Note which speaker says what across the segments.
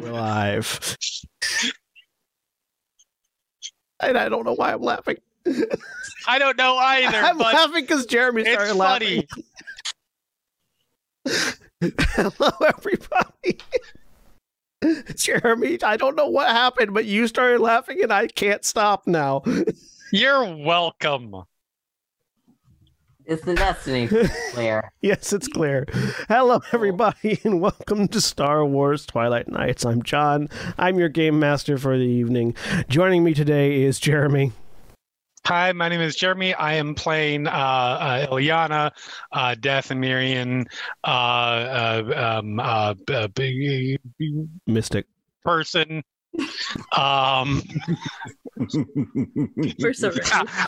Speaker 1: We're live. and I don't know why I'm laughing.
Speaker 2: I don't know either,
Speaker 1: I'm
Speaker 2: but
Speaker 1: laughing because Jeremy
Speaker 2: it's
Speaker 1: started
Speaker 2: funny.
Speaker 1: laughing. Hello, everybody. Jeremy, I don't know what happened, but you started laughing and I can't stop now.
Speaker 2: You're welcome.
Speaker 3: It's the Destiny player.
Speaker 1: Yes, it's clear. Hello,
Speaker 2: Oh.
Speaker 1: everybody, and welcome to Star Wars Twilight Nights. I'm John. I'm your game master for the evening. Joining me today is Jeremy.
Speaker 2: Hi, my name is Jeremy. I am playing uh, uh, Ileana, uh, Death and Mirian, uh, uh, um, uh, b- b- uh, b-
Speaker 1: Mystic.
Speaker 2: person. Um,
Speaker 4: We're so ready.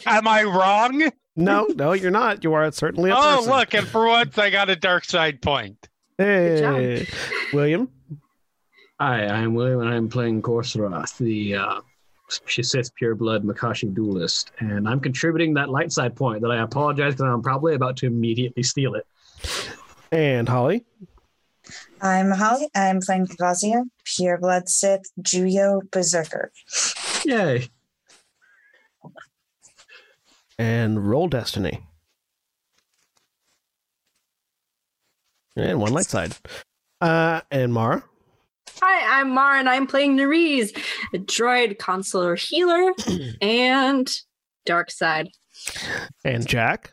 Speaker 2: am I wrong?
Speaker 1: No, no, you're not. You are certainly a
Speaker 2: oh,
Speaker 1: person.
Speaker 2: look, and for once I got a dark side point.
Speaker 1: Hey, William.
Speaker 5: Hi, I'm William, and I'm playing Gorsroth, the uh, she says pure blood Makashi duelist, and I'm contributing that light side point that I apologize because I'm probably about to immediately steal it.
Speaker 1: And Holly.
Speaker 6: I'm Holly. I'm playing Gazia, pure blood Sith, Juyo, Berserker.
Speaker 5: Yay!
Speaker 1: And roll destiny. And one light side. Uh, and Mara.
Speaker 4: Hi, I'm Mar, and I'm playing Nerese, a droid consular healer, and dark side.
Speaker 1: And Jack.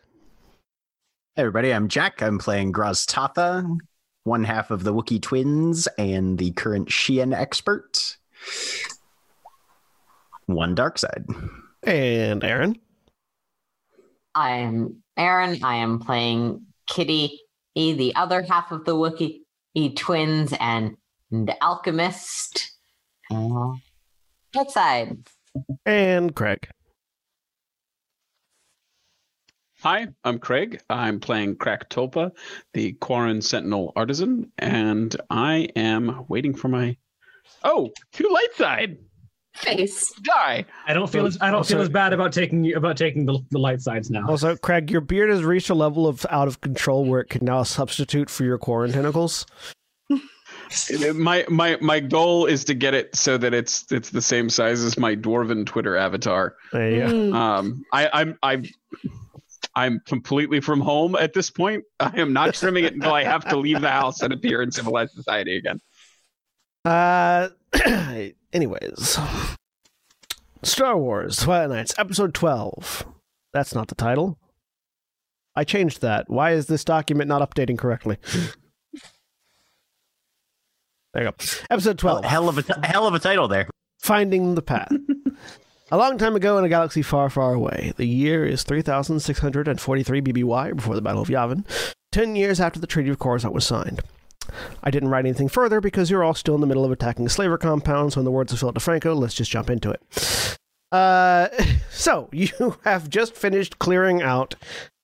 Speaker 7: Hey everybody, I'm Jack. I'm playing Graz Tatha, one half of the Wookiee twins and the current Sheehan expert. One dark side.
Speaker 1: And Aaron.
Speaker 3: I'm Aaron. I am playing Kitty, E, the other half of the Wookiee E twins, and the Alchemist. Uh, Dark side.
Speaker 1: And Craig.
Speaker 8: Hi, I'm Craig. I'm playing Cracktopa, the Quarren Sentinel Artisan, and I am waiting for my. Oh, two light side!
Speaker 4: Face.
Speaker 8: Die!
Speaker 5: I don't
Speaker 1: Oh,
Speaker 5: feel as I don't feel as bad about taking about taking the, the light sides now.
Speaker 1: Also, Craig, your beard has reached a level of out of control where it can now substitute for your quarantine tentacles.
Speaker 8: My my my goal is to get it so that it's it's the same size as my dwarven Twitter avatar.
Speaker 1: There you go.
Speaker 4: Mm.
Speaker 8: Um, I, I'm I'm I'm completely from home at this point. I am not trimming it until I have to leave the house and appear in civilized society again.
Speaker 1: Uh, anyways, Star Wars Twilight Nights, Episode Twelve. That's not the title. I changed that. Why is this document not updating correctly? there you go. Episode
Speaker 7: Well,
Speaker 1: Twelve.
Speaker 7: Oh, hell of a hell of a title there.
Speaker 1: Finding the Path. a long time ago in a galaxy far, far away, the year is 3643 BBY before the Battle of Yavin, 10 years after the Treaty of Coruscant was signed. I didn't write anything further because you're all still in the middle of attacking a slaver compound, so in the words of Philip DeFranco, let's just jump into it. Uh, so, you have just finished clearing out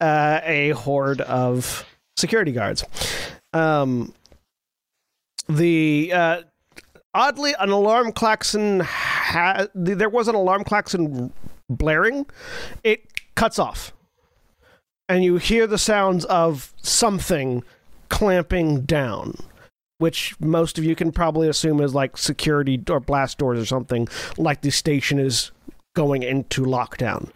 Speaker 1: uh, a horde of security guards. Um, the uh, oddly an alarm klaxon ha- there was an alarm klaxon blaring it cuts off and you hear the sounds of something clamping down which most of you can probably assume is like security or blast doors or something, like the station is going into lockdown.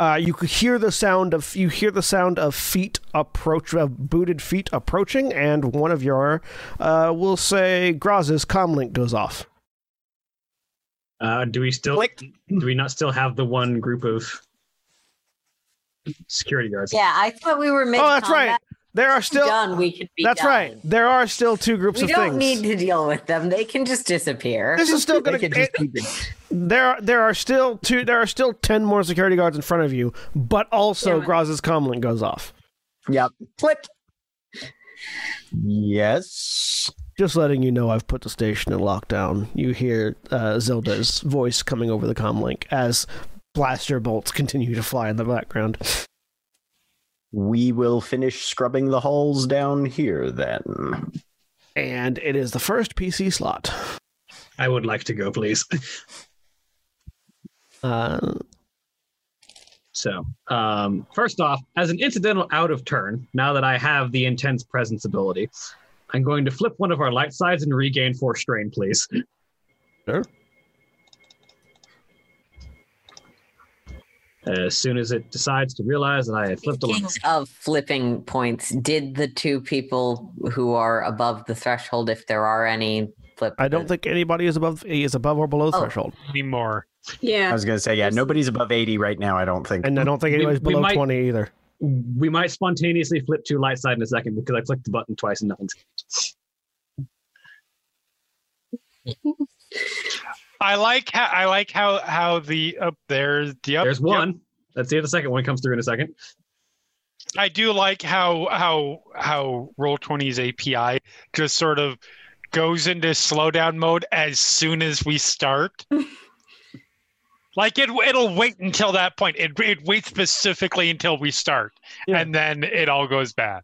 Speaker 1: Uh, you could hear the sound of you hear the sound of feet approach of booted feet approaching, and one of your uh, we'll say Graz's comlink goes off.
Speaker 5: Uh, do we still
Speaker 7: Click.
Speaker 5: do we not still have the one group of security guards?
Speaker 3: Yeah, I thought we were mid.
Speaker 1: oh, that's right. There are still
Speaker 3: done. We could be
Speaker 1: that's
Speaker 3: done.
Speaker 1: right. There are still two groups
Speaker 3: We
Speaker 1: of
Speaker 3: don't
Speaker 1: things.
Speaker 3: need to deal with them. They can just disappear.
Speaker 1: this is still going
Speaker 3: They can
Speaker 1: to
Speaker 3: just be big.
Speaker 1: there are there are still two there are still 10 more security guards in front of you but also
Speaker 4: Damn it.
Speaker 1: Graz's comlink goes off
Speaker 7: Yep. Click. Yes.
Speaker 1: just letting you know i've put the station in lockdown you hear uh, zelda's voice coming over the comlink as blaster bolts continue to fly in the background
Speaker 7: We will finish scrubbing the halls down here then.
Speaker 1: and it is the first pc slot
Speaker 5: I would like to go, please.
Speaker 1: uh,
Speaker 5: So, um, first off, as an incidental out of turn, now that I have the intense presence ability, I'm going to flip one of our light sides and regain four strain, please.
Speaker 1: Sure.
Speaker 5: As soon as it decides to realize that I had flipped a light.
Speaker 3: Speaking of flipping points, did the two people who are above the threshold, if there are any, flip?
Speaker 1: i don't think anybody is above is above or below
Speaker 3: Oh.
Speaker 1: threshold
Speaker 2: anymore.
Speaker 4: Yeah.
Speaker 7: I was gonna say, yeah, nobody's above 80 right now, I don't think.
Speaker 1: and i don't think
Speaker 5: We-
Speaker 1: anybody's
Speaker 5: we
Speaker 1: below
Speaker 5: might-
Speaker 1: 20 either
Speaker 5: We might spontaneously flip to light side in a second because I clicked the button twice and nothing's.
Speaker 2: I like how I like how how the up there's yep,
Speaker 5: There's
Speaker 2: yep.
Speaker 5: one. Let's see if the second one comes through in a second.
Speaker 2: I do like how how how Roll20's API just sort of goes into slowdown mode as soon as we start. like it it'll wait until that point. It it waits specifically until we start,
Speaker 1: Yeah.
Speaker 2: and then it all goes bad.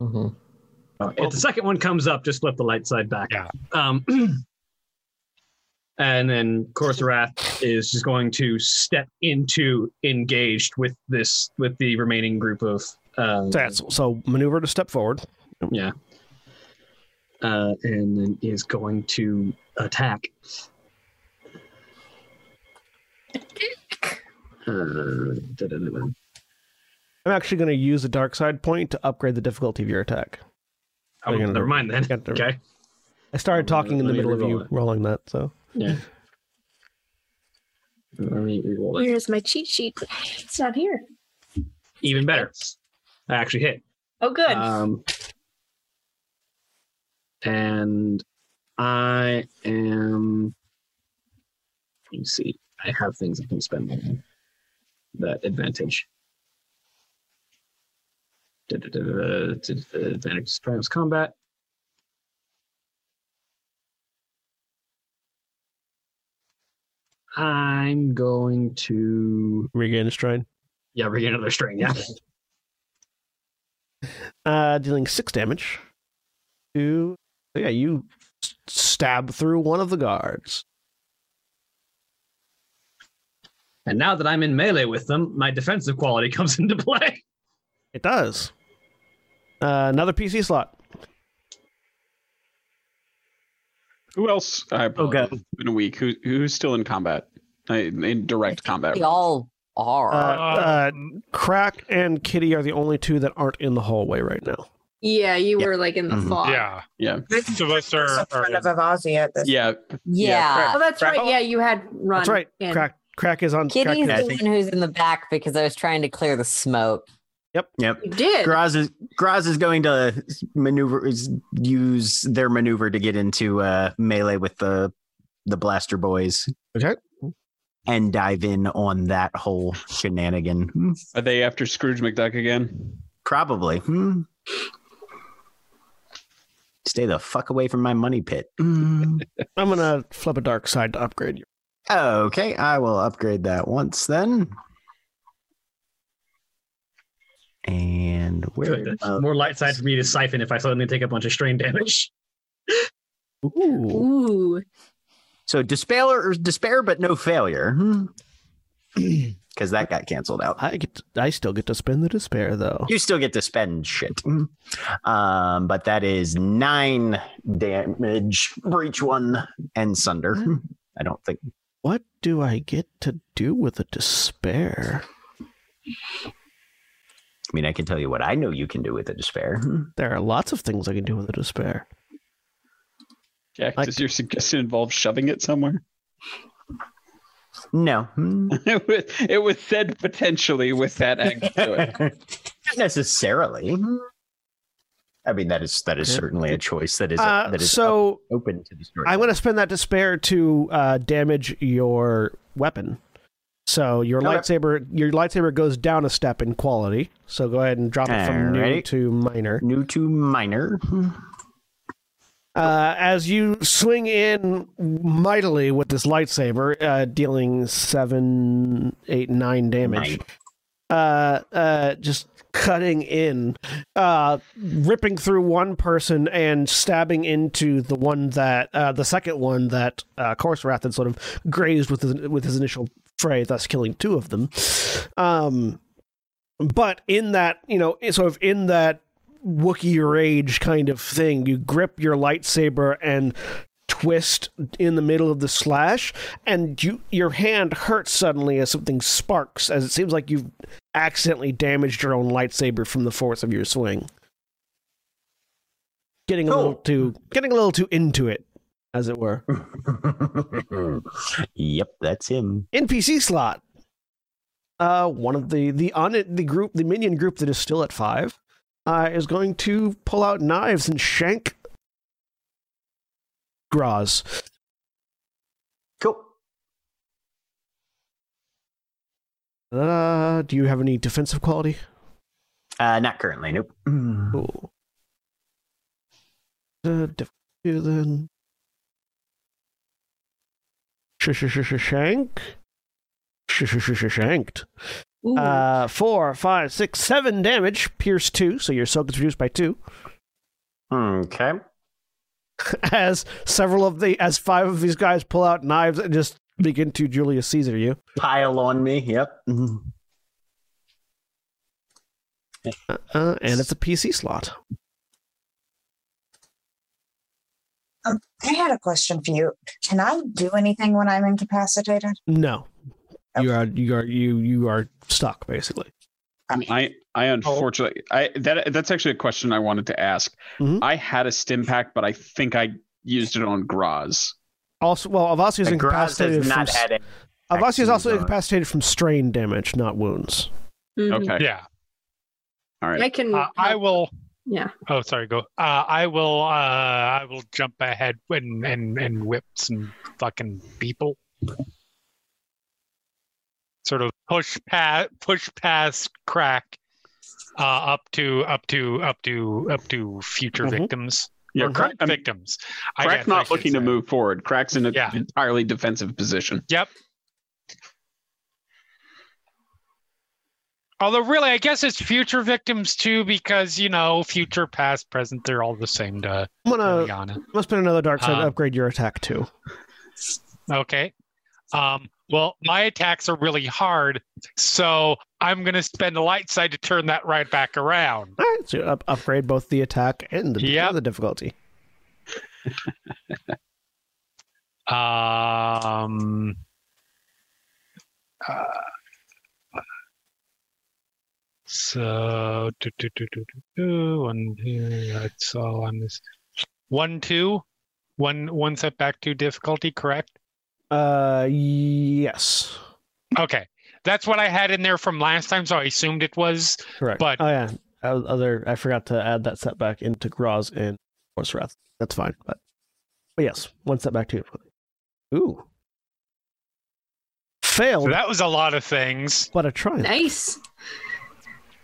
Speaker 1: Mm-hmm.
Speaker 3: Mhm.
Speaker 5: if the second one comes up, just flip the light side back.
Speaker 2: Yeah.
Speaker 5: Um, and then Corsorath is just going to step into engaged with this with the remaining group of. Uh,
Speaker 1: so, that's- so maneuver to step forward
Speaker 5: uh, and then is going to attack. Uh, da-da-da-da.
Speaker 1: i'm actually going to use a dark side point to upgrade the difficulty of your attack
Speaker 5: oh,
Speaker 1: We're gonna-
Speaker 5: never mind then.
Speaker 1: Got the-
Speaker 5: Okay.
Speaker 1: I started
Speaker 5: Hold on,
Speaker 1: talking in the
Speaker 5: let me
Speaker 1: middle of you
Speaker 5: re-roll it.
Speaker 1: rolling that, so
Speaker 5: Yeah. Let me re-roll it.
Speaker 4: Where is my cheat sheet? It's not here.
Speaker 5: Even better. I actually hit.
Speaker 4: Oh, good.
Speaker 5: Um, and I am. Let me see. I have things I can spend on that advantage. Da-da-da-da, da-da-da, Advantage is primus combat. I'm going to
Speaker 1: regain strain.
Speaker 5: yeah, regain another string. Yeah.
Speaker 1: Uh, dealing six damage. Two. so yeah, you s- stab through one of the guards.
Speaker 5: And now that I'm in melee with them, my defensive quality comes into play.
Speaker 1: It does. Uh, another PC slot.
Speaker 8: Who else? I
Speaker 7: Okay.
Speaker 8: It's been a week. Who who's still in combat? I, in direct combat.
Speaker 3: They all are.
Speaker 1: Uh, uh, Crack and Kitty are the only two that aren't in the hallway right now.
Speaker 4: yeah, you
Speaker 7: yeah.
Speaker 4: were like in the
Speaker 6: Mm-hmm.
Speaker 7: Mhm.
Speaker 4: fog.
Speaker 2: yeah,
Speaker 8: Yeah.
Speaker 2: each of us are,
Speaker 6: in
Speaker 2: are
Speaker 6: front of Avazi at this.
Speaker 8: Yeah.
Speaker 3: yeah.
Speaker 4: Oh, that's
Speaker 6: Right.
Speaker 4: right. Yeah, you had run.
Speaker 1: That's right.
Speaker 4: in.
Speaker 1: Crack. Crack is on. Crack
Speaker 3: Kitty's
Speaker 1: is-
Speaker 7: I
Speaker 3: the
Speaker 7: think-
Speaker 3: one who's in the back because I was trying to clear the smoke.
Speaker 7: Yep.
Speaker 4: You did.
Speaker 7: Graz is Graz is going to maneuver is use their maneuver to get into uh, melee with the the blaster boys.
Speaker 1: Okay.
Speaker 7: And dive in on that whole shenanigan. Hmm,
Speaker 8: Are they after Scrooge McDuck again?
Speaker 7: Probably. Hmm. Stay the fuck away from my money pit. Hmm.
Speaker 5: Mm.
Speaker 1: I'm gonna flip a dark side to upgrade you.
Speaker 7: okay, I will upgrade that once then. And where?
Speaker 5: Good.
Speaker 7: uh,
Speaker 5: More light side for me to siphon if I suddenly take a bunch of strain damage.
Speaker 1: Ooh.
Speaker 4: Ooh.
Speaker 7: so despair, despair, but no failure. Hmm. because that got canceled out.
Speaker 1: I get. I still get to spend the despair though.
Speaker 7: You still get to spend shit. Um, but that is nine damage, breach one, and sunder. I don't think.
Speaker 1: What do I get to do with a despair?
Speaker 7: I mean, I can tell you what I know you can do with a despair.
Speaker 1: There are lots of things I can do with a despair.
Speaker 8: Jack,
Speaker 1: Like-
Speaker 8: does your suggestion involve shoving it somewhere?
Speaker 7: No, Hmm.
Speaker 8: it, was, it was said potentially with that angle to it.
Speaker 7: not necessarily. I mean, that is that is certainly a choice that is
Speaker 1: Uh,
Speaker 7: that is up-
Speaker 1: so
Speaker 7: open to the story.
Speaker 1: I'm going to spend that despair to uh, damage your weapon. So your
Speaker 7: Okay.
Speaker 1: lightsaber, your lightsaber goes down a step in quality. So go ahead and drop it from new
Speaker 7: Alright.
Speaker 1: to minor.
Speaker 7: new to minor.
Speaker 1: Uh, as you swing in mightily with this lightsaber, uh, dealing seven, eight, nine damage, uh, uh, just cutting in, uh, ripping through one person and stabbing into the one that uh, the second one that uh, Corserath had sort of grazed with his, with his initial fray, thus killing two of them. Um, but in that, you know, sort of in that Wookiee rage kind of thing. You grip your lightsaber and twist in the middle of the slash, and you your hand hurts suddenly as something sparks, as it seems like you've accidentally damaged your own lightsaber from the force of your swing. Getting a little
Speaker 7: Oh.
Speaker 1: too getting a little too into it, as it were.
Speaker 7: yep, that's him.
Speaker 1: NPC slot. Uh, one of the the on the group the minion group that is still at five, uh, is going to pull out knives and shank. Graz.
Speaker 7: Cool.
Speaker 1: Uh, do you have any defensive quality?
Speaker 7: Uh, not currently. Nope.
Speaker 1: Cool. Uh, diff- two then. Sh sh sh sh shank. Sh sh sh sh shanked.
Speaker 4: Ooh.
Speaker 1: Uh, four, five, six, seven damage. Pierce two, so your soak is reduced by two.
Speaker 7: Okay.
Speaker 1: as several of the as five of these guys pull out knives and just begin to Julius Caesar you.
Speaker 7: Pile on me. Yep.
Speaker 1: Uh, and it's a PC slot.
Speaker 6: Um, I had a question for you. Can I do anything when I'm incapacitated?
Speaker 1: No, you are you are you you are stuck basically.
Speaker 8: I I unfortunately I that that's actually a question I wanted to ask.
Speaker 7: Mm-hmm.
Speaker 1: Mhm.
Speaker 8: I had a stim pack, but I think I used it on Graz.
Speaker 1: Also, well, Avasi is
Speaker 7: And Graz
Speaker 1: incapacitated
Speaker 7: has
Speaker 1: from
Speaker 7: not had it.
Speaker 1: Avasi is also
Speaker 7: actions on it.
Speaker 1: incapacitated from strain damage, not wounds.
Speaker 4: Mhm.
Speaker 8: Okay.
Speaker 2: Yeah.
Speaker 8: All right.
Speaker 4: I can.
Speaker 2: Uh, I
Speaker 4: help.
Speaker 2: will.
Speaker 4: Yeah.
Speaker 2: Oh, sorry. Go. Uh, I will. Uh, I will jump ahead and and and whip some fucking people. Sort of push past, push past crack, uh, up to up to up to up to future
Speaker 1: Mhm.
Speaker 2: victims.
Speaker 8: Mm-hmm. Yeah,
Speaker 2: Or
Speaker 8: crack,
Speaker 2: not
Speaker 8: I'm-
Speaker 2: victims. I
Speaker 8: Crack's
Speaker 2: guess I
Speaker 8: not
Speaker 2: should
Speaker 8: looking to
Speaker 2: say.
Speaker 8: move forward. Crack's in an
Speaker 2: Yeah.
Speaker 8: entirely defensive position.
Speaker 2: Yep. Although, really, I guess it's future victims too, because you know, future, past, present—they're all the same to
Speaker 1: I'm gonna I'm
Speaker 2: Eliana.
Speaker 1: gonna spend another dark side to
Speaker 2: Uh,
Speaker 1: upgrade your attack too.
Speaker 2: Okay. Um, well, my attacks are really hard, so I'm going to spend the light side to turn that right back around.
Speaker 1: All right, so up, upgrade both the attack and the,
Speaker 2: Yep.
Speaker 1: and the difficulty.
Speaker 2: Um, uh, so, do, do, do, do, do, do, one, two, that's all on this. One, two, one, one setback, two difficulty, correct?
Speaker 1: Uh, yes,
Speaker 2: Okay. That's what I had in there from last time, so I assumed it was.
Speaker 1: correct.
Speaker 2: But-
Speaker 1: oh yeah, Uh, other I forgot to add that setback into Graz and Horse Wrath. That's fine, but but yes, one setback too. Ooh, failed,
Speaker 2: So that was a lot of things.
Speaker 1: but a triumph.
Speaker 4: Nice.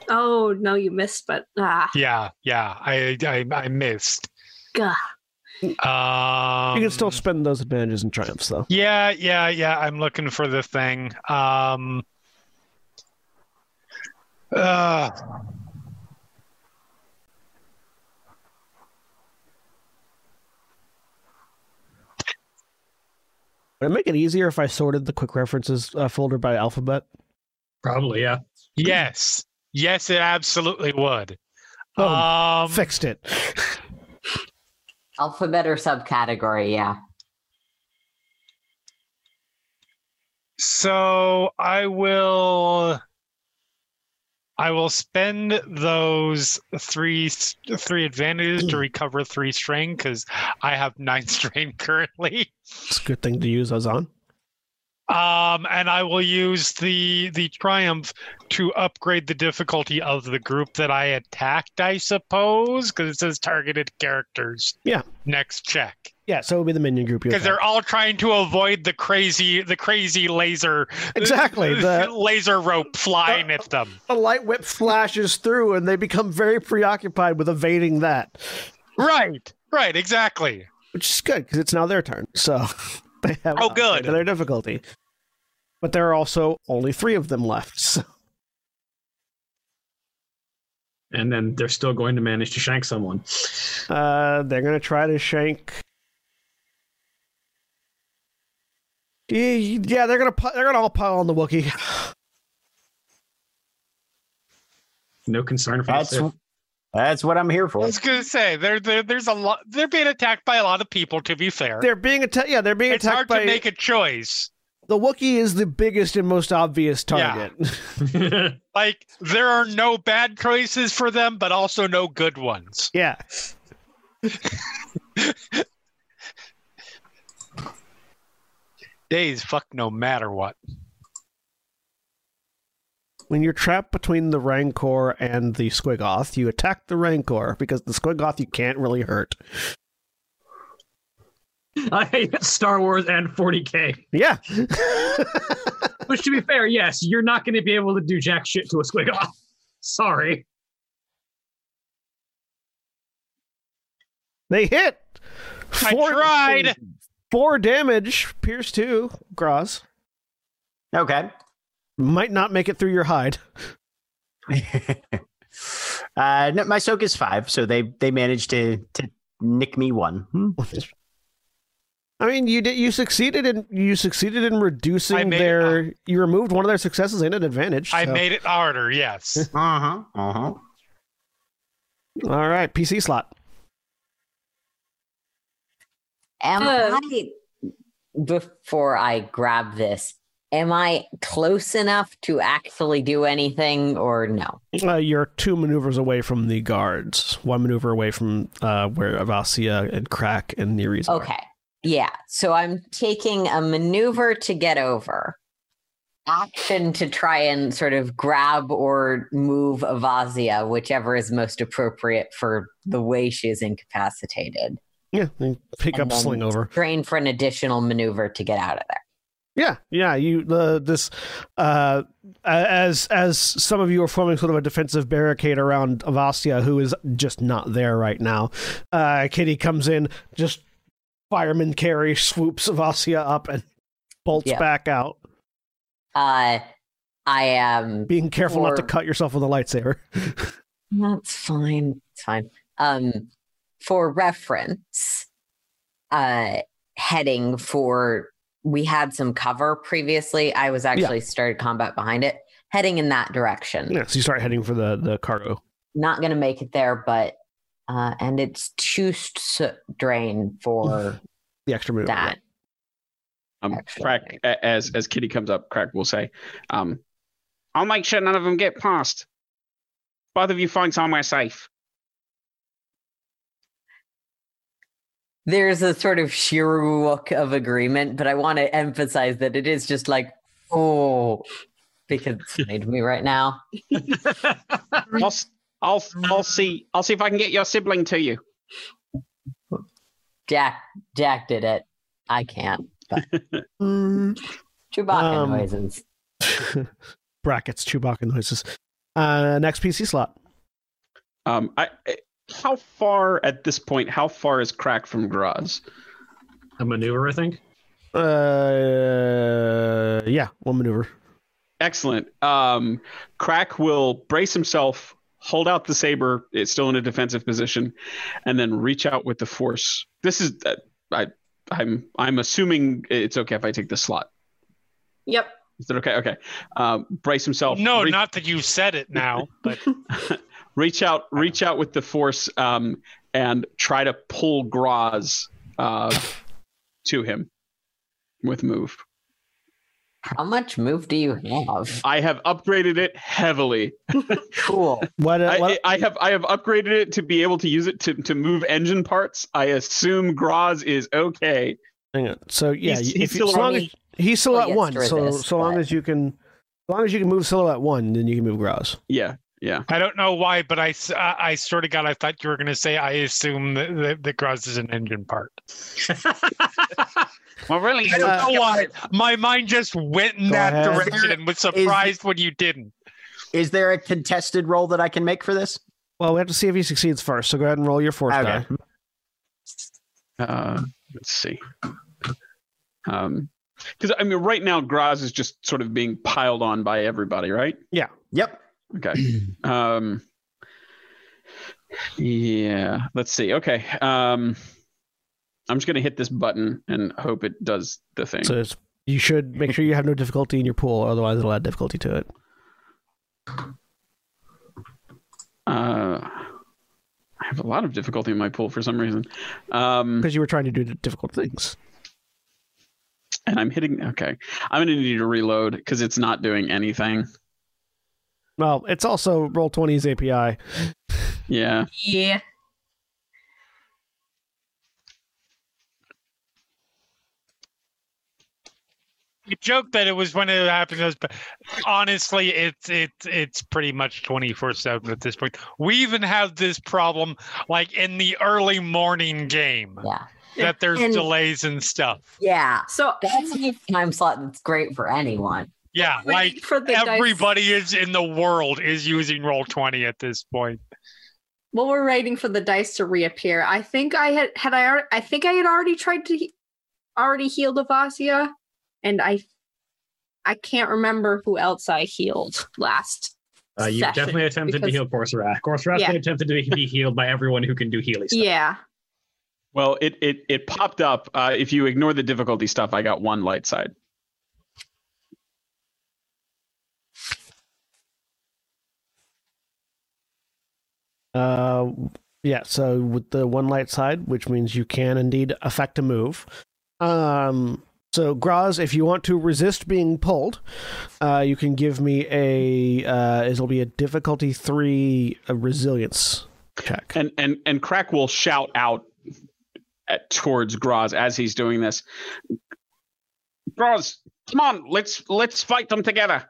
Speaker 4: Oh no, you missed, but ah,
Speaker 2: Yeah, yeah, I I, I missed.
Speaker 4: Gah.
Speaker 2: Um,
Speaker 1: you can still spend those advantages and triumphs though.
Speaker 2: Yeah, yeah, yeah. I'm looking for the thing. Um. Uh,
Speaker 1: Would it make it easier if I sorted the quick references uh, folder by alphabet?
Speaker 5: Probably, yeah.
Speaker 2: Yes. Yes, it absolutely would.
Speaker 1: Boom.
Speaker 2: Um,
Speaker 1: Fixed it.
Speaker 3: Alphabet or subcategory, yeah.
Speaker 2: so I will I will spend those three s- three advantages to recover three strain because I have nine strain currently.
Speaker 1: It's a good thing to use those on.
Speaker 2: Um, and I will use the the triumph to upgrade the difficulty of the group that I attacked, I suppose, because it says targeted characters.
Speaker 1: Yeah.
Speaker 2: Next check.
Speaker 1: Yeah, so it would be the minion group. you
Speaker 2: Because
Speaker 1: attack.
Speaker 2: they're all trying to avoid the crazy the crazy laser uh,
Speaker 1: Exactly, the- Uh,
Speaker 2: laser rope flying at them.
Speaker 1: a light whip flashes through and they become very preoccupied with evading that,
Speaker 2: Right. Right, exactly.
Speaker 1: which is good because it's now their turn. So they have
Speaker 2: Oh,
Speaker 1: upgraded
Speaker 2: good.
Speaker 1: their difficulty. But there are also only three of them left. So
Speaker 5: And then they're still going to manage to shank someone.
Speaker 1: uh, they're going to try to shank. Y- Yeah, they're gonna pi- they're gonna all pile on the Wookiee.
Speaker 5: No concern for
Speaker 7: That's
Speaker 5: us.
Speaker 7: that's what I'm here
Speaker 2: I
Speaker 7: for.
Speaker 2: was gonna say there, there there's a lot they're being attacked by a lot of people to be fair.
Speaker 1: They're being attacked. Yeah, they're being
Speaker 2: It's hard
Speaker 1: attacked by
Speaker 2: to make a choice.
Speaker 1: the Wookiee is the biggest and most obvious
Speaker 2: Yeah.
Speaker 1: target.
Speaker 2: Like there are no bad choices for them, but also no good ones.
Speaker 1: yeah.
Speaker 2: Days fuck no matter what.
Speaker 1: When you're trapped between the Rancor and the Squigoth, you attack the Rancor because the Squigoth you can't really hurt.
Speaker 5: I hate Star Wars and 40K.
Speaker 1: Yeah.
Speaker 5: Which, to be fair, yes, you're not going to be able to do jack shit to a squigoth. Sorry.
Speaker 1: They hit.
Speaker 2: I tried.
Speaker 1: Four damage. Pierce two. Groz.
Speaker 7: Okay.
Speaker 1: Might not make it through your hide.
Speaker 7: uh, no, my soak is five, so they they managed to to nick me one. Hmm.
Speaker 1: I mean, you did. You succeeded in you succeeded in
Speaker 2: I
Speaker 1: reducing
Speaker 2: made it
Speaker 1: their. you removed one of their successes and an advantage.
Speaker 2: I
Speaker 1: so-
Speaker 2: made it harder, yes.
Speaker 7: Uh
Speaker 3: Uh-huh,
Speaker 7: huh. Uh huh.
Speaker 1: All right, PC slot.
Speaker 3: Am
Speaker 4: Uh.
Speaker 3: I before I grab this? Am I close enough to actually do anything or no?
Speaker 1: Uh, you're two maneuvers away from the guards. One maneuver away from uh, where Avasia and Crack and Nereus are.
Speaker 3: Okay. Yeah. So I'm taking a maneuver to get over, action to try and sort of grab or move Avazia, whichever is most appropriate for the way she is incapacitated.
Speaker 1: Yeah, then pick
Speaker 3: And
Speaker 1: up
Speaker 3: then-
Speaker 1: sling over.
Speaker 3: Drain for an additional maneuver to get out of there.
Speaker 1: Yeah, yeah. You the this uh, as as some of you are forming sort of a defensive barricade around Avastia, who is just not there right now. Uh, Kitty comes in, just fireman carry swoops Avastia up and bolts
Speaker 3: Yeah.
Speaker 1: back out,
Speaker 3: Uh, I am
Speaker 1: being careful not to
Speaker 3: Or-
Speaker 1: cut yourself with a lightsaber.
Speaker 3: That's fine. It's fine. Um, for reference, uh, heading for we had some cover previously. I was actually started combat behind it, heading in that direction.
Speaker 1: Yeah, so you start heading for the the cargo.
Speaker 3: Not gonna make it there, but uh, and it's two s- drain for
Speaker 1: The extra move.
Speaker 3: that.
Speaker 8: Um,
Speaker 3: Excellent.
Speaker 8: crack a- as as Kitty comes up, Crack will say, um, "I'll make sure none of them get past. Both of you find somewhere safe."
Speaker 3: There's a sort of sheer look of agreement, but I want to emphasize that it is just like oh, because it's made me right now.
Speaker 8: I'll, s- I'll, I'll see. I'll see if I can get your sibling to you.
Speaker 3: Jack Jack did it. I can't. But Chewbacca
Speaker 1: Um,
Speaker 3: noises.
Speaker 1: Yeah. Brackets Chewbacca noises. Uh, next PC slot.
Speaker 8: Um, I, I- how far at this point? How far is Crack from Graz?
Speaker 5: A maneuver, I think.
Speaker 1: Uh, yeah, one maneuver.
Speaker 8: Excellent. Um, Crack will brace himself, hold out the saber. It's still in a defensive position, and then reach out with the force. This is. Uh, I I'm I'm assuming it's okay if I take this slot.
Speaker 4: Yep.
Speaker 8: Is that okay? Okay. Um, Bryce himself.
Speaker 2: no,
Speaker 8: reach,
Speaker 2: not that you've said it now, but
Speaker 8: reach out, reach out with the force, um, and try to pull Groz uh, to him with move.
Speaker 3: How much move do you have?
Speaker 8: I have upgraded it heavily.
Speaker 3: Cool.
Speaker 1: What, uh,
Speaker 8: I,
Speaker 1: what,
Speaker 8: I have I have upgraded it to be able to use it to, to move engine parts. I assume Groz is okay.
Speaker 1: hang on. So yeah,
Speaker 8: he's-
Speaker 1: if
Speaker 8: he's
Speaker 1: you-
Speaker 8: still
Speaker 1: as long
Speaker 8: only-
Speaker 1: as he's still
Speaker 7: Oh,
Speaker 3: Well, he has
Speaker 1: at one,
Speaker 3: to
Speaker 1: so
Speaker 3: resist,
Speaker 1: so long
Speaker 3: but-
Speaker 1: as you can, as long as you can move Scylla at one, then you can move Grouse.
Speaker 8: Yeah, yeah.
Speaker 2: I don't know why. But I, s- I, I sort of got. I thought you were going to say. I assume that that, that Groz is an engine part.
Speaker 9: Well, really,
Speaker 2: I
Speaker 1: Uh,
Speaker 2: don't know why. My mind just went in
Speaker 1: Go
Speaker 2: that
Speaker 1: ahead.
Speaker 2: direction and was surprised when you didn't.
Speaker 7: Is there a contested roll that I can make for this?
Speaker 1: Well, we have to see if he succeeds first. So go ahead and roll your force die.
Speaker 8: Uh, let's see. Um, because I mean, right now Groz is just sort of being piled on by everybody, right?
Speaker 7: Yep.
Speaker 8: Okay. um. Yeah. Let's see. Okay. Um. I'm just gonna hit this button and hope it does the thing.
Speaker 1: So it's, you should make sure you have no difficulty in your pool, otherwise it'll add difficulty to it.
Speaker 8: Uh, I have a lot of difficulty in my pool for some reason. Um,
Speaker 1: Because you were trying to do the difficult things.
Speaker 8: and I'm hitting. Okay, I'm gonna need to reload because it's not doing anything.
Speaker 1: Well, it's also roll 20's API.
Speaker 8: Yeah.
Speaker 4: Yeah.
Speaker 2: You joked that it was when it happened, it was- but honestly, it's it's it's pretty much twenty four seven at this point. We even have this problem like in the early morning game
Speaker 3: Yeah.
Speaker 2: that there's
Speaker 3: And-
Speaker 2: delays and stuff.
Speaker 3: Yeah.
Speaker 4: So
Speaker 3: That's a time slot that's great for anyone.
Speaker 2: Yeah, like
Speaker 4: for the dice-
Speaker 2: everybody is in the world is using roll twenty at this point.
Speaker 4: While we're waiting for the dice to reappear, I think I had had I alre- I think I had already tried to he- already healed Avasia, and I I can't remember who else I healed last.
Speaker 5: Uh, you
Speaker 4: session,
Speaker 5: definitely attempted
Speaker 4: because-
Speaker 5: to heal Corsarat. Corsarat's
Speaker 4: Yeah.
Speaker 5: been attempted to be- be healed by everyone who can do healing stuff.
Speaker 4: Yeah.
Speaker 8: Well, it it it popped up. Uh, if you ignore the difficulty stuff, I got one light side.
Speaker 1: Uh, yeah, so with the one light side, which means you can indeed affect a move. Um, so Graz, if you want to resist being pulled, uh, you can give me a uh, it'll be a difficulty three a resilience check.
Speaker 8: And and and Crack will shout out at towards Groz as he's doing this. Groz, come on, let's let's fight them together.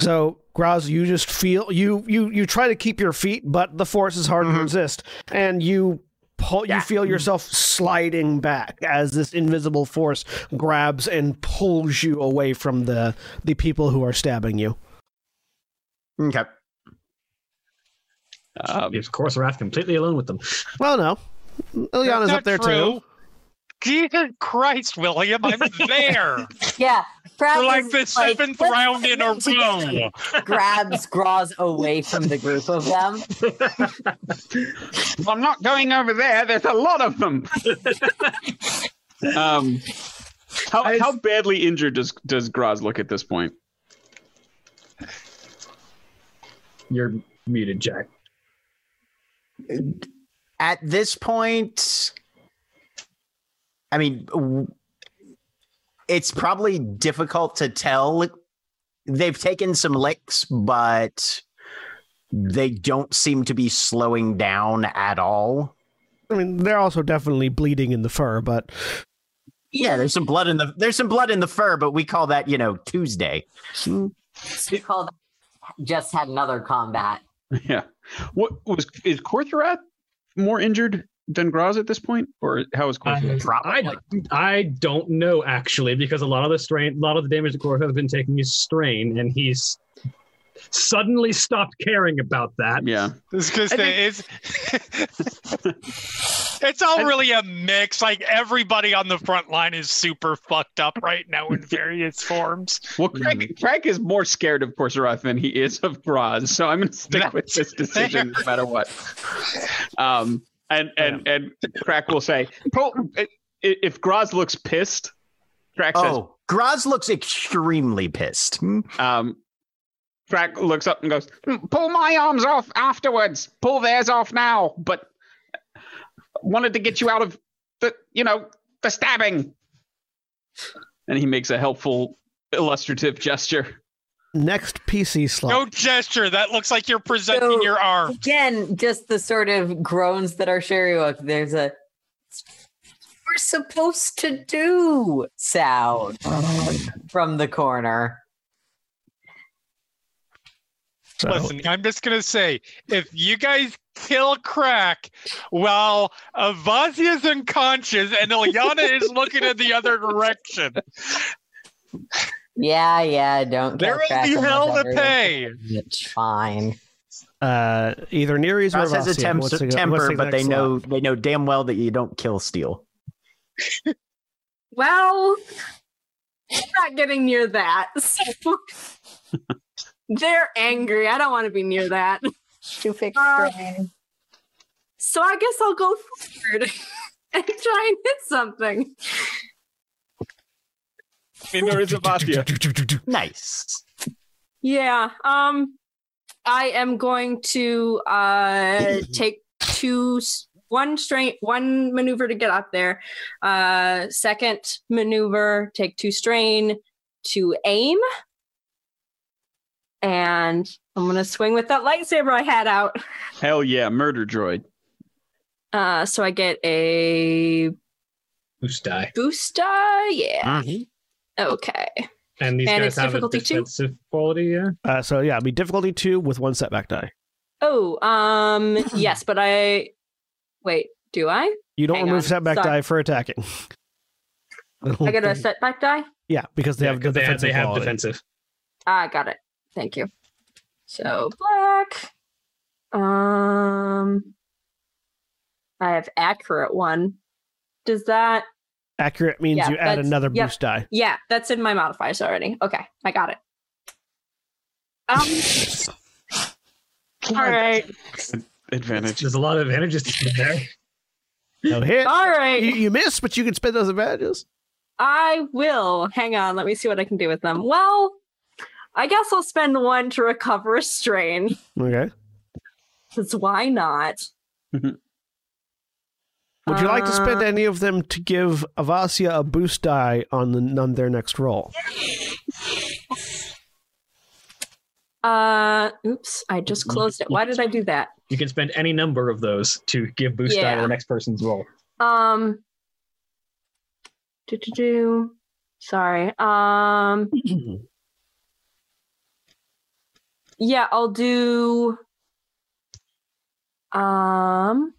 Speaker 1: So Graz, you just feel you you you try to keep your feet, but the force is hard to
Speaker 7: Mhm.
Speaker 1: resist, and you pull. You feel yourself sliding back as this invisible force grabs and pulls you away from the the people who are stabbing you.
Speaker 7: Okay.
Speaker 8: Um,
Speaker 5: Leaves Corsarat completely alone with them.
Speaker 1: Well, no, Ileana's
Speaker 2: That's
Speaker 1: up there
Speaker 2: not
Speaker 1: too.
Speaker 2: true. Jesus Christ, William, I'm there.
Speaker 3: Yeah. Crab
Speaker 2: We're like
Speaker 3: is
Speaker 2: the seventh
Speaker 3: "Let's
Speaker 2: round
Speaker 3: fight
Speaker 2: in a
Speaker 3: them together."
Speaker 2: row.
Speaker 3: Grabs Groz away from the group of them.
Speaker 8: I'm not going over there. There's a lot of them. um, how,
Speaker 5: I-
Speaker 8: how badly injured does does Graz look at this point?
Speaker 5: You're muted, Jack.
Speaker 7: At this point, I mean, w- it's probably difficult to tell. They've taken some licks, but they don't seem to be slowing down at all.
Speaker 1: I mean, they're also definitely bleeding in the fur, but
Speaker 7: Yeah, there's some blood in the there's some blood in the fur, but we call that you know Tuesday.
Speaker 3: It's called just had another combat.
Speaker 8: Yeah. What was is Korthrath more injured than Graz at this point, or how is Korthrath?
Speaker 7: Probably.
Speaker 5: I, I don't know actually because a lot of the strain, a lot of the damage that Korth has been taking is strain, and he's suddenly stopped caring about that.
Speaker 8: yeah.
Speaker 2: It's just
Speaker 8: I think-
Speaker 2: it's it's all
Speaker 8: I-
Speaker 2: really a mix. Like everybody on the front line is super fucked up right now in various forms.
Speaker 8: Well, Craig,
Speaker 2: Mm-hmm.
Speaker 8: Craig is more scared of Korthrath than he is of Graz, so I'm going to stick with this decision no matter what. Um, And and and Crack will say, "Pro- i- if Groz looks pissed, Crack says,
Speaker 7: Oh, Graz looks extremely pissed. Hmm?
Speaker 8: Um, Crack looks up and goes, "Hmm, "Pull my arms off afterwards. Pull theirs off now." But wanted to get you out of the, you know, the stabbing. And he makes a helpful, illustrative gesture.
Speaker 1: Next PC slot.
Speaker 2: No gesture. That looks like you're presenting
Speaker 3: So-
Speaker 2: your arm.
Speaker 3: Again, just the sort of groans that are Sherry There's a we're supposed to do sound from the corner.
Speaker 1: So-
Speaker 2: Listen, I'm just gonna say, if you guys kill Crack while Avazia's unconscious and Ilyana is looking in the other direction,
Speaker 3: Yeah, yeah, don't
Speaker 2: there
Speaker 3: kill
Speaker 2: will be
Speaker 3: Kraken,
Speaker 2: hell to
Speaker 3: whatever.
Speaker 2: pay.
Speaker 3: It's fine.
Speaker 1: Uh, either Nereus or
Speaker 7: Graz has a
Speaker 1: Vassia.
Speaker 7: temp-
Speaker 1: What's the- what's
Speaker 7: temper,
Speaker 1: the
Speaker 7: but they
Speaker 1: next
Speaker 7: know
Speaker 1: slot?
Speaker 7: they know damn well that you don't kill steel.
Speaker 4: Well, I'm not getting near that. So. They're angry. I don't want to be near that.
Speaker 6: Stupid
Speaker 4: Uh,
Speaker 6: brain.
Speaker 4: So I guess I'll go forward and try and hit something.
Speaker 8: I mean, there is a Vathia.
Speaker 7: Nice.
Speaker 4: Yeah. Um I am going to uh take two s- one strain one maneuver to get up there. Uh second maneuver, take two strain to aim. And I'm gonna swing with that lightsaber I had out.
Speaker 8: Hell yeah, murder droid.
Speaker 4: Uh so I get a
Speaker 5: Who's die?
Speaker 4: booster. Yeah. Okay.
Speaker 5: And these
Speaker 4: And
Speaker 5: guys
Speaker 4: it's
Speaker 5: have a
Speaker 4: difficulty two?
Speaker 5: defensive quality, yeah?
Speaker 1: Uh, so yeah, it'd be difficulty two with one setback die.
Speaker 4: Oh, um yes, but I wait, do I?
Speaker 1: You don't
Speaker 4: Hang
Speaker 1: remove
Speaker 4: on,
Speaker 1: setback
Speaker 4: sorry.
Speaker 1: die for attacking.
Speaker 4: I get a setback die?
Speaker 1: yeah, because they
Speaker 5: Yeah,
Speaker 1: have
Speaker 5: 'cause
Speaker 1: good
Speaker 5: they have,
Speaker 1: defensive
Speaker 5: they have
Speaker 1: quality.
Speaker 5: defensive.
Speaker 4: Ah, got it. Thank you. So black. Um, I have accurate one. Does that?
Speaker 1: Accurate means
Speaker 4: Yeah,
Speaker 1: you add
Speaker 4: that's-
Speaker 1: another
Speaker 4: yep.
Speaker 1: boost die.
Speaker 4: Yeah, that's in my modifiers already. Okay, I got it. Um, all right,
Speaker 8: Advantage.
Speaker 5: There's a lot of advantages to get there.
Speaker 1: No hit.
Speaker 4: all
Speaker 1: You,
Speaker 4: right.
Speaker 1: you miss, but you can spend those advantages.
Speaker 4: I will. Hang on. Let me see what I can do with them. Well, I guess I'll spend one to recover a strain.
Speaker 1: Okay.
Speaker 4: Cause why not?
Speaker 1: Would you like to spend
Speaker 4: Uh,
Speaker 1: any of them to give Avasia a boost die on the on their next roll?
Speaker 4: Uh, oops. I just closed it. Why did I do that?
Speaker 5: You can spend any number of those to give boost die to
Speaker 4: Yeah.
Speaker 5: the next person's roll.
Speaker 4: Um. Do do do. Sorry. Um. yeah, I'll do. Um.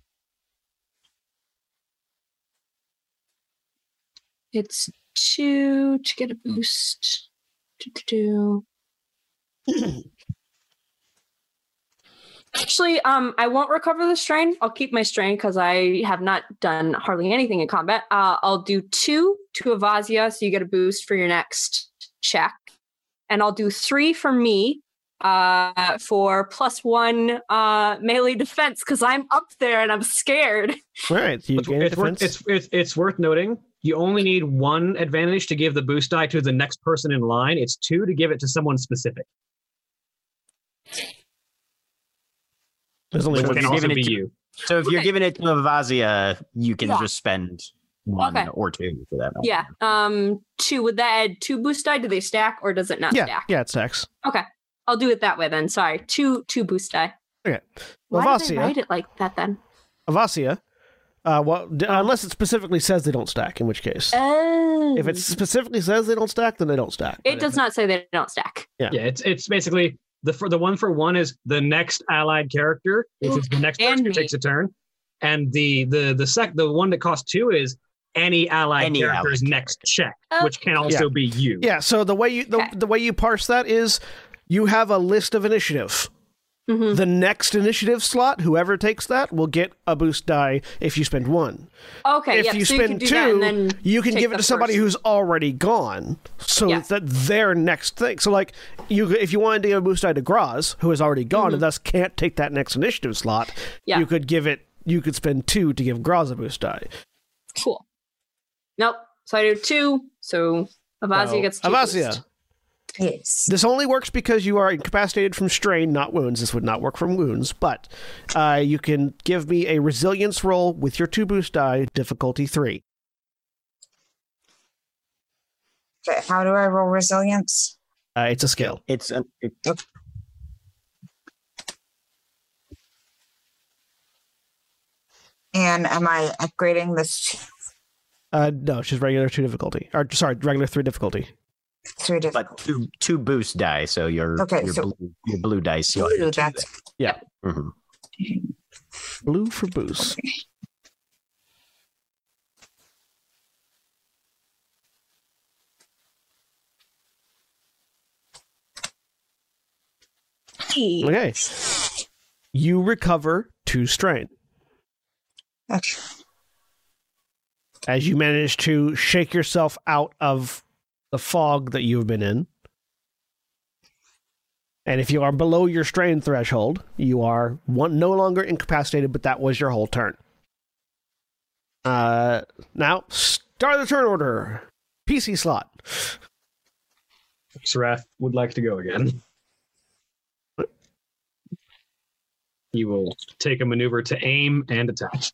Speaker 4: It's two to get a boost. Do do do. Actually, um, I won't recover the strain. I'll keep my strain because I have not done hardly anything in combat. Uh, I'll do two to Avazia, so you get a boost for your next check, and I'll do three for me uh, for plus one uh, melee defense because I'm up there and I'm scared.
Speaker 1: All right. You
Speaker 5: It's,
Speaker 1: gain
Speaker 5: it's,
Speaker 1: defense.
Speaker 5: worth, it's, it's, it's worth noting you only need one advantage to give the boost die to the next person in line. It's two to give it to someone specific,
Speaker 1: There's only
Speaker 5: which
Speaker 7: So
Speaker 1: one.
Speaker 7: if
Speaker 5: can
Speaker 7: you're
Speaker 5: also
Speaker 7: giving it
Speaker 5: be
Speaker 7: to-
Speaker 5: you.
Speaker 7: So if you're
Speaker 4: Okay.
Speaker 7: giving it to Avazia, you can
Speaker 4: Yeah.
Speaker 7: just spend one
Speaker 4: Okay.
Speaker 7: or two for that.
Speaker 1: Oh.
Speaker 4: Yeah.
Speaker 7: matter.
Speaker 4: Um. Two. Would that add two boost die? Do they stack or does it not
Speaker 1: Yeah.
Speaker 4: stack?
Speaker 1: Yeah. It stacks.
Speaker 4: I'll do it that way then. Sorry. Two. Two boost die.
Speaker 1: Okay.
Speaker 4: Why did
Speaker 1: Avasia.
Speaker 4: I write it like that then?
Speaker 1: Avasia. Uh, well, d- unless it specifically says they don't stack, in which case,
Speaker 4: Oh.
Speaker 1: if it specifically says they don't stack, then they don't stack.
Speaker 4: It does not say they don't stack.
Speaker 1: Yeah.
Speaker 5: Yeah, it's it's basically the for the one for one is the next allied character, which is the next
Speaker 4: And
Speaker 5: person who
Speaker 4: me.
Speaker 5: takes a turn, and the the the sec the one that costs two is any allied
Speaker 7: Any
Speaker 5: character's
Speaker 7: allied
Speaker 5: next check,
Speaker 4: Oh.
Speaker 5: which can also be you.
Speaker 1: Yeah. So the way you the,
Speaker 4: Okay.
Speaker 1: the way you parse that is, you have a list of initiative.
Speaker 4: Mhm.
Speaker 1: The next initiative slot, whoever takes that will get a boost die if you spend one.
Speaker 4: Okay.
Speaker 1: if
Speaker 4: yep,
Speaker 1: you
Speaker 4: so
Speaker 1: spend
Speaker 4: you could do that
Speaker 1: two,
Speaker 4: and then
Speaker 1: you can
Speaker 4: take
Speaker 1: give it
Speaker 4: the
Speaker 1: to somebody
Speaker 4: first.
Speaker 1: who's already gone, so
Speaker 4: Yeah.
Speaker 1: that their next thing. So, like, you if you wanted to give a boost die to Graz, who is already gone and thus can't take that next initiative slot,
Speaker 4: Mm-hmm. Yeah.
Speaker 1: you could give it you could spend two to give Graz a boost die.
Speaker 4: Cool. Nope. So I do two. So Avasia
Speaker 1: So,
Speaker 4: gets two.
Speaker 1: Avasia.
Speaker 4: boost.
Speaker 6: Yes.
Speaker 1: This only works because you are incapacitated from strain, not wounds. This would not work from wounds, but uh, you can give me a resilience roll with your two boost die, difficulty three.
Speaker 6: But how do I roll resilience?
Speaker 1: Uh, it's a skill.
Speaker 7: It's an, it-
Speaker 6: And am I upgrading this to
Speaker 1: Uh, no, she's regular two difficulty. Or sorry, regular three difficulty.
Speaker 6: three different?
Speaker 7: but two two boost die, so your
Speaker 6: Okay,
Speaker 7: your,
Speaker 6: so-
Speaker 7: blue, your blue dice. you'll-
Speaker 6: Ooh, that's
Speaker 7: Mhm.
Speaker 1: Blue for boost. Okay. You recover two strain
Speaker 6: okay.
Speaker 1: as you manage to shake yourself out of the fog that you've been in. And if you are below your strain threshold, you are one no longer incapacitated, but that was your whole turn. Uh, now start the turn order. PC slot.
Speaker 5: Sarath would like to go again. He will take a maneuver to aim and attack.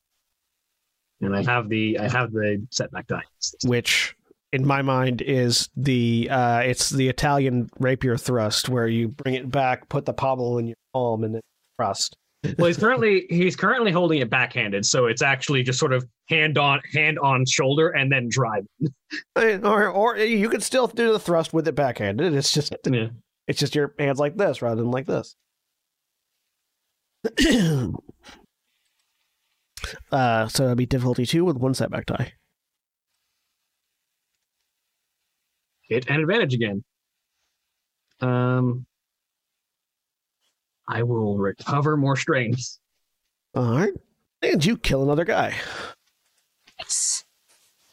Speaker 5: And I have the I have the setback die.
Speaker 1: which in my mind is the uh it's the Italian rapier thrust where you bring it back, put the pommel in your palm and then thrust.
Speaker 5: Well, he's currently he's currently holding it backhanded, so it's actually just sort of hand on hand on shoulder and then drive.
Speaker 1: Eh, Or or you could still do the thrust with it backhanded. It's just
Speaker 5: Yeah.
Speaker 1: it's just your hands like this rather than like this. uh so that'd be difficulty two with one setback die.
Speaker 5: hit an advantage again. Um, I will recover more strain.
Speaker 1: Alright. And you kill another guy.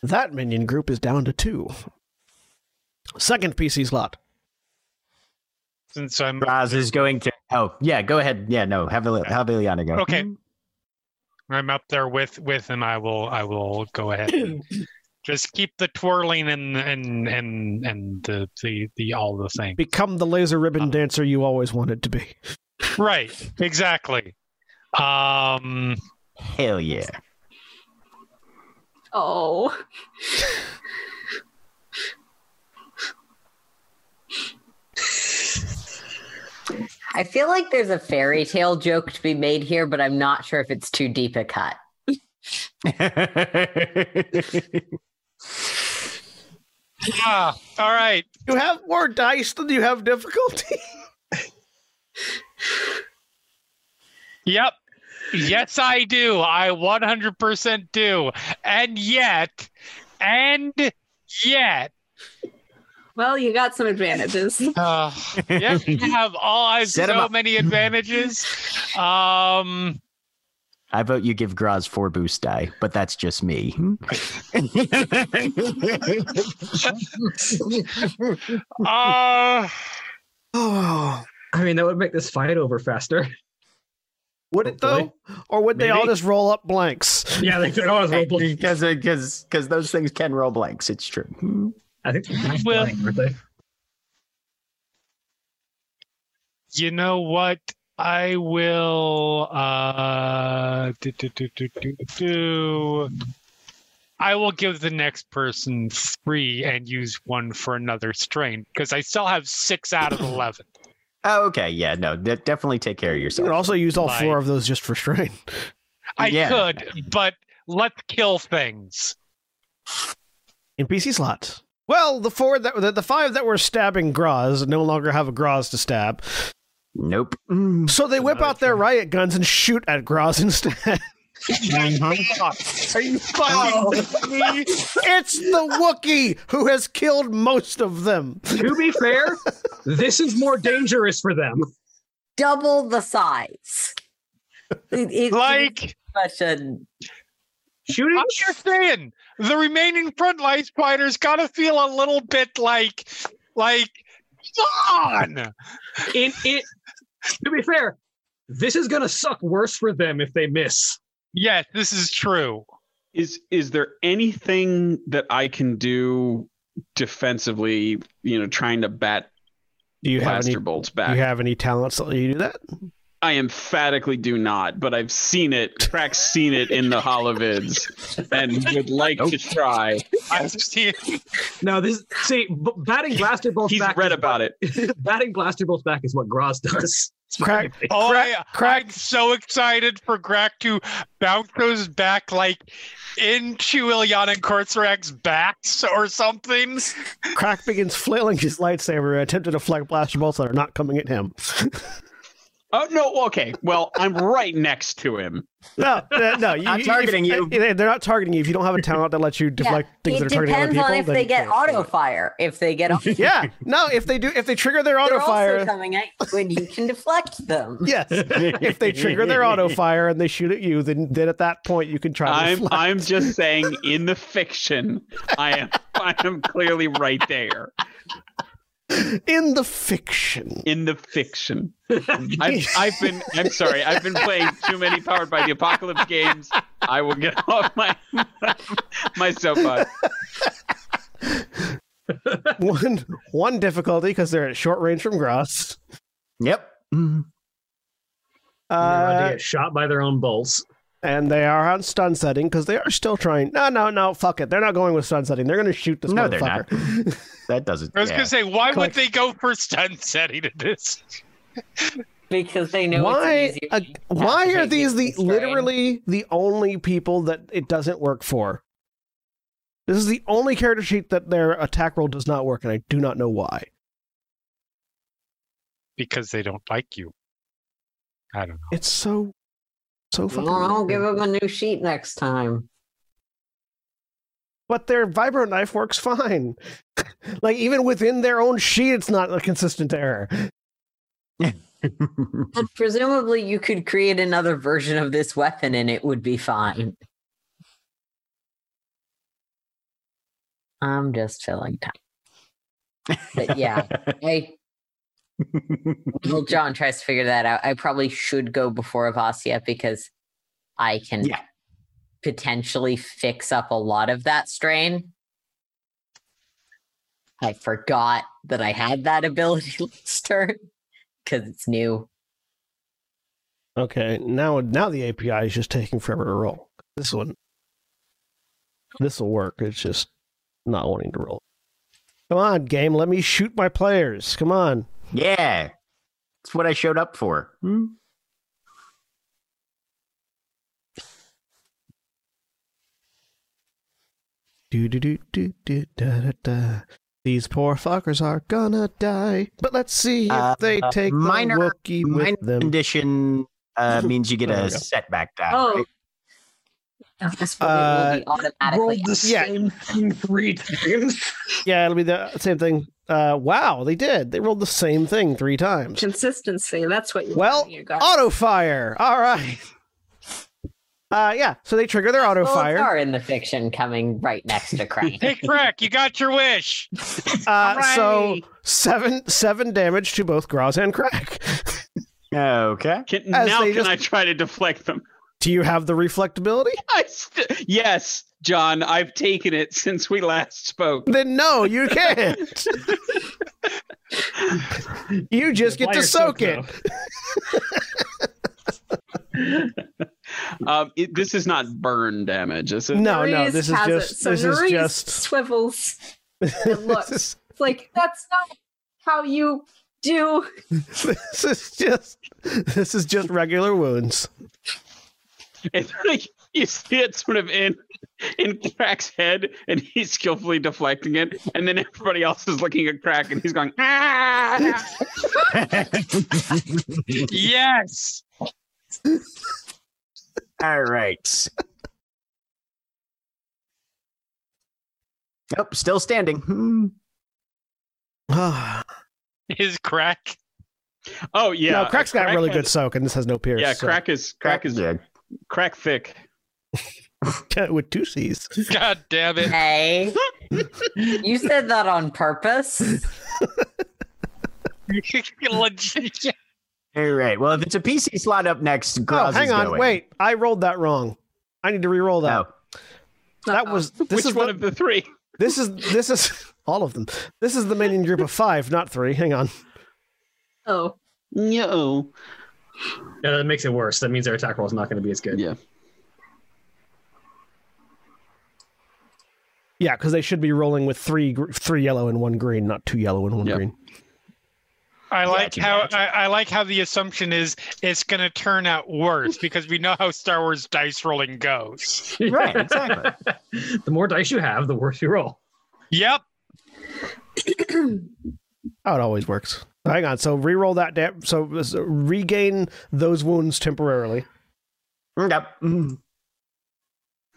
Speaker 1: That minion group is down to two. Second PC slot.
Speaker 2: Since I'm
Speaker 7: Graz is going to. Oh yeah, go ahead. Yeah, no, have a have Ileana go.
Speaker 2: okay, I'm up there with with him. I will I will go ahead. and Just keep the twirling and and and and the the, the all the things.
Speaker 1: become the laser ribbon dancer you always wanted to be.
Speaker 2: Right, exactly. Um,
Speaker 7: Hell yeah.
Speaker 4: Oh.
Speaker 3: I feel like there's a fairy tale joke to be made here, but I'm not sure if it's too deep a cut.
Speaker 2: yeah, all right.
Speaker 1: You have more dice than you have difficulty.
Speaker 2: Yep. Yes, I do. I 100% do. And yet, and yet,
Speaker 4: Well, you got some advantages.
Speaker 2: uh, yeah, I have all I have
Speaker 7: Set 'em
Speaker 2: so
Speaker 7: up.
Speaker 2: many advantages. Um,
Speaker 7: I vote you give Graz four boost die, but that's just me.
Speaker 1: Hmm.
Speaker 2: uh,
Speaker 1: Oh,
Speaker 5: I mean, that would make this fight over faster.
Speaker 1: would it though?
Speaker 5: Hopefully.
Speaker 1: Or would they all
Speaker 5: Maybe.
Speaker 1: just roll up blanks?
Speaker 5: Yeah, they could always roll. blank.
Speaker 7: Because because uh, those things can roll blanks. It's true.
Speaker 5: I think they're nice
Speaker 2: Well-
Speaker 5: playing, aren't they?
Speaker 2: you know what? I will, uh, do, do, do, do, do, do. I will give the next person three and use one for another strain because I still have six out of 11.
Speaker 7: Oh, okay. Yeah. No. De- definitely take care of
Speaker 1: You
Speaker 7: yourself.
Speaker 1: could also use all
Speaker 2: Like-
Speaker 1: four of those just for strain.
Speaker 2: I
Speaker 7: Yeah.
Speaker 2: could, but let's kill things.
Speaker 1: In PC slot. Well, the four that the, the five that were stabbing Graz no longer have a Graz to stab,
Speaker 7: Nope.
Speaker 1: so they whip
Speaker 5: Another
Speaker 1: out their
Speaker 5: thing.
Speaker 1: riot guns and shoot at Graz instead. Mm-hmm.
Speaker 2: Are you fucking kidding me?
Speaker 1: it's the Wookiee who has killed most of them.
Speaker 5: to be fair, this is more dangerous for them.
Speaker 3: Double the size. It- it-
Speaker 2: Like,
Speaker 3: it's such a
Speaker 5: Shooting.
Speaker 2: I'm just saying, the remaining frontline fighters gotta feel a little bit like, like, on.
Speaker 5: In it. To be fair, this is gonna suck worse for them if they miss.
Speaker 2: Yes, this is true.
Speaker 8: Is is there anything that I can do defensively? You know, trying to bat
Speaker 1: Do you have
Speaker 8: blaster
Speaker 1: any?
Speaker 8: bolts
Speaker 1: Do
Speaker 8: back.
Speaker 1: you have any talents that let you do that?
Speaker 8: I emphatically do not, but I've seen it. Crack's seen it in the holovids, and would like to try.
Speaker 2: I see
Speaker 5: No, this see b- batting blaster bolts
Speaker 8: He's
Speaker 5: back.
Speaker 8: read
Speaker 5: is
Speaker 8: about it.
Speaker 5: what- batting blaster bolts back is what Groz does.
Speaker 1: Crack,
Speaker 2: Oh,
Speaker 1: crack,
Speaker 2: I,
Speaker 1: crack.
Speaker 2: I'm so excited for Grak to bounce those back like into Ilyana and Kortsarak's backs or something.
Speaker 1: Crack begins flailing his lightsaber, attempting to deflect blaster bolts that are not coming at him.
Speaker 8: Oh no! Okay, well I'm right next to him.
Speaker 1: no, no, no, you,
Speaker 7: Not targeting
Speaker 1: if-
Speaker 7: you.
Speaker 1: eh, They're not targeting you. If you don't have a talent that lets you deflect things
Speaker 3: it
Speaker 1: that are targeting other
Speaker 3: depends
Speaker 1: people,
Speaker 3: on if
Speaker 1: then
Speaker 3: they
Speaker 1: you
Speaker 3: get
Speaker 1: can't do
Speaker 3: auto
Speaker 1: it.
Speaker 3: fire. If they get auto
Speaker 1: Yeah, no. If they do, if they trigger their auto
Speaker 3: they're
Speaker 1: fire,
Speaker 3: also coming at you, and you can deflect them.
Speaker 1: yes. If they trigger their auto fire and they shoot at you, then then at that point you can try. To
Speaker 8: I'm
Speaker 1: deflect.
Speaker 8: I'm just saying in the fiction, I am I am clearly right there
Speaker 1: in the fiction.
Speaker 8: in the fiction. I've, I've been I'm sorry I've been playing too many powered by the apocalypse games. I will get off my my soapbox.
Speaker 1: one one difficulty because they're at short range from Gross.
Speaker 7: Yep. Mhm.
Speaker 5: They're about to
Speaker 1: Uh,
Speaker 5: get shot by their own bolts.
Speaker 1: and they are on stun setting because they are still trying. No, no, no. Fuck it. They're not going with stun setting. They're going to shoot this
Speaker 7: No, they're
Speaker 1: motherfucker.
Speaker 7: not. That doesn't.
Speaker 2: I was
Speaker 7: yeah.
Speaker 2: gonna say, why
Speaker 1: Click.
Speaker 2: would they go for stun setting to this?
Speaker 3: because they know
Speaker 1: why?
Speaker 3: it's easier.
Speaker 1: uh, why are
Speaker 3: Captivate
Speaker 1: these the
Speaker 3: this brain.
Speaker 1: literally the only people that it doesn't work for? This is the only character sheet that their attack roll does not work, and I do not know why.
Speaker 2: Because they don't like you. I don't know.
Speaker 1: It's so, so fucking.
Speaker 3: Well, I'll
Speaker 1: weird.
Speaker 3: give them a new sheet next time.
Speaker 1: but their vibro knife works fine. like even within their own sheet, it's not a consistent error.
Speaker 3: And presumably, you could create another version of this weapon, and it would be fine. I'm just filling time. Um, But yeah, I. Well, John tries to figure that out. I probably should go before Avasia because I can
Speaker 7: Yeah.
Speaker 3: potentially fix up a lot of that strain. I forgot that I had that ability last turn because it's new.
Speaker 1: Okay, now now the API is just taking forever to roll. This one, this will work. It's just not wanting to roll. Come on, game. Let me shoot my players. Come on.
Speaker 7: yeah. It's what I showed up for. Hmm.
Speaker 1: Do do do do do da da da. These poor fuckers are gonna die. But let's see if
Speaker 7: Uh,
Speaker 1: they
Speaker 7: uh,
Speaker 1: take
Speaker 7: minor-
Speaker 1: the Wookiee
Speaker 7: Minor
Speaker 1: with them.
Speaker 7: condition uh, means you get
Speaker 1: There
Speaker 7: a
Speaker 1: we go.
Speaker 7: setback die.
Speaker 4: Oh,
Speaker 7: right?
Speaker 3: This one will be
Speaker 1: Uh,
Speaker 3: automatically.
Speaker 1: yeah.
Speaker 5: same thing three times.
Speaker 1: Yeah, it'll be the same thing. Uh, wow, they did. They rolled the same thing three times.
Speaker 4: consistency. That's what you
Speaker 1: Well,
Speaker 4: want. You got
Speaker 1: Auto fire. All right. Uh, yeah. So they trigger their auto
Speaker 3: bullets
Speaker 1: fire.
Speaker 3: are in the fiction coming right next to crank.
Speaker 2: Hey, Crack, you got your wish.
Speaker 1: Uh, so
Speaker 8: Hooray!
Speaker 1: seven seven damage to both Groz and Crack.
Speaker 7: Okay.
Speaker 8: Can,
Speaker 1: As
Speaker 8: now
Speaker 1: they
Speaker 8: can
Speaker 1: just-
Speaker 8: I try to deflect them?
Speaker 1: Do you have the reflectability?
Speaker 8: I st- yes, John, I've taken it since we last spoke.
Speaker 1: Then no, you can't. you just get to soak it.
Speaker 8: Um, it, this is not burn damage, is it?
Speaker 1: No, no.
Speaker 4: Nereus
Speaker 1: This is
Speaker 4: has it.
Speaker 1: just.
Speaker 4: So
Speaker 1: This is
Speaker 4: Nereus
Speaker 1: just.
Speaker 4: swivels.
Speaker 1: this
Speaker 4: looks.
Speaker 1: is-
Speaker 4: It's like that's not how you do.
Speaker 1: This is just. This is just regular wounds.
Speaker 8: It's like you see it sort of in in Crack's head, and he's skillfully deflecting it, and then everybody else is looking at Crack, and he's going, "Ah!"
Speaker 2: yes.
Speaker 7: All right. Nope, still standing. Hmm.
Speaker 1: Ah,
Speaker 2: Is Crack.
Speaker 8: Oh yeah,
Speaker 1: no, Crack's got
Speaker 8: Crack
Speaker 1: really
Speaker 8: had-
Speaker 1: good soak, and this has no pierce.
Speaker 8: Yeah,
Speaker 1: so-
Speaker 8: Crack is Crack is
Speaker 7: Yeah.
Speaker 8: Crack thick.
Speaker 1: with two C's.
Speaker 2: God damn it.
Speaker 3: Hey, you said that on purpose.
Speaker 2: Legit-
Speaker 7: All right. Well, if it's a PC slot up next, Graz
Speaker 1: oh, hang
Speaker 7: is
Speaker 1: on. Oh,
Speaker 7: going.
Speaker 1: Wait, I rolled that wrong. I need to re-roll that.
Speaker 7: No.
Speaker 3: Oh.
Speaker 1: That was
Speaker 3: Uh,
Speaker 1: this
Speaker 8: Which
Speaker 1: is
Speaker 8: one
Speaker 1: the,
Speaker 8: of the three?
Speaker 1: this is this is all of them. This is the minion group of five, not three. Hang on.
Speaker 4: Oh,
Speaker 8: No.
Speaker 5: Yeah, that makes it worse. That means their attack roll is not going to be as good.
Speaker 8: Yeah.
Speaker 1: Yeah, because they should be rolling with three gr- three yellow and one green, not two yellow and one
Speaker 8: Yeah.
Speaker 1: green.
Speaker 2: I like
Speaker 7: too
Speaker 2: how
Speaker 7: bad.
Speaker 2: I, I like how the assumption is it's going to turn out worse because we know how Star Wars dice rolling goes.
Speaker 7: Right, exactly.
Speaker 5: the more dice you have, the worse you roll.
Speaker 2: Yep.
Speaker 1: Oh, it always works. Hang on. So re-roll that. Da- so, so regain those wounds temporarily.
Speaker 7: Yep. Mm.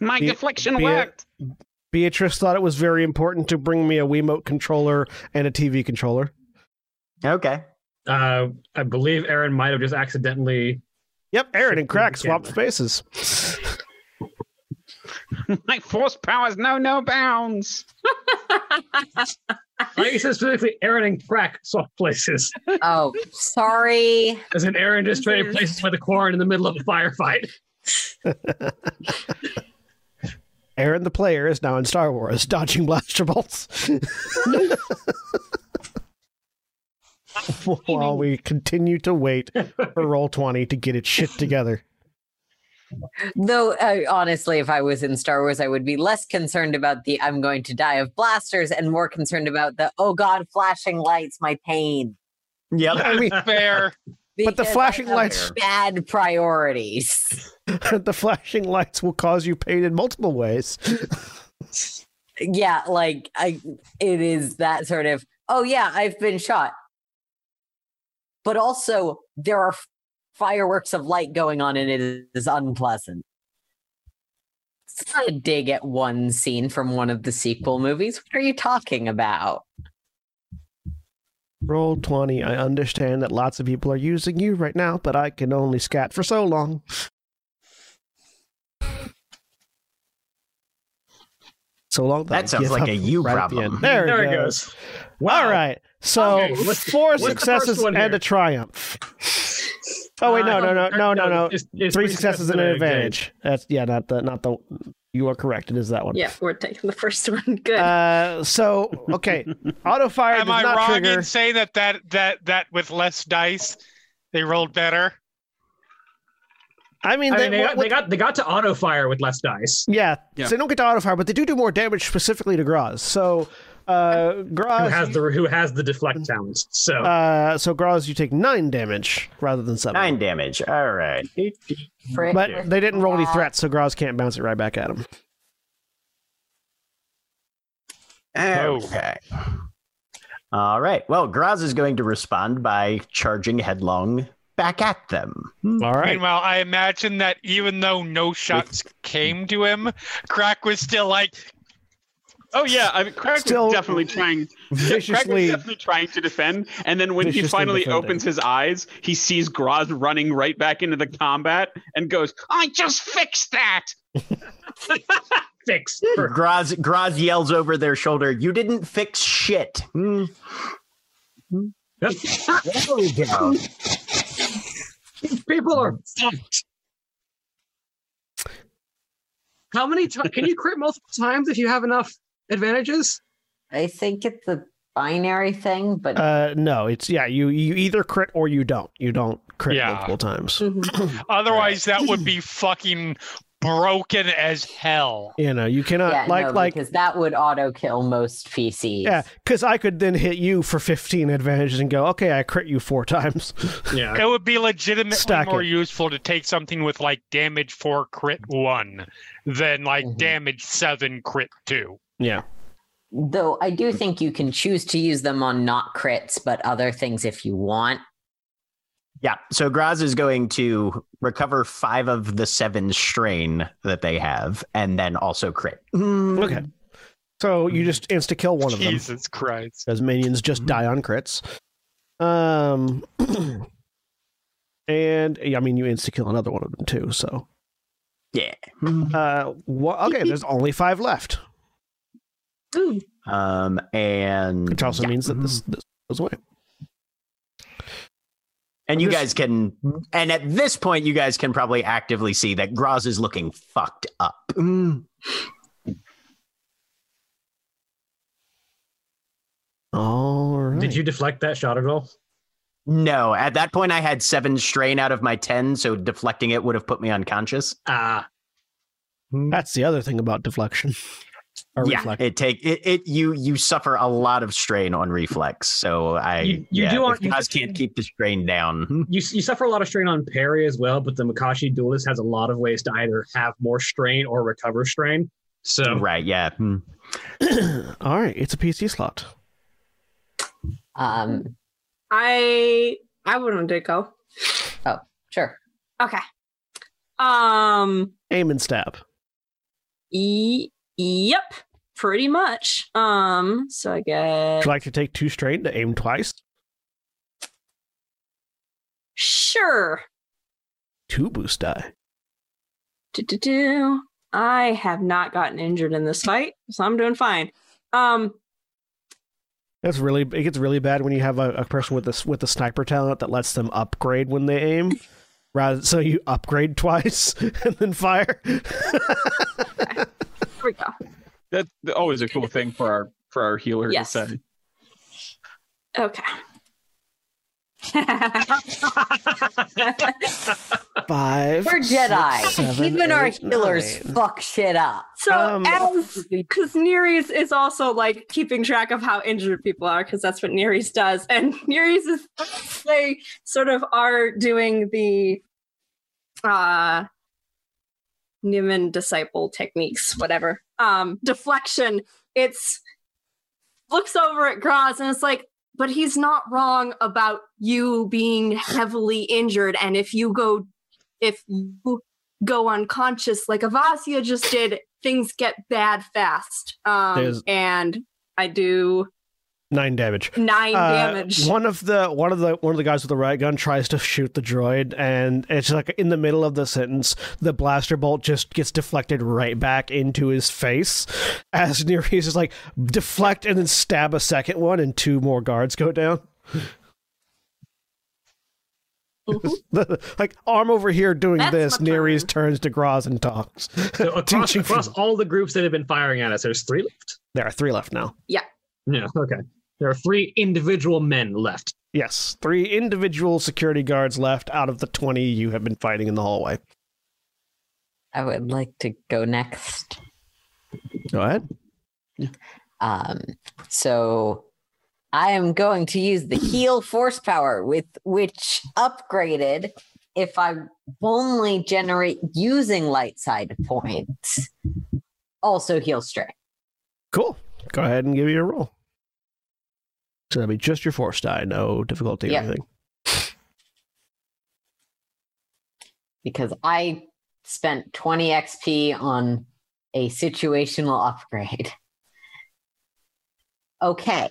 Speaker 8: My
Speaker 1: Be-
Speaker 8: deflection
Speaker 1: be it-
Speaker 8: worked.
Speaker 1: Beatrice thought it was very important to bring me a Wiimote controller and a TV controller.
Speaker 7: Okay.
Speaker 5: Uh, I believe Aaron might have just accidentally.
Speaker 1: Yep, Aaron and Crack
Speaker 5: Shifting
Speaker 1: swapped
Speaker 5: the
Speaker 1: spaces.
Speaker 8: My force powers know no bounds.
Speaker 5: I think it says specifically Aaron and Crack swapped places.
Speaker 3: Oh, sorry.
Speaker 5: As in, Aaron just traded places with a Quarren in the middle of a firefight.
Speaker 1: Aaron the player is now in Star Wars, dodging blaster bolts. While we continue to wait for roll twenty to get its shit together.
Speaker 3: Though, uh, honestly, if I was in Star Wars, I would be less concerned about the I'm going to die of blasters and more concerned about the oh god, flashing lights, my pain.
Speaker 7: Yep.
Speaker 1: I mean,
Speaker 2: Fair.
Speaker 1: But the
Speaker 3: Because I
Speaker 1: flashing
Speaker 3: have
Speaker 1: lights-
Speaker 3: bad priorities.
Speaker 1: the flashing lights will cause you pain in multiple ways.
Speaker 3: Yeah, like I, it is that sort of oh yeah, I've been shot, but also there are fireworks of light going on and it is unpleasant. It's not a dig at one scene from one of the sequel movies. What are you talking about?
Speaker 1: Roll 20. I understand that lots of people are using you right now, but I can only scat for so long. So long. that I
Speaker 7: That sounds
Speaker 1: give
Speaker 7: like
Speaker 1: up
Speaker 7: a you
Speaker 1: right at the
Speaker 7: problem.
Speaker 1: end. There,
Speaker 5: There
Speaker 1: it
Speaker 5: it
Speaker 1: goes.
Speaker 5: goes.
Speaker 1: All right. So
Speaker 5: Okay, what's-
Speaker 1: four
Speaker 5: what's the first
Speaker 1: successes
Speaker 5: one
Speaker 1: and
Speaker 5: here?
Speaker 1: a triumph. Oh wait, no, no, no, no, no, no.
Speaker 5: Uh, It's- it's
Speaker 1: Three successes and an
Speaker 5: a advantage.
Speaker 1: advantage. That's yeah, not the not the. You are correct. It is that one.
Speaker 4: yeah, we're taking the first one. Good.
Speaker 1: Uh, so okay, auto fire does
Speaker 2: Am I
Speaker 1: not
Speaker 2: wrong
Speaker 1: trigger.
Speaker 2: in saying that, that that that with less dice they rolled better?
Speaker 1: I mean,
Speaker 5: I
Speaker 1: they,
Speaker 5: mean, they,
Speaker 1: what-
Speaker 5: got,
Speaker 1: what-
Speaker 5: they got they got to auto fire with less dice.
Speaker 1: Yeah,
Speaker 8: Yeah.
Speaker 1: so they don't get to auto fire, but they do do more damage specifically to Graz. So, uh,
Speaker 5: Who
Speaker 1: Graz, Mm.
Speaker 5: has the who has the deflect talent? So
Speaker 1: uh, so Graz, you take nine damage rather than seven.
Speaker 7: Nine damage. All right.
Speaker 3: Frick
Speaker 1: But
Speaker 3: with
Speaker 1: they didn't roll any
Speaker 3: that.
Speaker 1: threats, so Graz can't bounce it right back at him.
Speaker 7: Okay. All right. Well, Graz is going to respond by charging headlong back at them. Hmm.
Speaker 1: All right.
Speaker 2: Meanwhile, I imagine that even though no shots came to him, Crack was still like,
Speaker 8: Oh yeah, I mean, Craig
Speaker 1: Still-
Speaker 8: was definitely trying. Craig was
Speaker 1: Viciously,
Speaker 8: definitely trying to defend, and then when he
Speaker 1: viciously
Speaker 8: finally
Speaker 1: defending.
Speaker 8: opens his eyes, he sees Groz running right back into the combat and goes, "Ah, "I just fixed that."
Speaker 5: fix. For,
Speaker 7: Graz, Graz yells over their shoulder, You didn't fix shit. Hmm. There we go.
Speaker 5: people are
Speaker 1: mm.
Speaker 5: fucked. How many times can you crit multiple times if you have enough advantages?
Speaker 3: I think it's a binary thing, but
Speaker 1: uh, no, it's yeah. You you either crit or you don't. You don't crit
Speaker 2: Yeah.
Speaker 1: multiple times.
Speaker 4: Mhm.
Speaker 3: Mm-hmm.
Speaker 2: otherwise that would be fucking broken as hell.
Speaker 1: You know, you cannot
Speaker 3: yeah,
Speaker 1: like
Speaker 3: no,
Speaker 1: like
Speaker 3: because that would auto kill most feces.
Speaker 1: yeah, because I could then hit you for fifteen advantages and go, okay, I crit you four times.
Speaker 5: Yeah.
Speaker 2: It would be legitimately
Speaker 1: Stack
Speaker 2: more
Speaker 1: it.
Speaker 2: useful to take something with like damage four crit one than like
Speaker 1: Mm-hmm.
Speaker 3: Mhm.
Speaker 2: damage seven crit two.
Speaker 1: yeah.
Speaker 3: Though I do think you can choose to use them on not crits, but other things if you want.
Speaker 7: Yeah. So Graz is going to recover five of the seven strain that they have and then also crit. Hmm.
Speaker 1: Okay. So you just insta kill one of them.
Speaker 2: Mm. Jesus Christ. Mm.
Speaker 1: because minions just die on crits. Um, and yeah, I mean, you insta kill another one of them too. So,
Speaker 7: Yeah.
Speaker 2: Mm.
Speaker 1: uh, wha- okay, there's only five left,
Speaker 4: Ooh,
Speaker 7: Um, and
Speaker 1: which also
Speaker 7: yeah.
Speaker 1: Mm-hmm. means that this, this goes away.
Speaker 7: And you
Speaker 1: I'm
Speaker 7: guys can, and at this point, you guys can probably actively see that Graz is looking fucked up.
Speaker 1: Mm. All right.
Speaker 5: Did you deflect that shot at all?
Speaker 7: No, at that point, I had seven strain out of my 10, so deflecting it would have put me unconscious.
Speaker 5: Ah,
Speaker 2: Mm.
Speaker 1: That's the other thing about deflection. Or
Speaker 7: yeah,
Speaker 1: reflect.
Speaker 7: it take it, it. You you suffer a lot of strain on reflex, so I
Speaker 5: You- you
Speaker 7: yeah,
Speaker 5: do
Speaker 7: if
Speaker 5: aren't- you
Speaker 7: Graz
Speaker 5: can-
Speaker 7: can't keep the strain down.
Speaker 5: you, you suffer a lot of strain on parry as well, but the Makashi duelist has a lot of ways to either have more strain or recover strain. So
Speaker 7: Right? Yeah. Hmm.
Speaker 1: All right, it's a PC slot.
Speaker 3: Um,
Speaker 4: I I wouldn't do go.
Speaker 3: sure.
Speaker 4: Okay. Um.
Speaker 1: Aim and stab.
Speaker 4: E- yep. Pretty much. Um. So I
Speaker 1: Would
Speaker 4: guess.
Speaker 1: you like to take two strain to aim twice?
Speaker 4: Sure.
Speaker 1: Two boost die.
Speaker 4: Do-do-do. I have not gotten injured in this fight, so I'm doing fine. Um.
Speaker 1: That's really it gets really bad when you have a, a person with this with the sniper talent that lets them upgrade when they aim. Rather, so you upgrade twice and then fire.
Speaker 4: Here we go.
Speaker 8: That's always a cool thing for our for our healer
Speaker 4: Yes.
Speaker 8: to say.
Speaker 4: Okay.
Speaker 1: Five.
Speaker 3: We're Jedi.
Speaker 1: six, seven,
Speaker 3: Even our
Speaker 1: eight,
Speaker 3: healers
Speaker 1: nine.
Speaker 3: fuck shit up.
Speaker 4: So
Speaker 1: Um,
Speaker 4: as because Nereus is also like keeping track of how injured people are, because that's what Nereus does. And Nereus is they sort of are doing the uh Newman disciple techniques, whatever. Um deflection. It's looks over at Graz and it's like, but he's not wrong about you being heavily injured. And if you go if you go unconscious like Avasia just did, things get bad fast. Um,
Speaker 1: There's-
Speaker 4: and I do
Speaker 1: Nine damage.
Speaker 4: nine
Speaker 1: Uh,
Speaker 4: damage.
Speaker 1: One of the one of the one of the guys with the riot gun tries to shoot the droid, and it's like in the middle of the sentence, the blaster bolt just gets deflected right back into his face. As Nereus is like deflect and then stab a second one, and two more guards go down.
Speaker 4: Mhm.
Speaker 1: like arm over here doing
Speaker 4: That's
Speaker 1: this,
Speaker 4: my
Speaker 1: Nereus
Speaker 4: turn.
Speaker 1: turns to Graz and talks.
Speaker 5: So across,
Speaker 1: Teaching
Speaker 5: across all the groups that have been firing at us, there's three left.
Speaker 1: There are three left now.
Speaker 5: Yeah, okay. There are three individual men left.
Speaker 1: Yes, three individual security guards left out of the twenty you have been fighting in the hallway.
Speaker 3: I would like to go next.
Speaker 1: Go ahead.
Speaker 3: Um, so I am going to use the heal force power with which upgraded if I only generate using light side points. Also heal strength.
Speaker 1: Cool. Go ahead and give me a roll. So that'd be just your force die, no difficulty or
Speaker 3: Yeah.
Speaker 1: anything.
Speaker 3: because I spent 20 XP on a situational upgrade. Okay.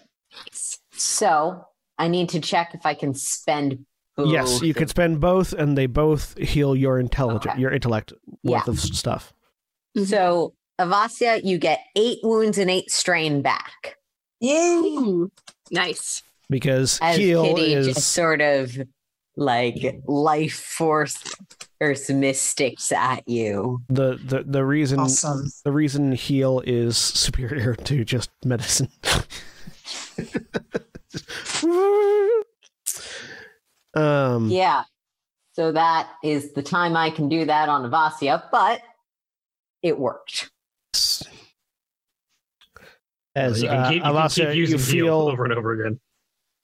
Speaker 3: So I need to check if I can spend. both.
Speaker 1: Yes, you could spend both, and they both heal your intelligence,
Speaker 3: Okay.
Speaker 1: your intellect worth of s- stuff.
Speaker 3: So, Avasia, you get eight wounds and eight strain back.
Speaker 6: Yay!
Speaker 4: Ooh, nice.
Speaker 1: Because
Speaker 3: As
Speaker 1: heal
Speaker 3: Kitty
Speaker 1: is
Speaker 3: just sort of like life force or some mystics at you.
Speaker 1: the, the the reason
Speaker 6: Awesome.
Speaker 1: the reason heal is superior to just medicine. um.
Speaker 3: Yeah. So that is the time I can do that on Avasia, but it worked.
Speaker 1: As
Speaker 5: you can
Speaker 1: uh,
Speaker 5: keep, you can
Speaker 1: Avasia,
Speaker 5: keep
Speaker 1: you
Speaker 5: using heal
Speaker 1: feel
Speaker 5: over and over again.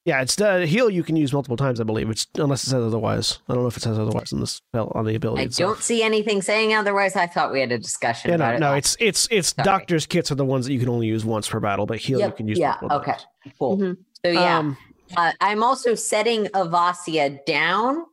Speaker 1: Yeah, it's uh, heal you can use multiple times, I believe. It's unless it says otherwise. I don't know if it says otherwise on the spell on the ability.
Speaker 3: I
Speaker 1: itself.
Speaker 3: don't see anything saying otherwise. I thought we had a discussion
Speaker 1: Yeah,
Speaker 3: about
Speaker 1: no,
Speaker 3: it.
Speaker 1: no,
Speaker 3: last-
Speaker 1: it's it's it's
Speaker 3: Sorry.
Speaker 1: doctors' kits are the ones that you can only use once per battle, but heal you
Speaker 3: Yep,
Speaker 1: can use.
Speaker 3: yeah,
Speaker 1: multiple
Speaker 3: okay.
Speaker 1: times.
Speaker 3: cool.
Speaker 4: Mhm.
Speaker 3: So yeah,
Speaker 1: Um,
Speaker 3: uh, I'm also setting Avasia down.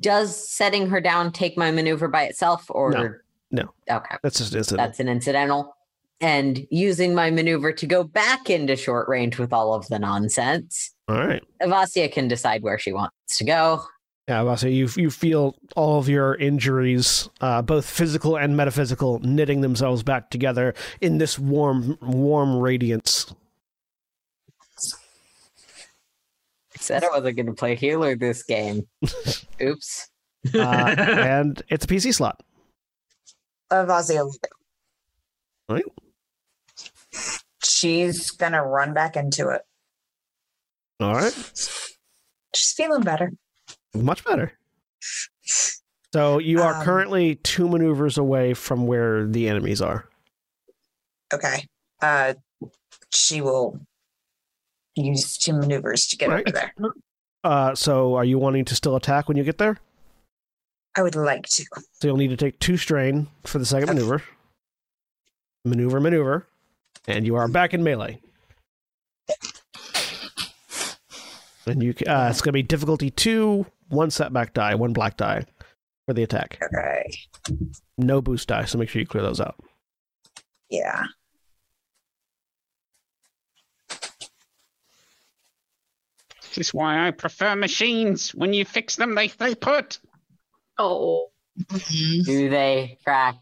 Speaker 3: Does setting her down take my maneuver by itself, or
Speaker 1: no.
Speaker 3: Okay,
Speaker 1: that's just incidental.
Speaker 3: that's an incidental. And using my maneuver to go back into short range with all of the nonsense,
Speaker 1: All right.
Speaker 3: Avasia can decide where she wants to go.
Speaker 1: Yeah, well, so you you feel all of your injuries, uh, both physical and metaphysical, knitting themselves back together in this warm warm radiance.
Speaker 3: Said I wasn't going to play healer this game. Oops.
Speaker 1: Uh, and it's a PC slot.
Speaker 6: Love Ozzy a little bit.
Speaker 1: Right.
Speaker 6: She's gonna run back into it.
Speaker 1: All right.
Speaker 6: She's feeling better.
Speaker 1: Much better. So you are
Speaker 6: Um,
Speaker 1: currently two maneuvers away from where the enemies are.
Speaker 6: Okay. Uh, she will use two maneuvers to get
Speaker 1: Right.
Speaker 6: over there.
Speaker 1: Uh, so are you wanting to still attack when you get there?
Speaker 6: I would like to.
Speaker 1: So you'll need to take two strain for the second
Speaker 6: Okay.
Speaker 1: maneuver. Maneuver, maneuver. And you are back in melee. And you ca- uh, it's going to be difficulty two, one setback die, one black die for the attack.
Speaker 6: Okay.
Speaker 1: No boost die, so make sure you clear those out.
Speaker 6: Yeah.
Speaker 8: This is why I prefer machines. When you fix them, they stay put.
Speaker 4: Oh,
Speaker 3: Do they crack?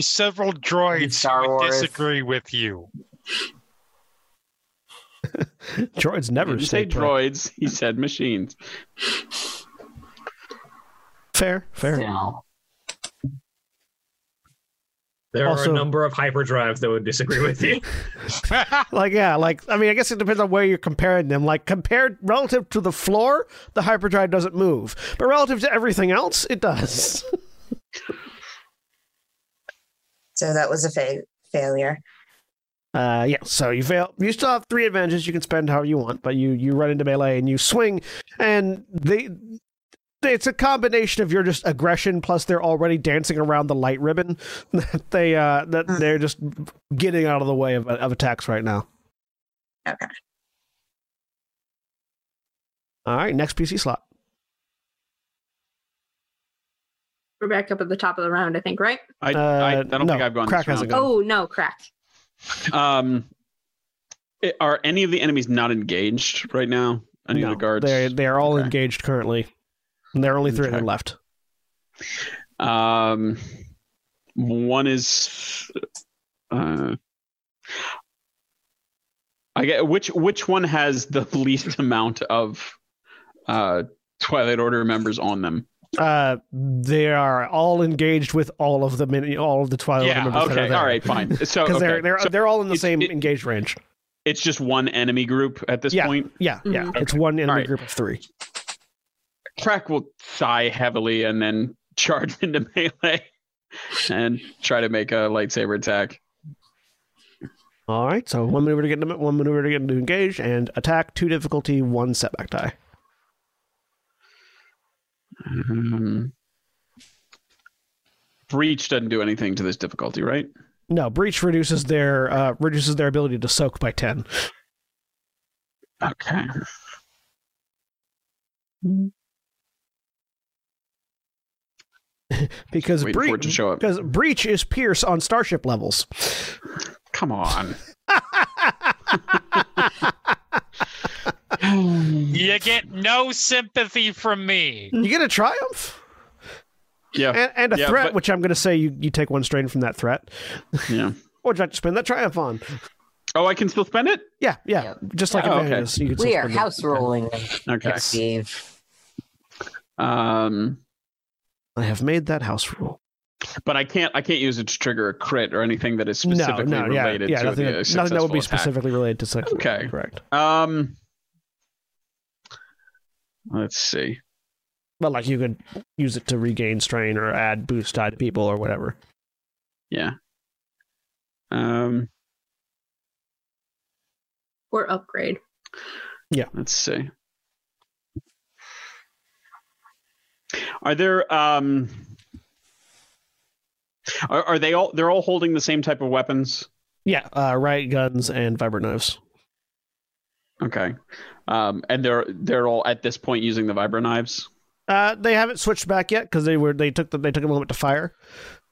Speaker 2: Several droids
Speaker 3: Star
Speaker 2: would
Speaker 3: Wars.
Speaker 2: disagree with you.
Speaker 1: Droids
Speaker 8: He
Speaker 1: never
Speaker 8: didn't say
Speaker 1: stay put.
Speaker 8: droids. He said machines.
Speaker 1: Fair, fair.
Speaker 3: Still.
Speaker 5: There
Speaker 1: Also-
Speaker 5: are a number of hyperdrives that would disagree with you.
Speaker 1: Like yeah, like I mean, I guess it depends on where you're comparing them. Like compared relative to the floor, the hyperdrive doesn't move, but relative to everything else, it does.
Speaker 6: So that was a fa- failure.
Speaker 1: Uh, yeah. So you fail. You still have three advantages. You can spend however you want, but you you run into melee and you swing, and they. It's a combination of your just aggression plus they're already dancing around the light ribbon. That they uh, that
Speaker 6: Mm.
Speaker 1: they're just getting out of the way of, of attacks right now.
Speaker 6: Okay.
Speaker 1: All right, next PC slot.
Speaker 4: we're back up at the top of the round, I think, right?
Speaker 8: I, I, I
Speaker 1: Uh,
Speaker 8: don't
Speaker 1: no,
Speaker 8: think I've gone.
Speaker 1: crack
Speaker 8: this
Speaker 1: hasn't
Speaker 8: round.
Speaker 4: Oh no, crack.
Speaker 8: Um, i- are any of the enemies not engaged right now? Any
Speaker 1: No,
Speaker 8: of the guards?
Speaker 1: They they are all
Speaker 8: Okay.
Speaker 1: engaged currently. And there are only three of them
Speaker 8: Okay.
Speaker 1: left.
Speaker 8: Um, one is. Uh, I get which which one has the least amount of uh, Twilight Order members on them?
Speaker 1: Uh, they are all engaged with all of the mini, all of the Twilight
Speaker 2: Yeah,
Speaker 1: members.
Speaker 8: Okay, all right, fine. So,
Speaker 1: Because
Speaker 8: okay.
Speaker 1: they're they're
Speaker 8: So
Speaker 1: they're all in the
Speaker 8: it's-
Speaker 1: same
Speaker 8: it-
Speaker 1: engaged range.
Speaker 8: it's just one enemy group at this
Speaker 1: Yeah.
Speaker 8: point.
Speaker 1: Yeah, yeah.
Speaker 4: Mhm.
Speaker 1: It's one enemy
Speaker 8: Alright.
Speaker 1: group of three.
Speaker 8: Crack will sigh heavily and then charge into melee and try to make a lightsaber attack.
Speaker 1: All right. So one maneuver to get into, one maneuver to get into engage and attack. Two difficulty, one setback die. Mm-hmm.
Speaker 8: Um, breach doesn't do anything to this difficulty, right?
Speaker 1: No breach reduces their uh, reduces their ability to soak by ten.
Speaker 8: Okay.
Speaker 1: Because
Speaker 8: Wait for it to
Speaker 1: breach
Speaker 8: show up.
Speaker 1: because breach is pierce on starship levels.
Speaker 8: Come on.
Speaker 2: You get no sympathy from me.
Speaker 1: you get a triumph
Speaker 8: Yeah,
Speaker 1: and, and a
Speaker 8: Yeah,
Speaker 1: threat,
Speaker 8: but-
Speaker 1: which I'm going to say you, you take one strain from that threat.
Speaker 8: yeah.
Speaker 1: Or would you like to spend that triumph on?
Speaker 8: Oh, I can still spend it?
Speaker 1: Yeah, yeah. Just like
Speaker 8: Yeah, Oh, okay.
Speaker 1: advantages, you could
Speaker 3: We
Speaker 1: still
Speaker 3: are
Speaker 1: spend it.
Speaker 3: house ruling them,
Speaker 8: Okay.
Speaker 3: Steve.
Speaker 8: Um
Speaker 1: I have made that house rule.
Speaker 8: but I can't I can't use it to trigger a crit or anything that is
Speaker 1: No,
Speaker 8: specifically
Speaker 1: no, yeah,
Speaker 8: related
Speaker 1: yeah.
Speaker 8: to
Speaker 1: Nothing,
Speaker 8: the
Speaker 1: that, nothing that
Speaker 8: successful
Speaker 1: would be
Speaker 8: attack.
Speaker 1: specifically related to sex.
Speaker 8: Okay.
Speaker 1: correct.
Speaker 8: Um Let's see.
Speaker 1: But like you could use it to regain strain or add boost die to people or whatever.
Speaker 8: Yeah. Um
Speaker 4: Or upgrade.
Speaker 8: Let's see. Are there um are, are they all they're all holding the same type of weapons?
Speaker 1: Yeah, uh, riot guns and vibrant knives.
Speaker 8: Okay. Um and they're they're all at this point using the vibro knives.
Speaker 1: Uh, they haven't switched back yet because they were they took the, they took a moment to fire.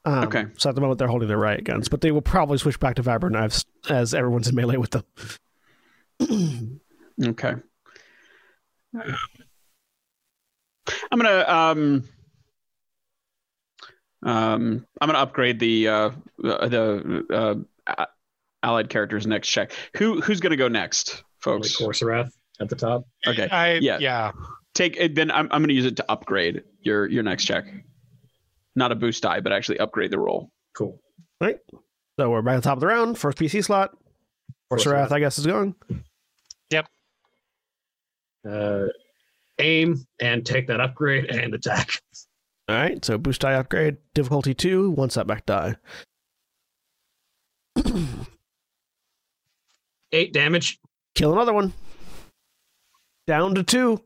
Speaker 1: Um,
Speaker 8: Okay.
Speaker 1: So at the moment they're holding their riot guns, but they will probably switch back to vibrant knives as everyone's in melee with them.
Speaker 8: Okay. I'm going to um um I'm going to upgrade the uh the uh a- allied characters next check. Who who's going to go next,
Speaker 5: Like
Speaker 8: folks?
Speaker 5: Corsarath. at the top.
Speaker 8: Okay.
Speaker 2: I
Speaker 8: Yeah.
Speaker 2: yeah. yeah.
Speaker 8: Take it, then I'm, I'm going to use it to upgrade your your next check. Not a boost die, but actually upgrade the roll.
Speaker 5: Cool.
Speaker 1: So we're back at the top of the round. First PC slot. Horserath, I guess, is going.
Speaker 5: Uh, aim and take that upgrade and attack.
Speaker 1: All right. So boost die upgrade, difficulty two, one setback die.
Speaker 5: Eight damage.
Speaker 1: Kill another one. Down to two.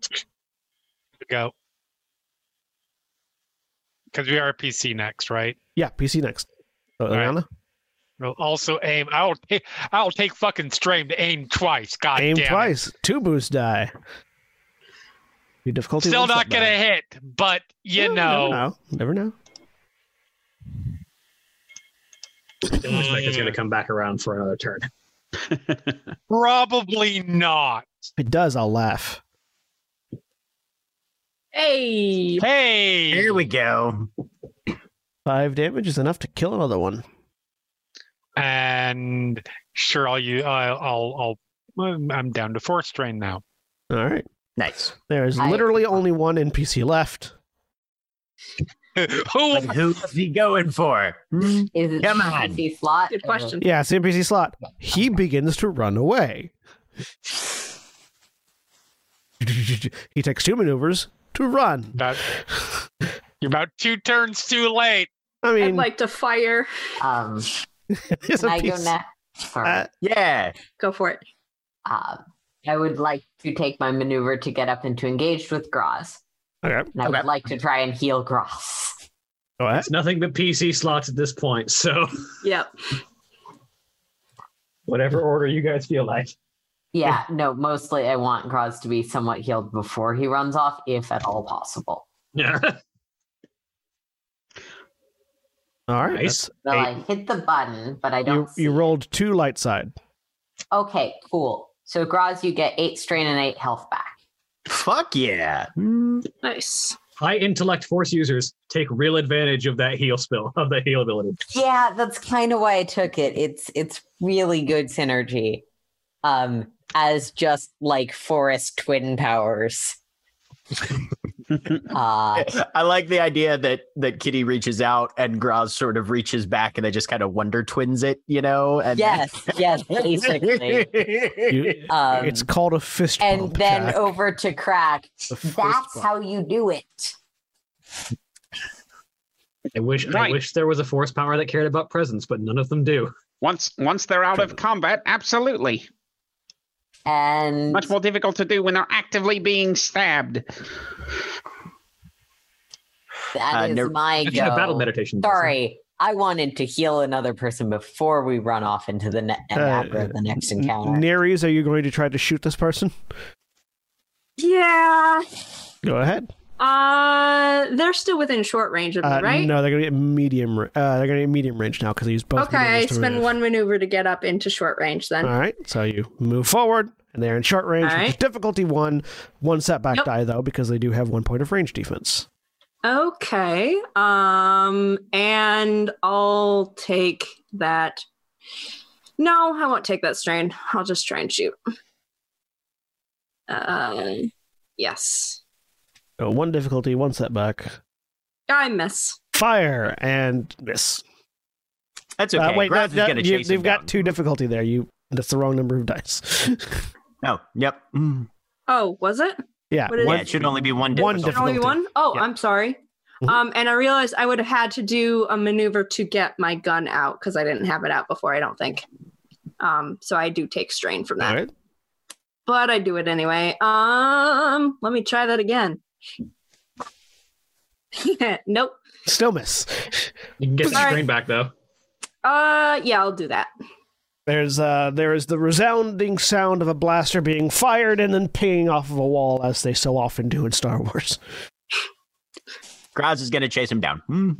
Speaker 2: Go. Because we are PC next, right?
Speaker 1: Yeah, PC next. So,
Speaker 2: right.
Speaker 1: Ariana,
Speaker 2: Well, Also aim. I'll take. I'll take fucking strain to aim twice. God
Speaker 1: aim
Speaker 2: damn it.
Speaker 1: twice. Two boost die. Your difficulty
Speaker 2: Still
Speaker 1: one
Speaker 2: not
Speaker 1: setback.
Speaker 2: gonna hit, but
Speaker 1: Well,
Speaker 2: you know.
Speaker 1: Never know. Never know.
Speaker 5: It looks like it's going to come back around for another turn.
Speaker 2: probably not.
Speaker 1: If it does, I'll laugh.
Speaker 4: Hey,
Speaker 2: Hey,
Speaker 7: Here we go.
Speaker 1: Five damage is enough to kill another one.
Speaker 2: and sure, I'll you. I'll. I'll. I'll I'm I'm down to four strain now.
Speaker 1: All right.
Speaker 7: Nice.
Speaker 1: There is
Speaker 3: I-
Speaker 1: literally only one NPC left.
Speaker 2: Who?
Speaker 7: But who is he going for? Hmm?
Speaker 3: Is it
Speaker 7: Come on.
Speaker 3: PC slot?
Speaker 4: good question.
Speaker 1: Yeah, it's the NPC slot. He begins to run away. He takes two maneuvers to run.
Speaker 2: About, you're about two turns too late.
Speaker 1: I mean,
Speaker 4: I'd like to fire.
Speaker 3: Um,
Speaker 1: it's
Speaker 3: can
Speaker 1: a
Speaker 3: I go
Speaker 1: piece-
Speaker 3: next? Sorry.
Speaker 1: uh,
Speaker 7: Yeah.
Speaker 4: Go for it.
Speaker 3: Um, I would like to take my maneuver to get up into engaged with Groz.
Speaker 1: Okay.
Speaker 3: And I would
Speaker 7: Okay.
Speaker 3: like to try and heal Groz.
Speaker 1: go ahead.
Speaker 5: It's nothing but PC slots at this point, so
Speaker 4: Yep.
Speaker 5: whatever order you guys feel like.
Speaker 3: Yeah, no, mostly I want Groz to be somewhat healed before he runs off, if at all possible.
Speaker 5: Yeah.
Speaker 1: All right.
Speaker 5: Nice.
Speaker 1: that's-
Speaker 3: Well, I hit the button, but I don't.
Speaker 1: You, you
Speaker 3: see-
Speaker 1: rolled two light side.
Speaker 3: Okay, cool. So Groz, you get eight strain and eight health back.
Speaker 7: Fuck yeah.
Speaker 1: Hmm.
Speaker 4: Nice.
Speaker 5: High intellect force users take real advantage of that heal spell of the heal ability.
Speaker 3: Yeah, that's kind of why I took it. It's it's really good synergy. Um, as just like forest twin powers. uh
Speaker 7: I like the idea that that Kitty reaches out and Groz sort of reaches back and they just kind of wonder twins it, you know? And
Speaker 3: yes, yes, basically.
Speaker 1: You-
Speaker 3: Um,
Speaker 1: it's called a fist
Speaker 3: and
Speaker 1: bump,
Speaker 3: then
Speaker 1: Jack.
Speaker 3: over to crack.
Speaker 1: The fist
Speaker 3: That's
Speaker 1: bump.
Speaker 3: how you do it.
Speaker 5: I wish I
Speaker 8: Right.
Speaker 5: wish there was a force power that cared about presence, but none of them do.
Speaker 8: Once once they're out of combat, absolutely.
Speaker 3: And
Speaker 8: Much more difficult to do when they're actively being stabbed.
Speaker 7: Uh,
Speaker 3: that is
Speaker 7: no-
Speaker 3: my
Speaker 5: It's not a
Speaker 3: go.
Speaker 5: battle meditation. Dawson.
Speaker 3: Sorry, I wanted to heal another person before we run off into the net and
Speaker 1: Uh,
Speaker 3: after the next
Speaker 1: N-
Speaker 3: encounter.
Speaker 1: Nereus, are you going to try to shoot this person?
Speaker 4: Yeah.
Speaker 1: Go ahead.
Speaker 4: Uh, they're still within short range of me,
Speaker 1: Uh,
Speaker 4: right?
Speaker 1: No, they're going to get medium. ra- Uh, they're going to get medium range now because they used both.
Speaker 4: Okay,
Speaker 1: maneuvers
Speaker 4: I
Speaker 1: to
Speaker 4: spend
Speaker 1: move.
Speaker 4: one maneuver to get up into short range then.
Speaker 1: All right, so you move forward, and they're in short range,
Speaker 4: All
Speaker 1: which is
Speaker 4: right.
Speaker 1: difficulty one, one setback
Speaker 4: Yep.
Speaker 1: die though, because they do have one point of range defense.
Speaker 4: Okay. Um, and I'll take that. No, I won't take that strain. I'll just try and shoot. Uh, yes,
Speaker 1: So Uh, one difficulty, one setback,
Speaker 4: I miss.
Speaker 1: fire and miss.
Speaker 7: That's
Speaker 1: Uh,
Speaker 7: okay.
Speaker 1: wait, that,
Speaker 7: Groz is
Speaker 1: that-
Speaker 7: gonna
Speaker 1: you,
Speaker 7: chase
Speaker 1: you've
Speaker 7: him
Speaker 1: got
Speaker 7: down.
Speaker 1: two difficulty there. You that's the wrong number of dice.
Speaker 7: No, yep. Mm.
Speaker 4: Oh, was it?
Speaker 1: yeah,
Speaker 4: What is
Speaker 7: Yeah,
Speaker 1: one-
Speaker 7: it should only be one
Speaker 1: One
Speaker 7: difficulty.
Speaker 4: Is it only
Speaker 1: difficulty.
Speaker 4: one? Oh,
Speaker 1: Yeah.
Speaker 4: I'm sorry.
Speaker 1: Mhm.
Speaker 4: Um, and I realized I would have had to do a maneuver to get my gun out because I didn't have it out before. I don't think. Um, so I do take strain from that.
Speaker 1: all right.
Speaker 4: but I do it anyway. Um, let me try that again. nope.
Speaker 1: Still miss.
Speaker 5: You can get the
Speaker 4: Sorry.
Speaker 5: screen back though.
Speaker 4: Uh, yeah, I'll do that.
Speaker 1: There's uh, there is the resounding sound of a blaster being fired and then pinging off of a wall, as they so often do in Star Wars.
Speaker 7: Groz is going to chase him down. Hmm.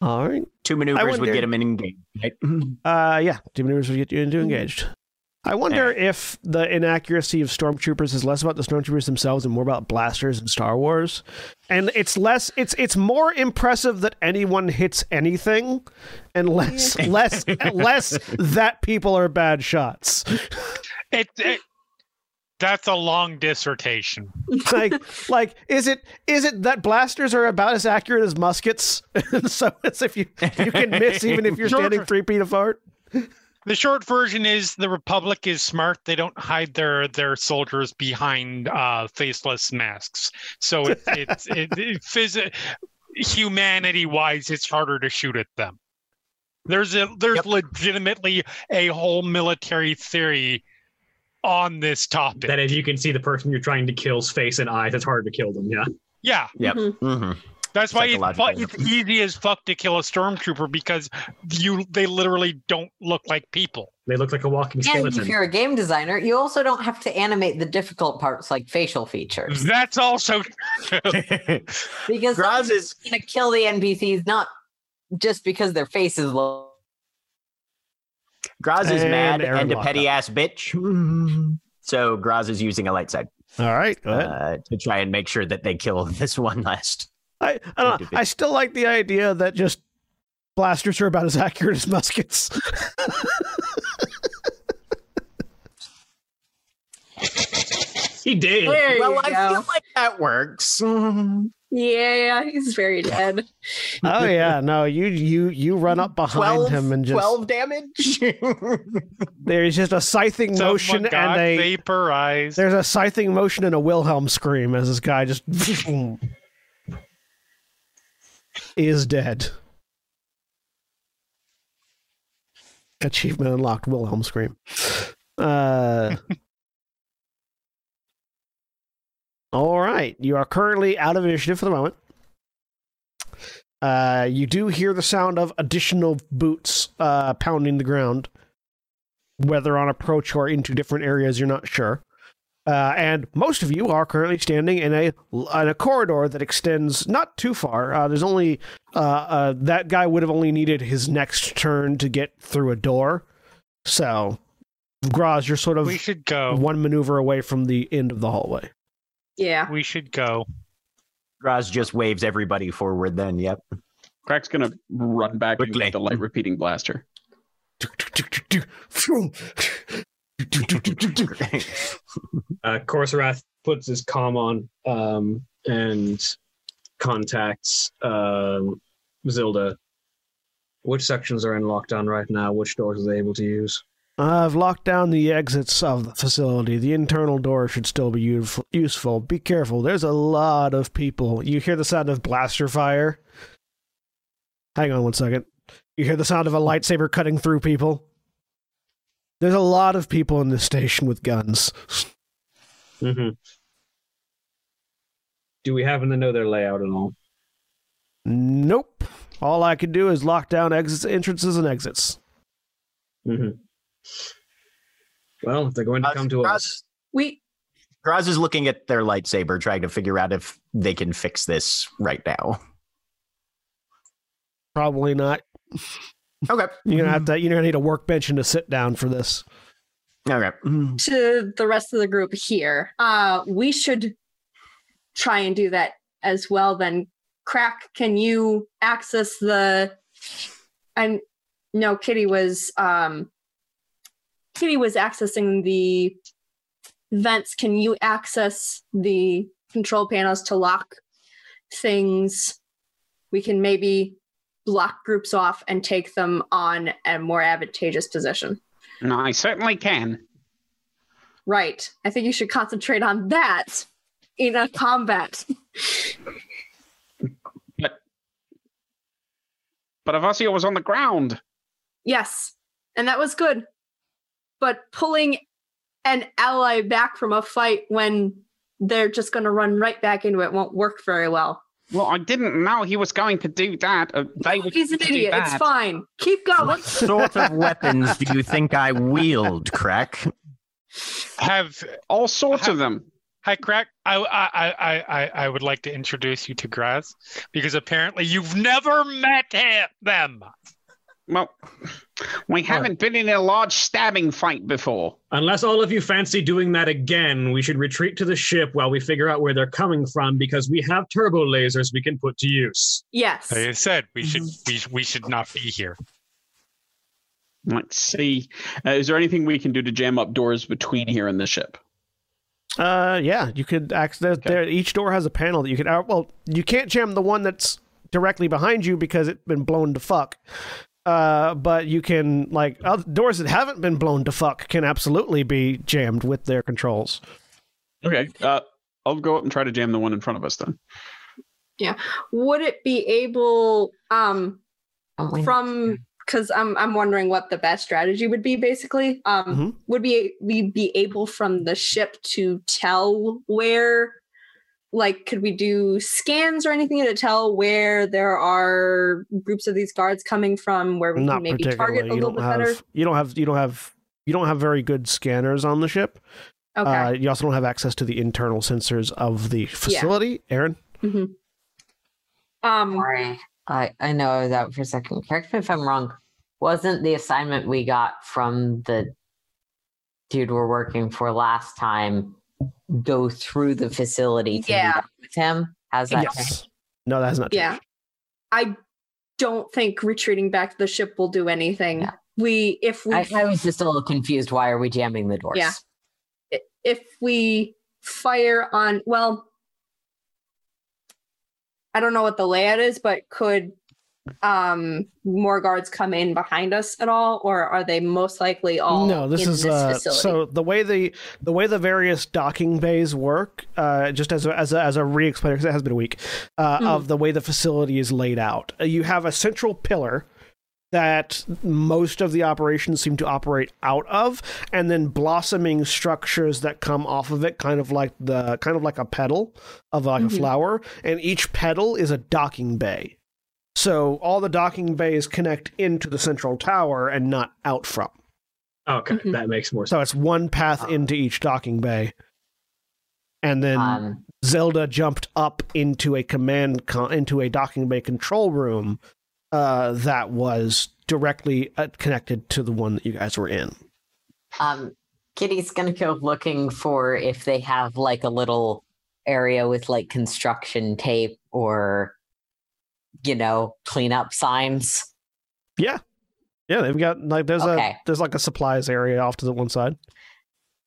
Speaker 1: All right.
Speaker 7: Two maneuvers would
Speaker 1: wonder-
Speaker 7: get him in engaged. Right? Hmm.
Speaker 1: Uh, yeah, two maneuvers would get you into engaged. I wonder if the inaccuracy of stormtroopers is less about the stormtroopers themselves and more about blasters in Star Wars, and it's less it's it's more impressive that anyone hits anything, and less less less that people are bad shots.
Speaker 2: It, it That's a long dissertation.
Speaker 1: like like is it is it that blasters are about as accurate as muskets? so it's if you you can miss even if you're
Speaker 2: Sure.
Speaker 1: standing three feet apart.
Speaker 2: The short version is the Republic is smart. They don't hide their their soldiers behind uh, faceless masks. So it, it's it, it, phys- humanity wise, it's harder to shoot at them. There's a there's
Speaker 7: Yep.
Speaker 2: legitimately a whole military theory on this topic.
Speaker 5: That if you can see the person you're trying to kill's face and eyes, it's harder to kill them. Yeah.
Speaker 2: yeah,
Speaker 7: Yep.
Speaker 4: Mhm.
Speaker 7: hmm
Speaker 2: that's why it's, fu-
Speaker 7: Psychological.
Speaker 2: it's easy as fuck to kill a stormtrooper because you they literally don't look like people.
Speaker 5: They look like a walking
Speaker 3: And
Speaker 5: skeleton.
Speaker 3: if you're a game designer, you also don't have to animate the difficult parts like facial features
Speaker 2: That's also
Speaker 3: because
Speaker 7: Graz is
Speaker 3: you're going to kill the NPCs not just because their faces look.
Speaker 7: Graz is
Speaker 1: And
Speaker 7: mad
Speaker 1: Aaron
Speaker 7: and a
Speaker 1: locked
Speaker 7: petty ass bitch. So Graz is using a light side
Speaker 1: All right. go ahead.
Speaker 7: uh, to try and make sure that they kill this one last.
Speaker 1: I I, don't know, Uh, I still like the idea that just blasters are about as accurate as muskets.
Speaker 5: he did.
Speaker 4: There
Speaker 7: well,
Speaker 4: you
Speaker 7: I
Speaker 4: go.
Speaker 7: feel like that works.
Speaker 4: yeah, he's very dead.
Speaker 1: oh yeah, no, you you you run up behind
Speaker 7: 12,
Speaker 1: him and just
Speaker 7: 12 damage.
Speaker 1: there's just a scything
Speaker 2: Someone
Speaker 1: motion
Speaker 2: got
Speaker 1: and a
Speaker 2: vaporized.
Speaker 1: there's a scything motion and a Wilhelm scream as this guy just is dead. Achievement unlocked Wilhelm scream. Uh All right, you are currently out of initiative for the moment. Uh, you do hear the sound of additional boots uh, pounding the ground, whether on approach or into different areas, you're not sure. Uh, and most of you are currently standing in a in a corridor that extends not too far. Uh, there's only uh, uh, that guy would have only needed his next turn to get through a door. So, Graz, you're sort of
Speaker 2: we should go.
Speaker 1: one maneuver away from the end of the hallway.
Speaker 4: Yeah.
Speaker 2: We should go.
Speaker 7: Graz just waves everybody forward then. Yep.
Speaker 8: Crack's gonna run back and
Speaker 7: Quickly.
Speaker 8: get the light repeating blaster.
Speaker 5: Uh, Corsarath puts his comm on um, and contacts um, Zilda. Which sections are in lockdown right now? Which doors are they able to use?
Speaker 1: I've locked down the exits of the facility. The internal door should still be use- useful. Be careful. There's a lot of people. You hear the sound of blaster fire. Hang on one second. You hear the sound of a lightsaber cutting through people. There's a lot of people in this station with guns.
Speaker 5: Mm-hmm. Do we happen to know their layout at all?
Speaker 1: Nope. All I can do is lock down exits, entrances, and exits.
Speaker 5: Mm-hmm. Well, if they're going to come to us.
Speaker 7: Graz,
Speaker 4: We
Speaker 7: Graz is looking at their lightsaber, trying to figure out if they can fix this right now.
Speaker 1: Probably not.
Speaker 7: Okay.
Speaker 1: You're gonna have to. You're gonna need a workbench and a sit down for this.
Speaker 7: Okay.
Speaker 4: to the rest of the group here. Uh we should try and do that as well then. Crack, can you access the I'm no Kitty was um Kitty was accessing the vents. Can you access the control panels to lock things? We can maybe block groups off and take them on a more advantageous position.
Speaker 8: No, I certainly can.
Speaker 4: Right. I think you should concentrate on that in a combat.
Speaker 8: But Avasia was on the ground.
Speaker 4: Yes. And that was good. But pulling an ally back from a fight when they're just going to run right back into it won't work very well.
Speaker 8: Well, I didn't know he was going to do that. Uh, they were
Speaker 4: He's an
Speaker 8: going to do
Speaker 4: idiot. It's
Speaker 8: that.
Speaker 4: fine. Keep going.
Speaker 7: What sort of weapons do you think I wield, Crack?
Speaker 2: Have
Speaker 8: All sorts of them.
Speaker 2: hi crack. I I I I I would like to introduce you to Graz because apparently you've never met him, them.
Speaker 8: Well, we haven't been in a large stabbing fight before.
Speaker 5: Unless all of you fancy doing that again, we should retreat to the ship while we figure out where they're coming from because we have turbo lasers we can put to use.
Speaker 4: yes.
Speaker 2: Like I said, we should we we should not be here.
Speaker 8: Let's see. Uh, is there anything we can do to jam up doors between here and the ship?
Speaker 1: Uh, yeah, you could access there,
Speaker 8: Okay.
Speaker 1: there. Each door has a panel that you could. Uh, well, you can't jam the one that's directly behind you because it's been blown to fuck. Uh, but you can like other doors that haven't been blown to fuck can absolutely be jammed with their controls.
Speaker 8: Okay. Uh, I'll go up and try to jam the one in front of us then.
Speaker 4: Would it be able um
Speaker 3: Don't we-
Speaker 4: from because I'm I'm wondering what the best strategy would be basically. Um
Speaker 1: Mhm.
Speaker 4: would be we be able from the ship to tell where like could we do scans or anything to tell where there are groups of these guards coming from where we
Speaker 1: Not
Speaker 4: can maybe
Speaker 1: particularly.
Speaker 4: target a
Speaker 1: you
Speaker 4: little
Speaker 1: don't
Speaker 4: bit
Speaker 1: have.
Speaker 4: better?
Speaker 1: You don't have. You don't have. You don't have very good scanners on the ship.
Speaker 4: Okay.
Speaker 1: Uh, you also don't have access to the internal sensors of the facility. Aaron,
Speaker 4: Mm-hmm. um
Speaker 3: Sorry, I, I know I was out for a second. Correct me if I'm wrong. Wasn't the assignment we got from the dude we're working for last time go through the facility to
Speaker 4: Yeah.
Speaker 3: meet up with him? How's that? changed?
Speaker 1: yes. No, that's not.
Speaker 4: Yeah.
Speaker 1: changed.
Speaker 4: I don't think retreating back to the ship will do anything.
Speaker 3: Yeah.
Speaker 4: We if we
Speaker 3: I, I was just a little confused. Why are we jamming the doors?
Speaker 4: Yeah. if we fire on well I don't know what the layout is, but could um more guards come in behind us at all or are they most likely all
Speaker 1: no this
Speaker 4: in
Speaker 1: is
Speaker 4: this
Speaker 1: uh,
Speaker 4: facility?
Speaker 1: so the way the the way the various docking bays work uh, just as a, as a, as a re-explainer because it has been a week uh,
Speaker 4: Mhm.
Speaker 1: of the way the facility is laid out Uh, you have a central pillar that most of the operations seem to operate out of and then blossoming structures that come off of it kind of like the kind of like a petal of like
Speaker 3: Mm-hmm.
Speaker 4: Mhm.
Speaker 1: a flower and each petal is a docking bay so all the docking bays connect into the central tower and not out from
Speaker 5: Okay,
Speaker 4: Mhm.
Speaker 5: that makes more sense.
Speaker 1: so it's one path
Speaker 3: Mm-hmm. Ah.
Speaker 1: into each docking bay. And then
Speaker 3: Um,
Speaker 1: Zelda jumped up into a command con- into a docking bay control room uh, that was directly uh, connected to the one that you guys were in.
Speaker 3: um, Kitty's gonna go looking for if they have like a little area with like construction tape or you know cleanup signs.
Speaker 1: Yeah, they've got like there's
Speaker 3: Okay.
Speaker 1: a there's like a supplies area off to the one side.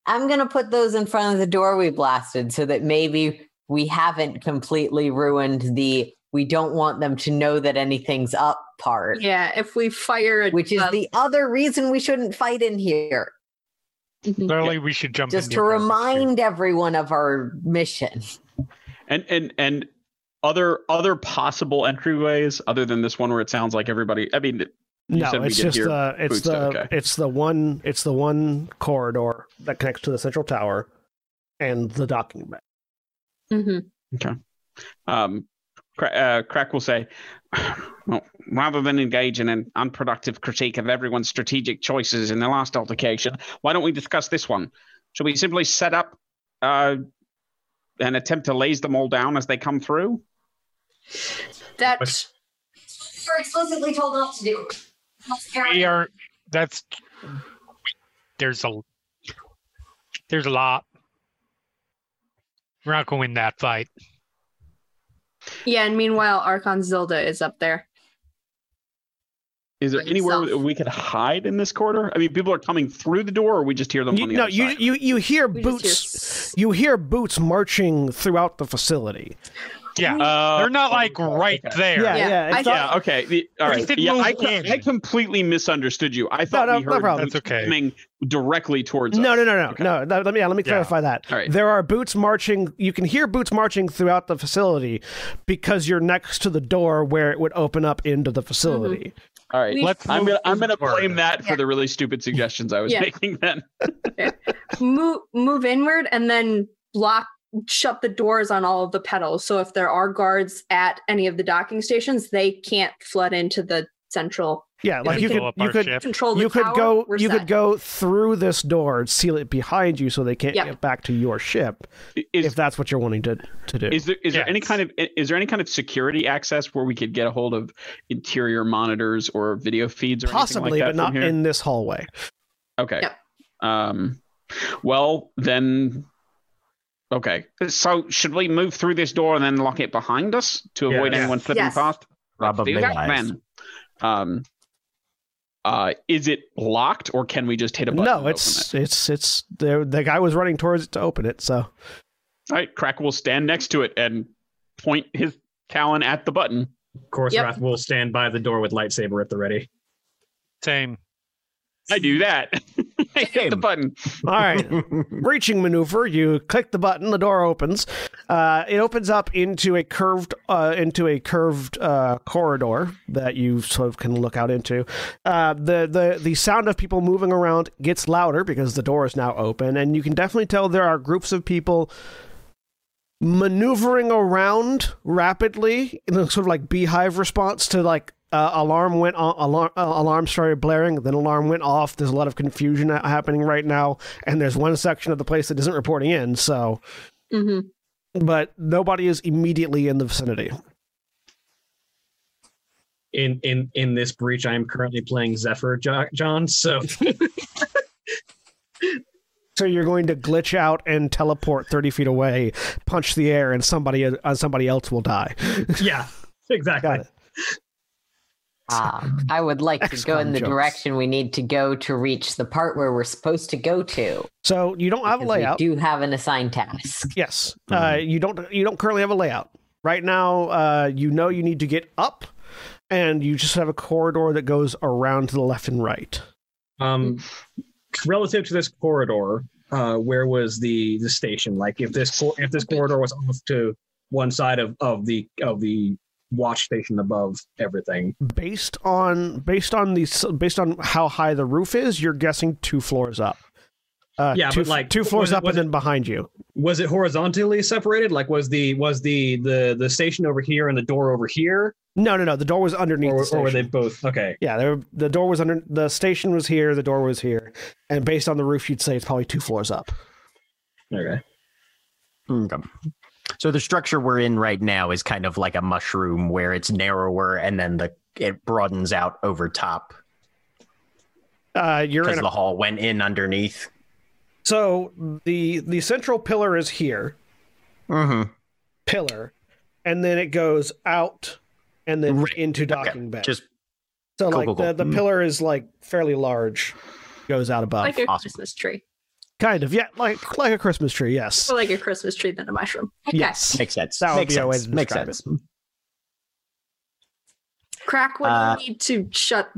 Speaker 3: I'm going to put those in front of the door we blasted so that maybe we haven't completely ruined the we don't want them to know that anything's up part,
Speaker 4: yeah, if we fire a
Speaker 3: which is
Speaker 4: uh,
Speaker 3: the other reason we shouldn't fight in here, Mm-hmm.
Speaker 4: mhm.
Speaker 2: Clearly, we should jump
Speaker 3: just
Speaker 2: in
Speaker 3: to
Speaker 2: the offensive
Speaker 3: remind everyone of our mission.
Speaker 8: And and and other other possible entryways other than this one where it sounds like everybody. I mean, You
Speaker 1: no,
Speaker 8: said we
Speaker 1: it's
Speaker 8: did
Speaker 1: just
Speaker 8: hear
Speaker 1: the it's
Speaker 8: boots,
Speaker 1: the
Speaker 8: okay.
Speaker 1: it's the one it's the one corridor that connects to the central tower and the docking bay.
Speaker 4: Mhm.
Speaker 3: Mm-hmm.
Speaker 8: um, Cra- uh, Crack will say, well, rather than engage in an unproductive critique of everyone's strategic choices in the last altercation, why don't we discuss this one? Shall we simply set up uh, an attempt to laze them all down as they come through?
Speaker 4: that
Speaker 3: We're explicitly told not to do.
Speaker 2: creature. We are. That's. There's a. There's a lot. We're not going to win that fight.
Speaker 4: yeah, and meanwhile Archon Zelda is up there.
Speaker 8: Is there
Speaker 4: By
Speaker 8: anywhere
Speaker 4: yourself.
Speaker 8: we could hide in this corridor? I mean, people are coming through the door, or we just hear them
Speaker 1: You,
Speaker 8: on the
Speaker 1: no,
Speaker 8: other
Speaker 1: you
Speaker 8: side?
Speaker 1: you you hear
Speaker 4: We just hear
Speaker 1: boots
Speaker 4: s-
Speaker 1: you hear boots marching throughout the facility.
Speaker 2: Yeah.
Speaker 8: Uh,
Speaker 2: They're not like right
Speaker 8: okay.
Speaker 2: there.
Speaker 1: Yeah,
Speaker 4: Yeah,
Speaker 1: yeah.
Speaker 4: I
Speaker 1: it's
Speaker 4: thought-
Speaker 1: not-
Speaker 8: Yeah, okay. The, all
Speaker 2: We
Speaker 8: right.
Speaker 2: did
Speaker 8: Yeah,
Speaker 2: move
Speaker 8: I, co-
Speaker 2: in.
Speaker 8: I completely misunderstood you. I thought
Speaker 1: no,
Speaker 8: we
Speaker 1: no
Speaker 8: heard
Speaker 1: problem.
Speaker 8: boots
Speaker 2: That's okay.
Speaker 8: coming directly towards us.
Speaker 1: No, no, no, no,
Speaker 8: Okay.
Speaker 1: no. Let let me yeah, let me
Speaker 2: Yeah.
Speaker 1: clarify that.
Speaker 8: All right.
Speaker 1: There are boots marching. You can hear boots marching throughout the facility because you're next to the door where it would open up into
Speaker 4: Mm-hmm.
Speaker 1: the facility.
Speaker 8: All right.
Speaker 4: We-
Speaker 2: Let's.
Speaker 8: I'm
Speaker 2: move
Speaker 8: gonna I'm
Speaker 2: through
Speaker 8: gonna
Speaker 2: the
Speaker 8: blame
Speaker 2: corridor.
Speaker 8: that for
Speaker 4: Yeah.
Speaker 8: the really stupid suggestions I was
Speaker 4: Yeah.
Speaker 8: making then.
Speaker 4: move move inward and then block shut the doors on all of the pedals so if there are guards at any of the docking stations they can't flood into the central
Speaker 1: Yeah, like
Speaker 2: Gonna
Speaker 1: you
Speaker 2: blow
Speaker 1: could
Speaker 2: up
Speaker 1: you
Speaker 2: our
Speaker 1: could
Speaker 2: ship.
Speaker 4: control the
Speaker 1: you could
Speaker 4: tower,
Speaker 1: go
Speaker 4: we're
Speaker 1: you
Speaker 4: set.
Speaker 1: could go through this door, and seal it behind you so they can't
Speaker 4: Yeah.
Speaker 1: get back to your ship if
Speaker 8: Is
Speaker 1: that's what you're wanting to to do.
Speaker 8: is there is there any
Speaker 2: Yes.
Speaker 8: kind of is there any kind of security access where we could get a hold of interior monitors or video feeds or anything like
Speaker 1: Possibly,
Speaker 8: that
Speaker 1: but
Speaker 8: from
Speaker 1: not
Speaker 8: here?
Speaker 1: in this hallway.
Speaker 8: Okay.
Speaker 4: Yep.
Speaker 8: Um, well, then. Okay. So, should we move through this door and then lock it behind us to avoid
Speaker 5: Yes.
Speaker 8: anyone slipping
Speaker 4: Yes.
Speaker 8: past? Let's
Speaker 7: Probably
Speaker 8: do that
Speaker 7: wise.
Speaker 8: then. Um, Uh, is it locked, or can we just hit a button? and
Speaker 1: No,
Speaker 8: open
Speaker 1: it's
Speaker 8: it?
Speaker 1: it's it's there. The guy was running towards it to open it, so
Speaker 8: all right. Crack will stand next to it and point his talon at the button.
Speaker 5: Course
Speaker 4: Yep.
Speaker 5: Wrath will stand by the door with lightsaber at the ready.
Speaker 2: Same.
Speaker 8: I do that. I hit the
Speaker 7: Same.
Speaker 8: button.
Speaker 1: all right. reaching maneuver. You click the button, the door opens. Uh, it opens up into a curved uh, into a curved uh, corridor that you sort of can look out into. Uh, the the the sound of people moving around gets louder because the door is now open, and you can definitely tell there are groups of people maneuvering around rapidly in a sort of like beehive response to like uh, alarm went on alarm uh, alarm started blaring then alarm went off there's a lot of confusion ha- happening right now and there's one section of the place that isn't reporting in so
Speaker 4: hmm
Speaker 1: but nobody is immediately in the vicinity
Speaker 5: In in in this breach, I am currently playing Zephyr jo- John. So
Speaker 1: so you're going to glitch out and teleport 30 feet away punch the air and somebody uh, somebody else will die
Speaker 5: yeah, exactly.
Speaker 1: got it
Speaker 3: Um, I would like to go
Speaker 1: XCOM
Speaker 3: in the
Speaker 1: jokes.
Speaker 3: direction we need to go to reach the part where we're supposed to go to.
Speaker 1: so you don't have a
Speaker 3: because we
Speaker 1: layout
Speaker 3: do have an assigned task.
Speaker 1: Yes.
Speaker 2: Mm-hmm.
Speaker 1: Uh,
Speaker 5: Mm-hmm.
Speaker 1: you don't you don't currently have a layout. Right now, uh, you know you need to get up and you just have a corridor that goes around to the left and right.
Speaker 5: Um, relative to this corridor, uh, where was the the station? Like, if this cor- if this corridor was off to one side of of the of the watch station above everything,
Speaker 1: Based on based on the s- based on how high the roof is, you're guessing two floors up. Uh,
Speaker 5: Yeah,
Speaker 1: two,
Speaker 5: but, like,
Speaker 1: two floors
Speaker 5: was it-
Speaker 1: up
Speaker 5: was
Speaker 1: and then behind you.
Speaker 5: was it horizontally separated? Like, was the was the the the station over here and the door over here,
Speaker 1: No, no, no. The door was underneath.
Speaker 5: or,
Speaker 1: the
Speaker 5: or were they
Speaker 1: station.
Speaker 5: both okay?
Speaker 1: Yeah, they were, the door was under. The station was here. The door was here. And based on the roof, you'd say it's probably two floors up.
Speaker 5: Okay.
Speaker 7: Okay. So the structure we're in right now is kind of like a mushroom where it's narrower and then the it broadens out over top
Speaker 1: Uh, you're in
Speaker 7: because
Speaker 1: a
Speaker 7: the hall went in underneath.
Speaker 1: So the the central pillar is here,
Speaker 7: Mm-hmm.
Speaker 1: pillar, and then it goes out and then
Speaker 7: Right.
Speaker 1: into
Speaker 7: Okay.
Speaker 1: docking bay.
Speaker 7: Just
Speaker 1: so
Speaker 7: cool,
Speaker 1: like
Speaker 7: cool, cool.
Speaker 1: the, the
Speaker 7: Mm.
Speaker 1: pillar is like fairly large, goes out above.
Speaker 4: Like a
Speaker 7: awesome.
Speaker 4: Christmas tree.
Speaker 1: kind of, yeah, like like a Christmas tree, yes.
Speaker 4: More like a Christmas tree than a mushroom. Okay.
Speaker 1: Yes.
Speaker 7: makes sense.
Speaker 1: That would
Speaker 7: makes
Speaker 1: be a way
Speaker 7: sense.
Speaker 1: to
Speaker 7: makes
Speaker 1: describe
Speaker 7: sense.
Speaker 4: Crack would
Speaker 7: Uh,
Speaker 4: need to shut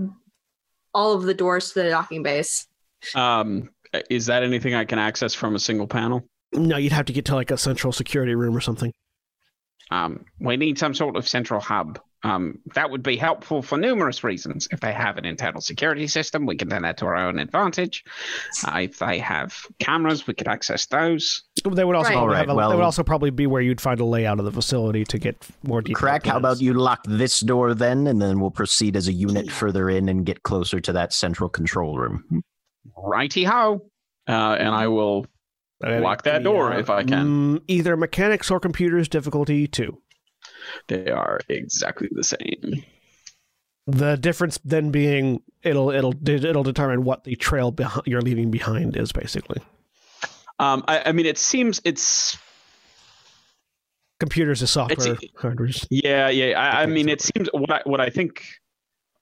Speaker 4: all of the doors to the docking base.
Speaker 8: Um, is that anything I can access from a single panel?
Speaker 1: No, you'd have to get to like a central security room or something.
Speaker 8: Um, we need some sort of central hub. Um, that would be helpful for numerous reasons. If they have an internal security system, we can turn that to our own advantage. Uh, if they have cameras, we could access those.
Speaker 1: They would also
Speaker 4: Right.
Speaker 1: probably
Speaker 7: Alright,
Speaker 1: have a, they
Speaker 7: well-
Speaker 1: would also probably be where you'd find a layout of the facility to get more detail.
Speaker 7: Crack, how about you lock this door then, and then we'll proceed as a unit further in and get closer to that central control room.
Speaker 8: Righty ho. Uh, and I will. Lock that door if I can.
Speaker 1: Mm, either mechanics or computers difficulty two.
Speaker 8: They are exactly the same.
Speaker 1: The difference then being it'll it'll it'll determine what the trail behi- you're leaving behind is basically.
Speaker 8: Um, I, I mean, it seems it's
Speaker 1: Computers is software.
Speaker 8: It's- e-,
Speaker 1: hardware's-
Speaker 8: Yeah, yeah. I, I
Speaker 1: Okay,
Speaker 8: mean,
Speaker 1: so-
Speaker 8: it seems what I what I think.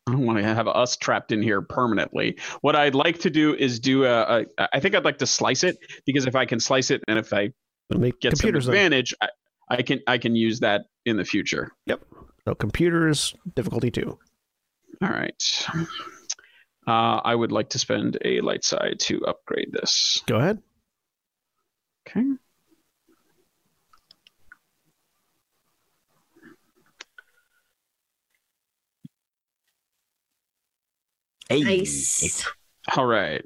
Speaker 8: I don't want to have us trapped in here permanently. What I'd like to do is do a. a I think I'd like to slice it because if I can slice it, and if I
Speaker 1: Make
Speaker 8: get
Speaker 1: computers.
Speaker 8: some
Speaker 1: then.
Speaker 8: advantage, I, I can I can use that in the future.
Speaker 1: So computers difficulty two.
Speaker 8: All right. Uh, I would like to spend a light side to upgrade this.
Speaker 1: Go ahead.
Speaker 8: Okay.
Speaker 7: Hey.
Speaker 4: Nice.
Speaker 8: All right.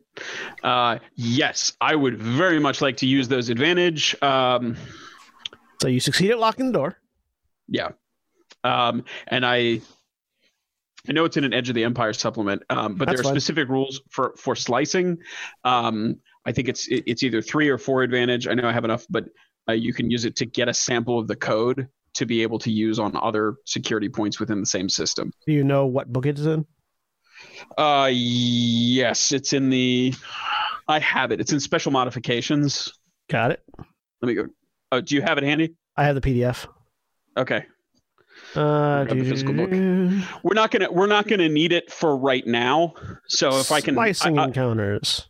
Speaker 8: Uh, yes, I would very much like to use those advantage. Um,
Speaker 1: So you succeed at locking the door.
Speaker 8: um, and I I know it's in an Edge of the Empire supplement, um, but
Speaker 1: That's
Speaker 8: there are
Speaker 1: fine.
Speaker 8: specific rules for for slicing. Um, I think it's it- it's either three or four advantage. I know I have enough, but uh, you can use it to get a sample of the code to be able to use on other security points within the same system.
Speaker 1: Do you know what book it is in?
Speaker 8: Uh, yes, it's in the. I have it. It's in special modifications.
Speaker 1: Got it.
Speaker 8: Let me go. Oh, do you have it handy?
Speaker 1: I have the PDF.
Speaker 8: Okay.
Speaker 1: Uh,
Speaker 8: Grab the physical book. We're not gonna we're not gonna need it for right now. So if I can I,
Speaker 1: Slicing
Speaker 8: I-
Speaker 1: encounters.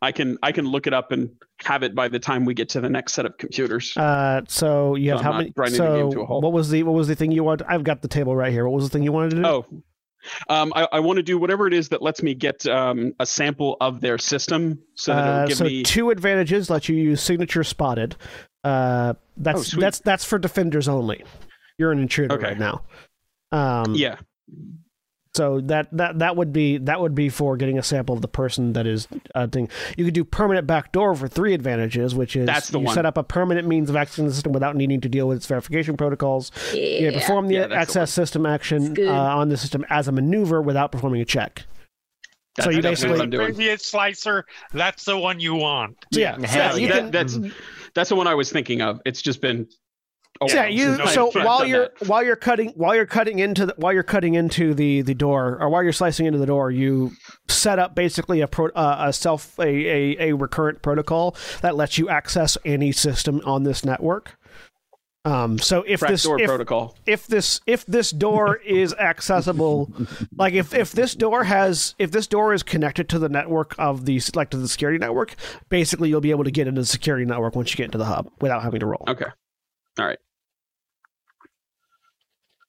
Speaker 8: I can I can look it up and have it by the time we get to the next set of computers.
Speaker 1: Uh, so you
Speaker 8: So
Speaker 1: have
Speaker 8: I'm
Speaker 1: how
Speaker 8: not
Speaker 1: many?
Speaker 8: grinding the
Speaker 1: So
Speaker 8: game to a halt.
Speaker 1: what was the what was the thing you want? I've got the table right here. What was the thing you wanted to do?
Speaker 8: oh, um, I, I want to do whatever it is that lets me get um, a sample of their system, so that
Speaker 1: Uh,
Speaker 8: it'll give
Speaker 1: so
Speaker 8: me.
Speaker 1: two advantages let you use signature spotted. Uh,
Speaker 8: Oh,
Speaker 1: that's
Speaker 8: sweet.
Speaker 1: that's that's for defenders only. You're an intruder
Speaker 8: Okay.
Speaker 1: right now. Um,
Speaker 8: yeah,
Speaker 1: So that that that would be that would be for getting a sample of the person that is uh, thing. You could do permanent backdoor for three advantages, which is
Speaker 8: That's the
Speaker 1: you
Speaker 8: one.
Speaker 1: set up a permanent means of accessing the system without needing to deal with its verification protocols. You
Speaker 4: Yeah.
Speaker 1: perform the
Speaker 8: Yeah, that's the
Speaker 1: access system
Speaker 4: It's
Speaker 1: action
Speaker 4: good.
Speaker 1: uh, on the system as a maneuver without performing a check.
Speaker 8: that's
Speaker 1: So you
Speaker 8: definitely what I'm
Speaker 1: basically-
Speaker 8: doing.
Speaker 2: Previous slicer, that's the one you want.
Speaker 1: So yeah, so
Speaker 7: Hell
Speaker 1: you
Speaker 7: yeah.
Speaker 1: can,
Speaker 8: that's that's the one I was thinking of. It's just been. Oh,
Speaker 1: yeah,
Speaker 8: wow,
Speaker 1: you.
Speaker 8: since I've-
Speaker 1: so
Speaker 8: since I've
Speaker 1: while
Speaker 8: done
Speaker 1: you're
Speaker 8: that.
Speaker 1: while you're cutting while you're cutting into the, while you're cutting into the the door or while you're slicing into the door, you set up basically a pro, uh, a self a, a a recurrent protocol that lets you access any system on this network. Um, so if this
Speaker 8: Backdoor
Speaker 1: if,
Speaker 8: protocol.
Speaker 1: if this if this door is accessible like if if this door has if this door is connected to the network of the like to the security network basically you'll be able to get into the security network once you get into the hub without having to roll
Speaker 8: Okay. All right.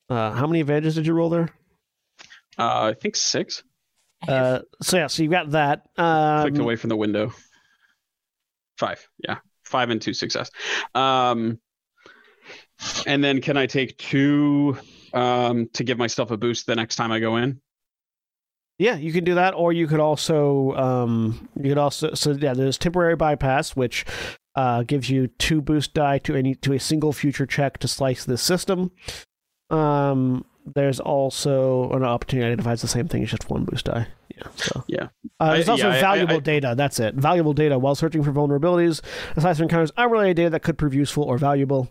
Speaker 1: uh, how many advantages did you roll there
Speaker 8: Uh, I think six.
Speaker 1: uh, so yeah so you've got that
Speaker 8: clicked
Speaker 1: um,
Speaker 8: away from the window. Five, yeah, five and two success. Um, and then can I take two um, to give myself a boost the next time I go in?
Speaker 1: yeah you can do that or you could also um, you could also so yeah there's temporary bypass which uh, gives you two boost die to any to a single future check to slice this system um there's also an opportunity identifies the same thing as just one boost die. Yeah. So.
Speaker 8: Yeah.
Speaker 1: Uh, there's
Speaker 8: I-
Speaker 1: also
Speaker 8: yeah, I-
Speaker 1: valuable
Speaker 8: I-
Speaker 1: data. That's it. Valuable data. While searching for vulnerabilities, the slicer encounters unrelated data that could prove useful or valuable.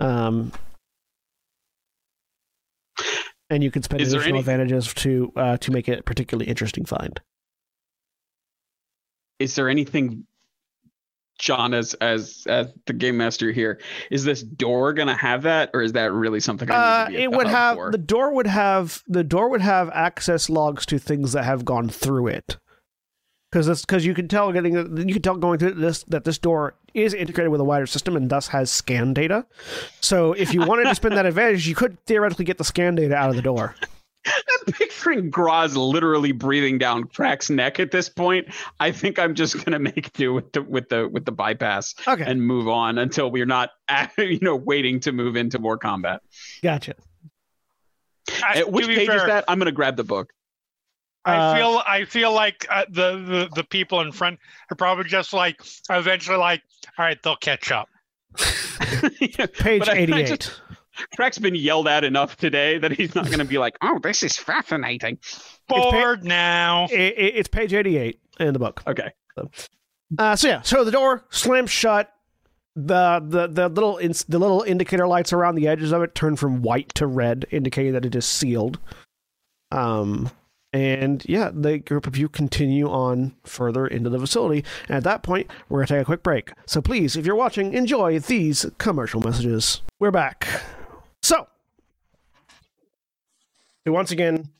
Speaker 1: Um, and you can spend
Speaker 8: Is there
Speaker 1: additional
Speaker 8: any-
Speaker 1: advantages to uh, to make it a particularly interesting find.
Speaker 8: Is there anything, John, as as as the game master here, is this door gonna have that, or is that really something? I
Speaker 1: Uh,
Speaker 8: need to be
Speaker 1: it
Speaker 8: at the
Speaker 1: would
Speaker 8: hub
Speaker 1: have
Speaker 8: for?
Speaker 1: the door would have the door would have access logs to things that have gone through it. Because this because you can tell getting you can tell going through this that this door is integrated with a wider system and thus has scan data. So if you wanted to spend that advantage, you could theoretically get the scan data out of the door.
Speaker 8: I'm picturing Graz literally breathing down Crack's neck at this point. I think I'm just gonna make do with the with the with the bypass.
Speaker 1: Okay,
Speaker 8: and move on until we're not you know waiting to move into more combat.
Speaker 1: gotcha.
Speaker 2: I,
Speaker 8: At which
Speaker 2: to be
Speaker 8: page is
Speaker 2: fair,
Speaker 8: that? I'm going to grab the book.
Speaker 1: Uh,
Speaker 2: I feel I feel like uh, the, the the people in front are probably just like eventually like all right they'll catch up.
Speaker 1: Page
Speaker 8: But I- I
Speaker 1: eighty-eight.
Speaker 8: just- Crack's been yelled at enough today that he's not going to be like, "Oh, this is fascinating."
Speaker 1: pa-
Speaker 2: Bored now.
Speaker 1: I- I- it's page eighty-eight in the book.
Speaker 8: Okay,
Speaker 1: Uh, so yeah, so the door slams shut. The the the little ins- the little indicator lights around the edges of it turn from white to red, indicating that it is sealed. Um, and yeah, the group of you continue on further into the facility. And at that point, we're gonna take a quick break. So please, if you're watching, enjoy these commercial messages. We're back. So, to once again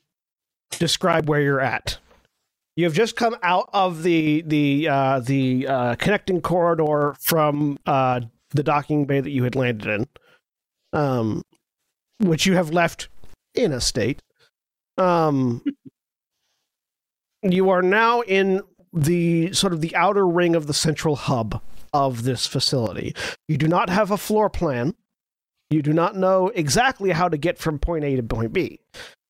Speaker 1: describe where you're at. You have just come out of the the uh, the uh, connecting corridor from uh, the docking bay that you had landed in, um, which you have left in a state. Um, you are now in the sort of the outer ring of the central hub of this facility. You do not have a floor plan. You do not know exactly how to get from point A to point B.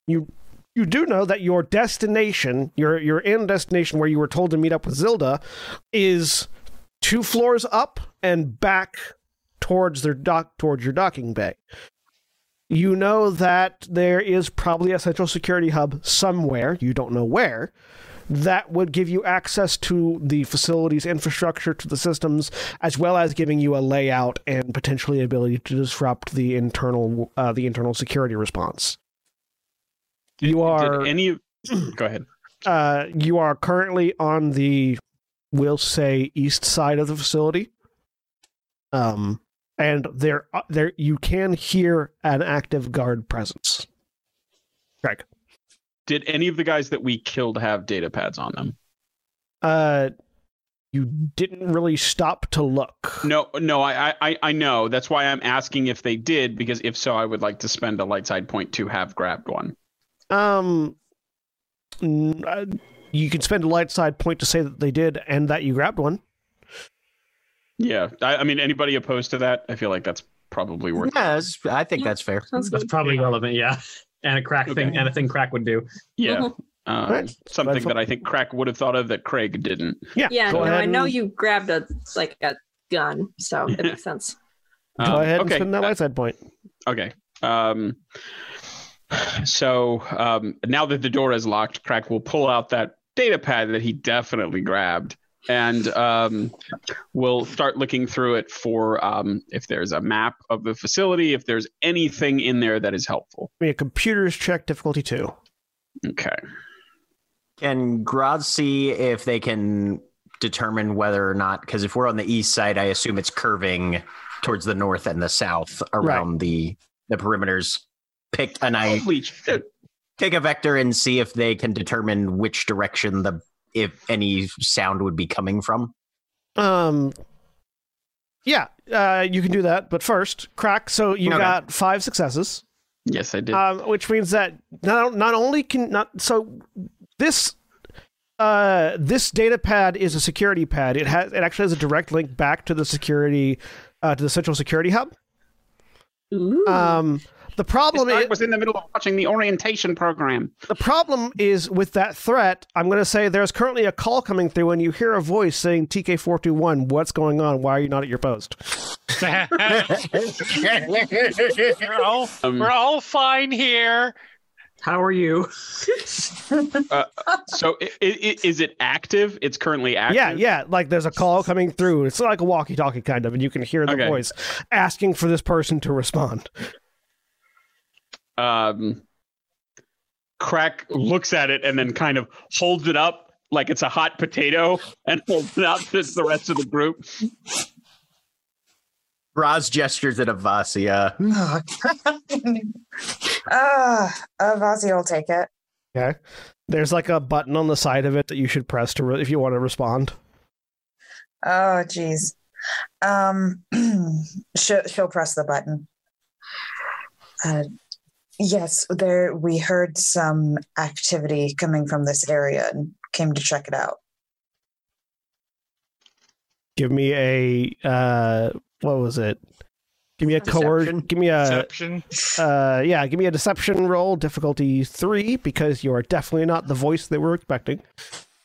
Speaker 1: You you do know that your destination, your your end destination where you were told to meet up with Zilda, is two floors up and back towards their dock towards your docking bay. You know that there is probably a central security hub somewhere, you don't know where, that would give you access to the facility's infrastructure, to the systems, as well as giving you a layout and potentially ability to disrupt the internal uh, the internal security response. You are
Speaker 8: Did any? Go ahead.
Speaker 1: uh, you are currently on the, we'll say, east side of the facility. Um, and there there you can hear an active guard presence. Greg,
Speaker 8: Did any of the guys that we killed have data pads on them?
Speaker 1: uh, you didn't really stop to look.
Speaker 8: No, no, I, I- I, I know. That's why I'm asking if they did, because if so, I would like to spend a light side point to have grabbed one.
Speaker 1: Um, n- uh, you can spend a light side point to say that they did and that you grabbed one.
Speaker 8: Yeah, I, I mean, anybody opposed to that? I feel like that's probably worth.
Speaker 7: Yeah, that's- I think that's fair.
Speaker 4: Sounds
Speaker 5: That's
Speaker 4: good.
Speaker 5: probably relevant, yeah. And a crack
Speaker 8: Okay.
Speaker 5: thing, and a thing crack would do.
Speaker 8: Yeah,
Speaker 4: Uh-huh.
Speaker 8: um,
Speaker 1: Right.
Speaker 8: something
Speaker 1: Rifle.
Speaker 8: that I think Crack would have thought of that Craig didn't.
Speaker 1: Yeah,
Speaker 4: Yeah,
Speaker 1: go
Speaker 4: no,
Speaker 1: ahead
Speaker 4: I know
Speaker 1: and-
Speaker 4: you grabbed a like a gun, so it makes sense.
Speaker 8: Um,
Speaker 1: Go ahead and
Speaker 8: okay,
Speaker 1: spend that
Speaker 8: uh,
Speaker 1: light side point.
Speaker 8: Okay. Um, so um, now that the door is locked, Crack will pull out that data pad that he definitely grabbed and um, we'll start looking through it for um, if there's a map of the facility, if there's anything in there that is helpful.
Speaker 1: I mean, computers check difficulty two.
Speaker 8: Okay.
Speaker 7: Can Grodd see if they can determine whether or not? Because if we're on the east side, I assume it's curving towards the north and the south around the the perimeters. Pick and I
Speaker 8: Holy shit.
Speaker 7: take a vector and see if they can determine which direction the if any sound would be coming from.
Speaker 1: Um, yeah, uh, you can do that. But first, crack. So you
Speaker 7: Okay.
Speaker 1: got five successes.
Speaker 8: Yes, I did.
Speaker 1: um, which means that not not only can not so this uh, this data pad is a security pad. It has it actually has a direct link back to the security uh, to the central security hub.
Speaker 4: Ooh.
Speaker 1: Um, the problem
Speaker 8: I
Speaker 1: is
Speaker 8: was in the middle of watching the orientation program.
Speaker 1: the problem is with that threat. I'm going to say there's currently a call coming through, and you hear a voice saying TK four two one. What's going on? Why are you not at your post?
Speaker 2: we're all
Speaker 8: Um,
Speaker 2: we're all fine here.
Speaker 5: How are you?
Speaker 8: Uh, so i- i- i- is it active? It's currently active.
Speaker 1: Yeah, yeah. Like there's a call coming through. It's like a walkie talkie kind of, and you can hear the
Speaker 8: Okay.
Speaker 1: voice asking for this person to respond.
Speaker 8: um, crack looks at it and then kind of holds it up like it's a hot potato and holds it out to the rest of the group.
Speaker 7: Groz gestures at Avasia.
Speaker 6: Oh, Ah, Avazi will take it.
Speaker 1: There's like a button on the side of it that you should press to re- if you want to respond.
Speaker 6: Oh, geez. Um, she'll, she'll press the button. Uh, yes, there. We heard some activity coming from this area and came to check it out.
Speaker 1: Give me a uh what was it? Give me a coercion.
Speaker 7: Deception?
Speaker 1: Give me a
Speaker 2: Deception.
Speaker 1: uh yeah, give me a deception roll difficulty 3 because you are definitely not the voice they were expecting.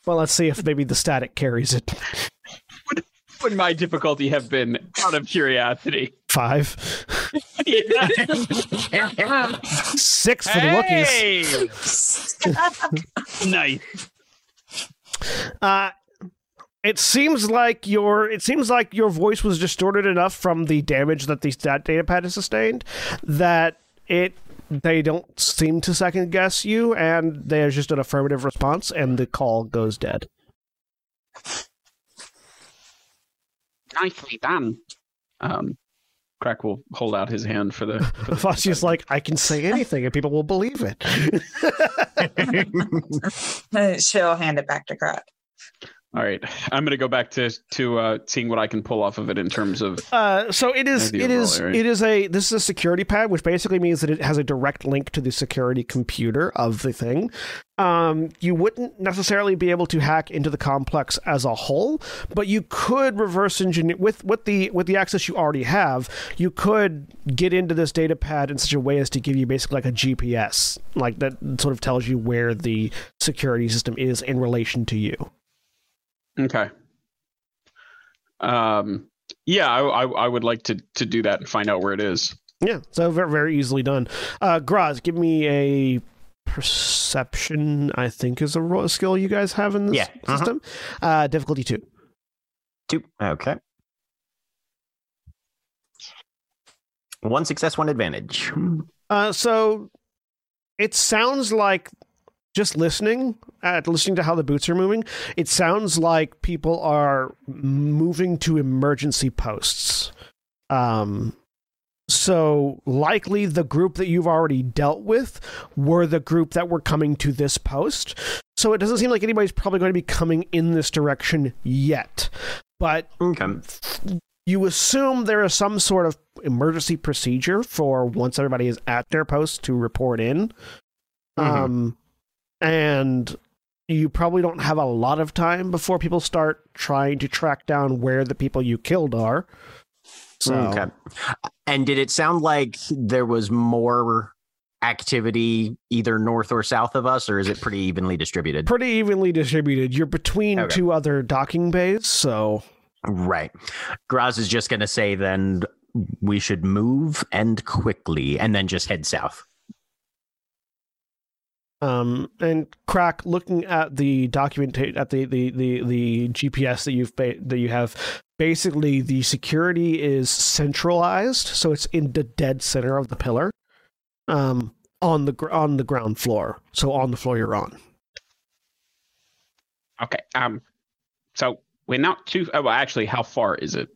Speaker 1: Well, let's see if maybe the static carries it.
Speaker 8: What would my difficulty have been out of curiosity?
Speaker 1: 5
Speaker 8: Yeah.
Speaker 1: 6 for the Wookiees.
Speaker 2: Hey!
Speaker 8: nice.
Speaker 1: Uh it seems like your it seems like your voice was distorted enough from the damage that the stat data pad has sustained that it they don't seem to second guess you and there's just an affirmative response and the call goes dead.
Speaker 8: Nicely done. Um, crack will hold out his hand for the. For the
Speaker 1: Fossey's like, I can say anything and people will believe it.
Speaker 6: Uh, She'll hand it back to Crack.
Speaker 8: All right, I'm gonna go back to to uh, seeing what I can pull off of it in terms of.
Speaker 1: Uh, so it is
Speaker 8: Yeah, the
Speaker 1: it is
Speaker 8: overlay, right?
Speaker 1: it is a this is a security pad which basically means that it has a direct link to the security computer of the thing um, you wouldn't necessarily be able to hack into the complex as a whole but you could reverse engineer with with the with the access you already have you could get into this data pad in such a way as to give you basically like a gps like that sort of tells you where the security system is in relation to you
Speaker 8: Okay. Um. Yeah, I, I I would like to to do that and find out where it is.
Speaker 1: Yeah, so very, very easily done. Uh, Graz, give me a perception. I think is a ro- skill you guys have in this
Speaker 7: Yeah, uh-huh.
Speaker 1: system. Uh, difficulty two.
Speaker 7: Two. Okay. One success, one advantage.
Speaker 1: Uh, so it sounds like just listening at listening to how the boots are moving. It sounds like people are moving to emergency posts. Um, so likely the group that you've already dealt with were the group that were coming to this post. So it doesn't seem like anybody's probably going to be coming in this direction yet. But
Speaker 7: Okay.
Speaker 1: you assume there is some sort of emergency procedure for once everybody is at their post to report in. Um, and you probably don't have a lot of time before people start trying to track down where the people you killed are. So,
Speaker 7: Okay. And did it sound like there was more activity either north or south of us, or is it pretty evenly distributed?
Speaker 1: pretty evenly distributed. You're between
Speaker 7: Okay.
Speaker 1: two other docking bays, so
Speaker 7: Right. Graz is just going to say then we should move and quickly and then just head south.
Speaker 1: um and crack looking at the document at the the the, the GPS that you've ba- that you have basically the security is centralized, so it's in the dead center of the pillar. Um on the gr- on the ground floor. So on the floor you're on.
Speaker 8: Okay. Um. So we're not too. Oh, well, actually, how far is it?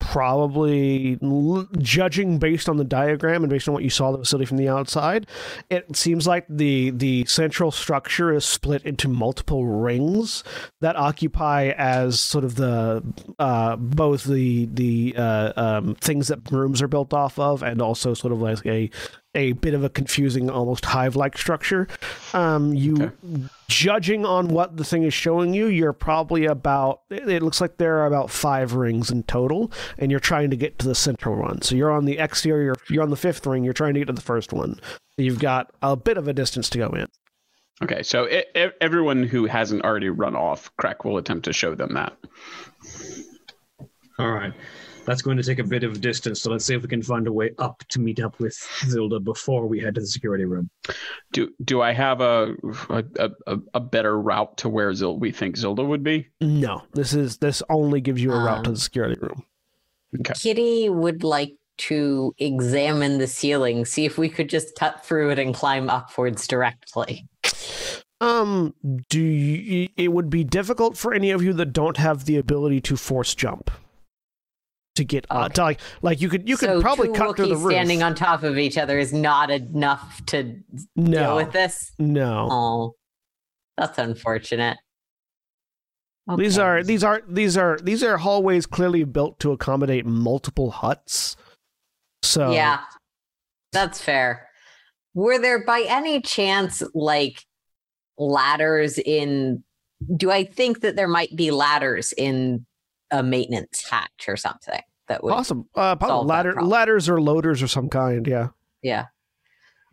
Speaker 1: probably l- judging based on the diagram and based on what you saw the facility from the outside it seems like the the central structure is split into multiple rings that occupy as sort of the uh both the the uh um things that rooms are built off of and also sort of like a a bit of a confusing almost hive like structure um you judging on what the thing is showing you, you're probably about. It it looks like there are about five rings in total, and you're trying to get to the central one. So you're on the exterior. You're on the fifth ring. You're trying to get to the first one. You've got a bit of a distance to go in.
Speaker 8: Okay. So e e- everyone who hasn't already run off, Crack will attempt to show them that.
Speaker 5: All right. That's going to take a bit of distance, so let's see if we can find a way up to meet up with Zilda before we head to the security room.
Speaker 8: Do Do I have a a, a, a better route to where Zil- we think Zilda would be?
Speaker 1: No, this is this only gives you a route to the security room.
Speaker 3: Kitty would like to examine the ceiling, see if we could just cut through it and climb upwards directly.
Speaker 1: Um, do you, it would be difficult for any of you that don't have the ability to force jump to get uh, to like like you could you could
Speaker 3: so
Speaker 1: probably
Speaker 3: two
Speaker 1: cut through the
Speaker 3: Wookiees
Speaker 1: roof.
Speaker 3: standing on top of each other is not enough to deal
Speaker 1: no,
Speaker 3: with this.
Speaker 1: no.
Speaker 3: Oh, that's unfortunate.
Speaker 1: These
Speaker 3: Okay.
Speaker 1: are these are these are these are hallways clearly built to accommodate multiple huts. So
Speaker 3: yeah, that's fair. Were there by any chance like ladders in? Do I think that there might be ladders in a maintenance hatch or something that would
Speaker 1: awesome. Uh,
Speaker 3: Solve
Speaker 1: probably
Speaker 3: that
Speaker 1: ladder,
Speaker 3: problem.
Speaker 1: ladders or loaders or some kind. Yeah,
Speaker 3: Yeah.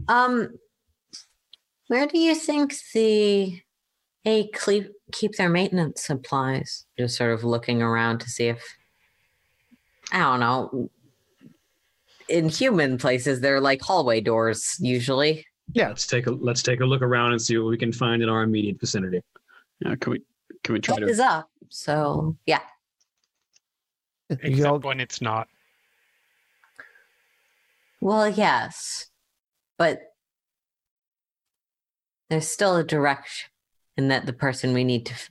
Speaker 3: Um, where do you think the they keep keep their maintenance supplies? Just sort of looking around to see if I don't know. In human places, they're like hallway doors usually.
Speaker 5: Let's take a let's take a look around and see what we can find in our immediate vicinity.
Speaker 8: Yeah, can we Can we try
Speaker 3: That
Speaker 8: to?
Speaker 3: is up. So yeah,
Speaker 1: you can all-
Speaker 2: Except when it's not.
Speaker 3: well, yes, but there's still a direction, and that the person we need to f-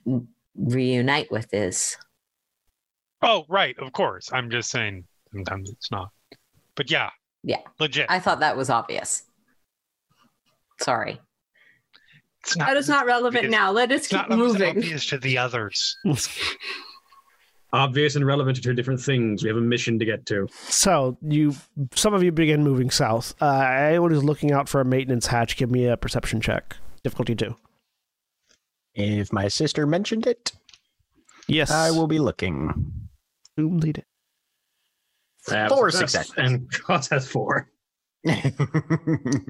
Speaker 3: reunite with is
Speaker 2: Oh, right, of course. I'm just saying sometimes it's not. But yeah.
Speaker 3: Yeah.
Speaker 2: Legit.
Speaker 3: I thought that was obvious. Sorry.
Speaker 2: it's not,
Speaker 4: That is not relevant
Speaker 2: Because-
Speaker 4: now. Let us
Speaker 2: it's
Speaker 4: keep
Speaker 2: not always
Speaker 4: moving.
Speaker 2: obvious to the others.
Speaker 5: Obvious and relevant are two different things. We have a mission to get to.
Speaker 1: so you some of you begin moving south. Uh, anyone who's looking out for a maintenance hatch, give me a perception check. Difficulty two.
Speaker 7: If my sister mentioned it,
Speaker 1: Yes,
Speaker 7: I will be looking.
Speaker 1: assume they did.
Speaker 5: I have
Speaker 7: Four
Speaker 5: success,
Speaker 7: successes.
Speaker 5: and Cross has four.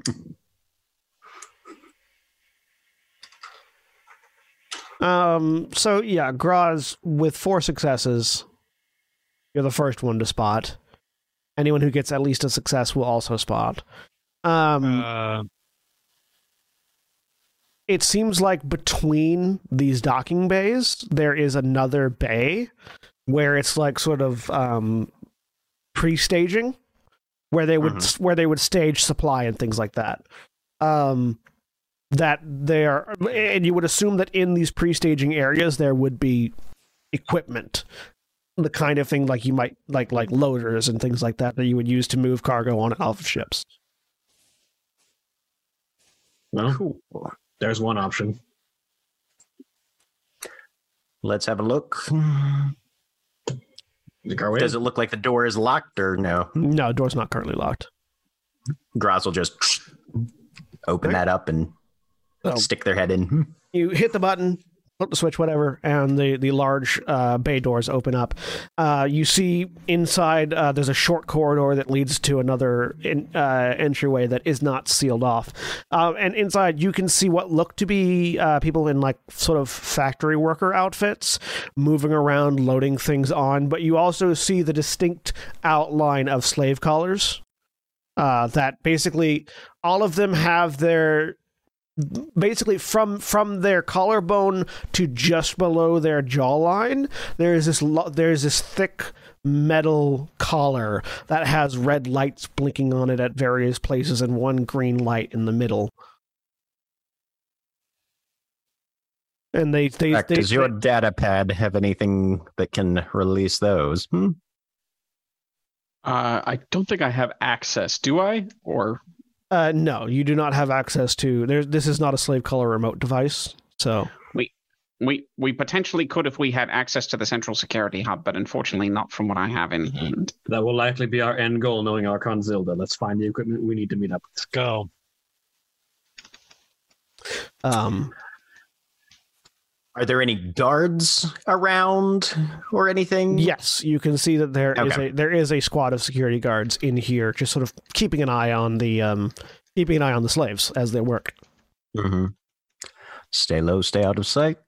Speaker 1: Um. So yeah, Graz with four successes, you're the first one to spot. Anyone who gets at least a success will also spot. Um.
Speaker 2: Uh,
Speaker 1: it seems like between these docking bays there is another bay where it's like sort of um pre-staging where they would where they would stage supply and things like that um that there and you would assume that in these pre-staging areas there would be equipment the kind of thing like you might like like loaders and things like that that you would use to move cargo on alpha ships.
Speaker 5: Well, there's one option.
Speaker 7: Let's have a look.
Speaker 5: The car
Speaker 7: Does it look like the door is locked or no?
Speaker 1: No, door's not currently locked.
Speaker 7: Groz will just open that up and
Speaker 1: Oh.
Speaker 7: stick their head in. Hmm.
Speaker 1: you hit the button flip the switch whatever and the the large uh, bay doors open up uh, you see inside uh, there's a short corridor that leads to another in, uh, entryway that is not sealed off um, and inside you can see what look to be uh, people in like sort of factory worker outfits moving around loading things on but you also see the distinct outline of slave collars uh, that basically all of them have their basically from from their collarbone to just below their jawline there is this lo- there is this thick metal collar that has red lights blinking on it at various places and one green light in the middle and they they,
Speaker 7: Heck,
Speaker 1: they,
Speaker 7: Does your data pad have anything that can release those? Hmm?
Speaker 8: Uh, I don't think I have access, do I? Or
Speaker 1: uh no you do not have access to there this is not a slave collar remote device so
Speaker 8: we we potentially could if we had access to the central security hub, but unfortunately not from what I have in hand.
Speaker 5: That will likely be our end goal, knowing Archon Zilda. Let's find the equipment we need to meet up.
Speaker 2: Let's go.
Speaker 1: um
Speaker 7: Are there any guards around or anything?
Speaker 1: Yes, you can see that there is
Speaker 7: Okay.
Speaker 1: a there is a squad of security guards in here, just sort of keeping an eye on the um, keeping an eye on the slaves as they work.
Speaker 7: hmm Stay low, stay out of sight.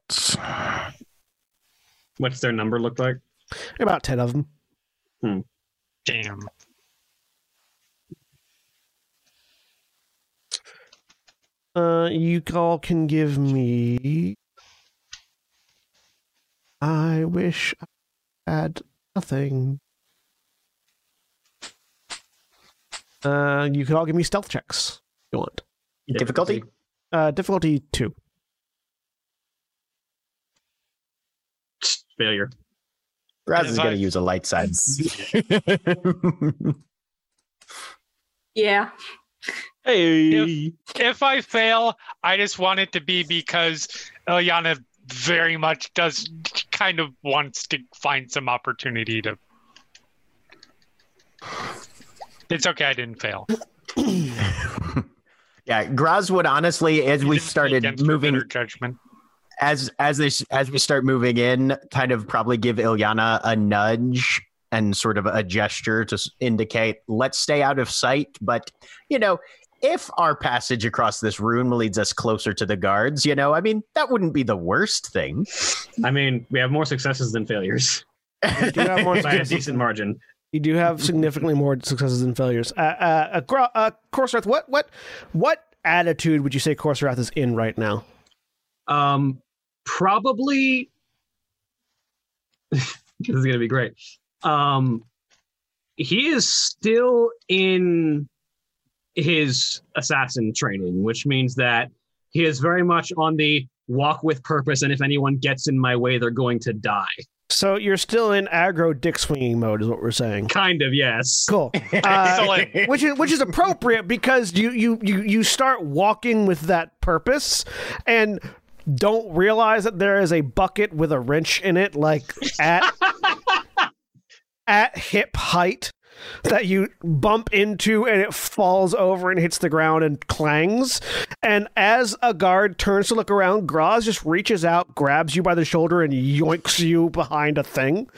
Speaker 5: What's their number look like? Hmm.
Speaker 1: About ten of them.
Speaker 2: Damn.
Speaker 1: Uh, you all can give me. I wish I had nothing. Uh, you can all give me stealth checks. If you want
Speaker 7: Difficulty?
Speaker 1: uh, difficulty two?
Speaker 5: Failure.
Speaker 7: Raz is
Speaker 2: If I-
Speaker 7: going to use a light side.
Speaker 4: Yeah.
Speaker 8: Hey,
Speaker 2: If I fail, I just want it to be because Eliana very much does kind of wants to find some opportunity to. It's okay, I didn't fail.
Speaker 7: yeah, Graz would honestly, as we
Speaker 2: Against-
Speaker 7: started
Speaker 2: against her
Speaker 7: moving
Speaker 2: better judgment.
Speaker 7: as as this as we start moving in, kind of probably give Ilyana a nudge and sort of a gesture to s- indicate let's stay out of sight. But you know, if our passage across this room leads us closer to the guards, you know, I mean, that wouldn't be the worst thing.
Speaker 5: I mean, we have more successes than failures
Speaker 1: Do you have more
Speaker 5: by a decent margin.
Speaker 1: You do have significantly more successes than failures. Uh, uh, uh, Gro- uh Corserath, what what what attitude would you say Corserath is in right now?
Speaker 5: Um, probably. this is gonna be great. Um, he is still in his assassin training, which means that he is very much on the walk with purpose, and if anyone gets in my way, they're going to die.
Speaker 1: So you're still in aggro dick swinging mode, is what we're saying.
Speaker 5: Kind of, yes.
Speaker 1: Cool. Uh,
Speaker 2: Excellent.
Speaker 1: which is which is appropriate because you you you you start walking with that purpose and don't realize that there is a bucket with a wrench in it like at at hip height that you bump into and it falls over and hits the ground and clangs and as a guard turns to look around Graz just reaches out grabs you by the shoulder and yoinks you behind a thing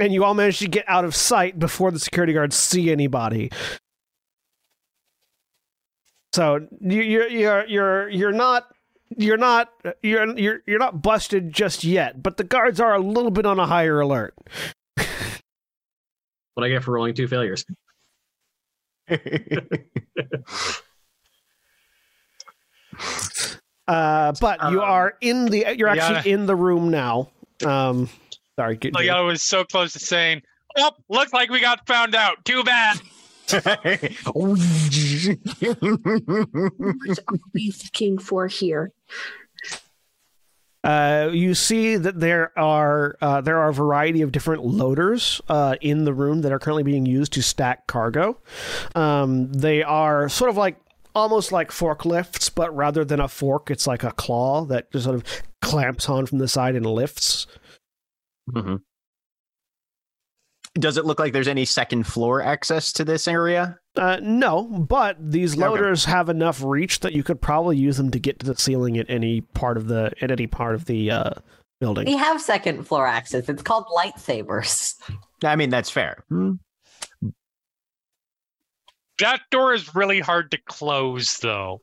Speaker 1: and you all manage to get out of sight before the security guards see anybody. So you, you're you're you're you're not you're not you're you're you're not busted just yet, but the guards are a little bit on a higher alert.
Speaker 5: What I get for rolling two failures.
Speaker 1: Uh, but you
Speaker 7: Um,
Speaker 1: are in the you're actually in the room now. Um, sorry, get,
Speaker 2: Eliana was so close to saying, "Oh, looked like we got found out. Too bad."
Speaker 4: What are we looking for here?
Speaker 1: Uh, you see that there are uh, there are a variety of different loaders uh, in the room that are currently being used to stack cargo. Um, they are sort of like almost like forklifts, but rather than a fork, it's like a claw that just sort of clamps on from the side and lifts.
Speaker 7: Mm-hmm. Does it look like there's any second floor access to this area?
Speaker 1: Uh, no, but these
Speaker 7: Okay.
Speaker 1: loaders have enough reach that you could probably use them to get to the ceiling at any part of the at any part of the uh, building.
Speaker 3: We have second floor access. It's called lightsabers.
Speaker 7: I mean, that's fair. Hmm.
Speaker 2: That door is really hard to close, though.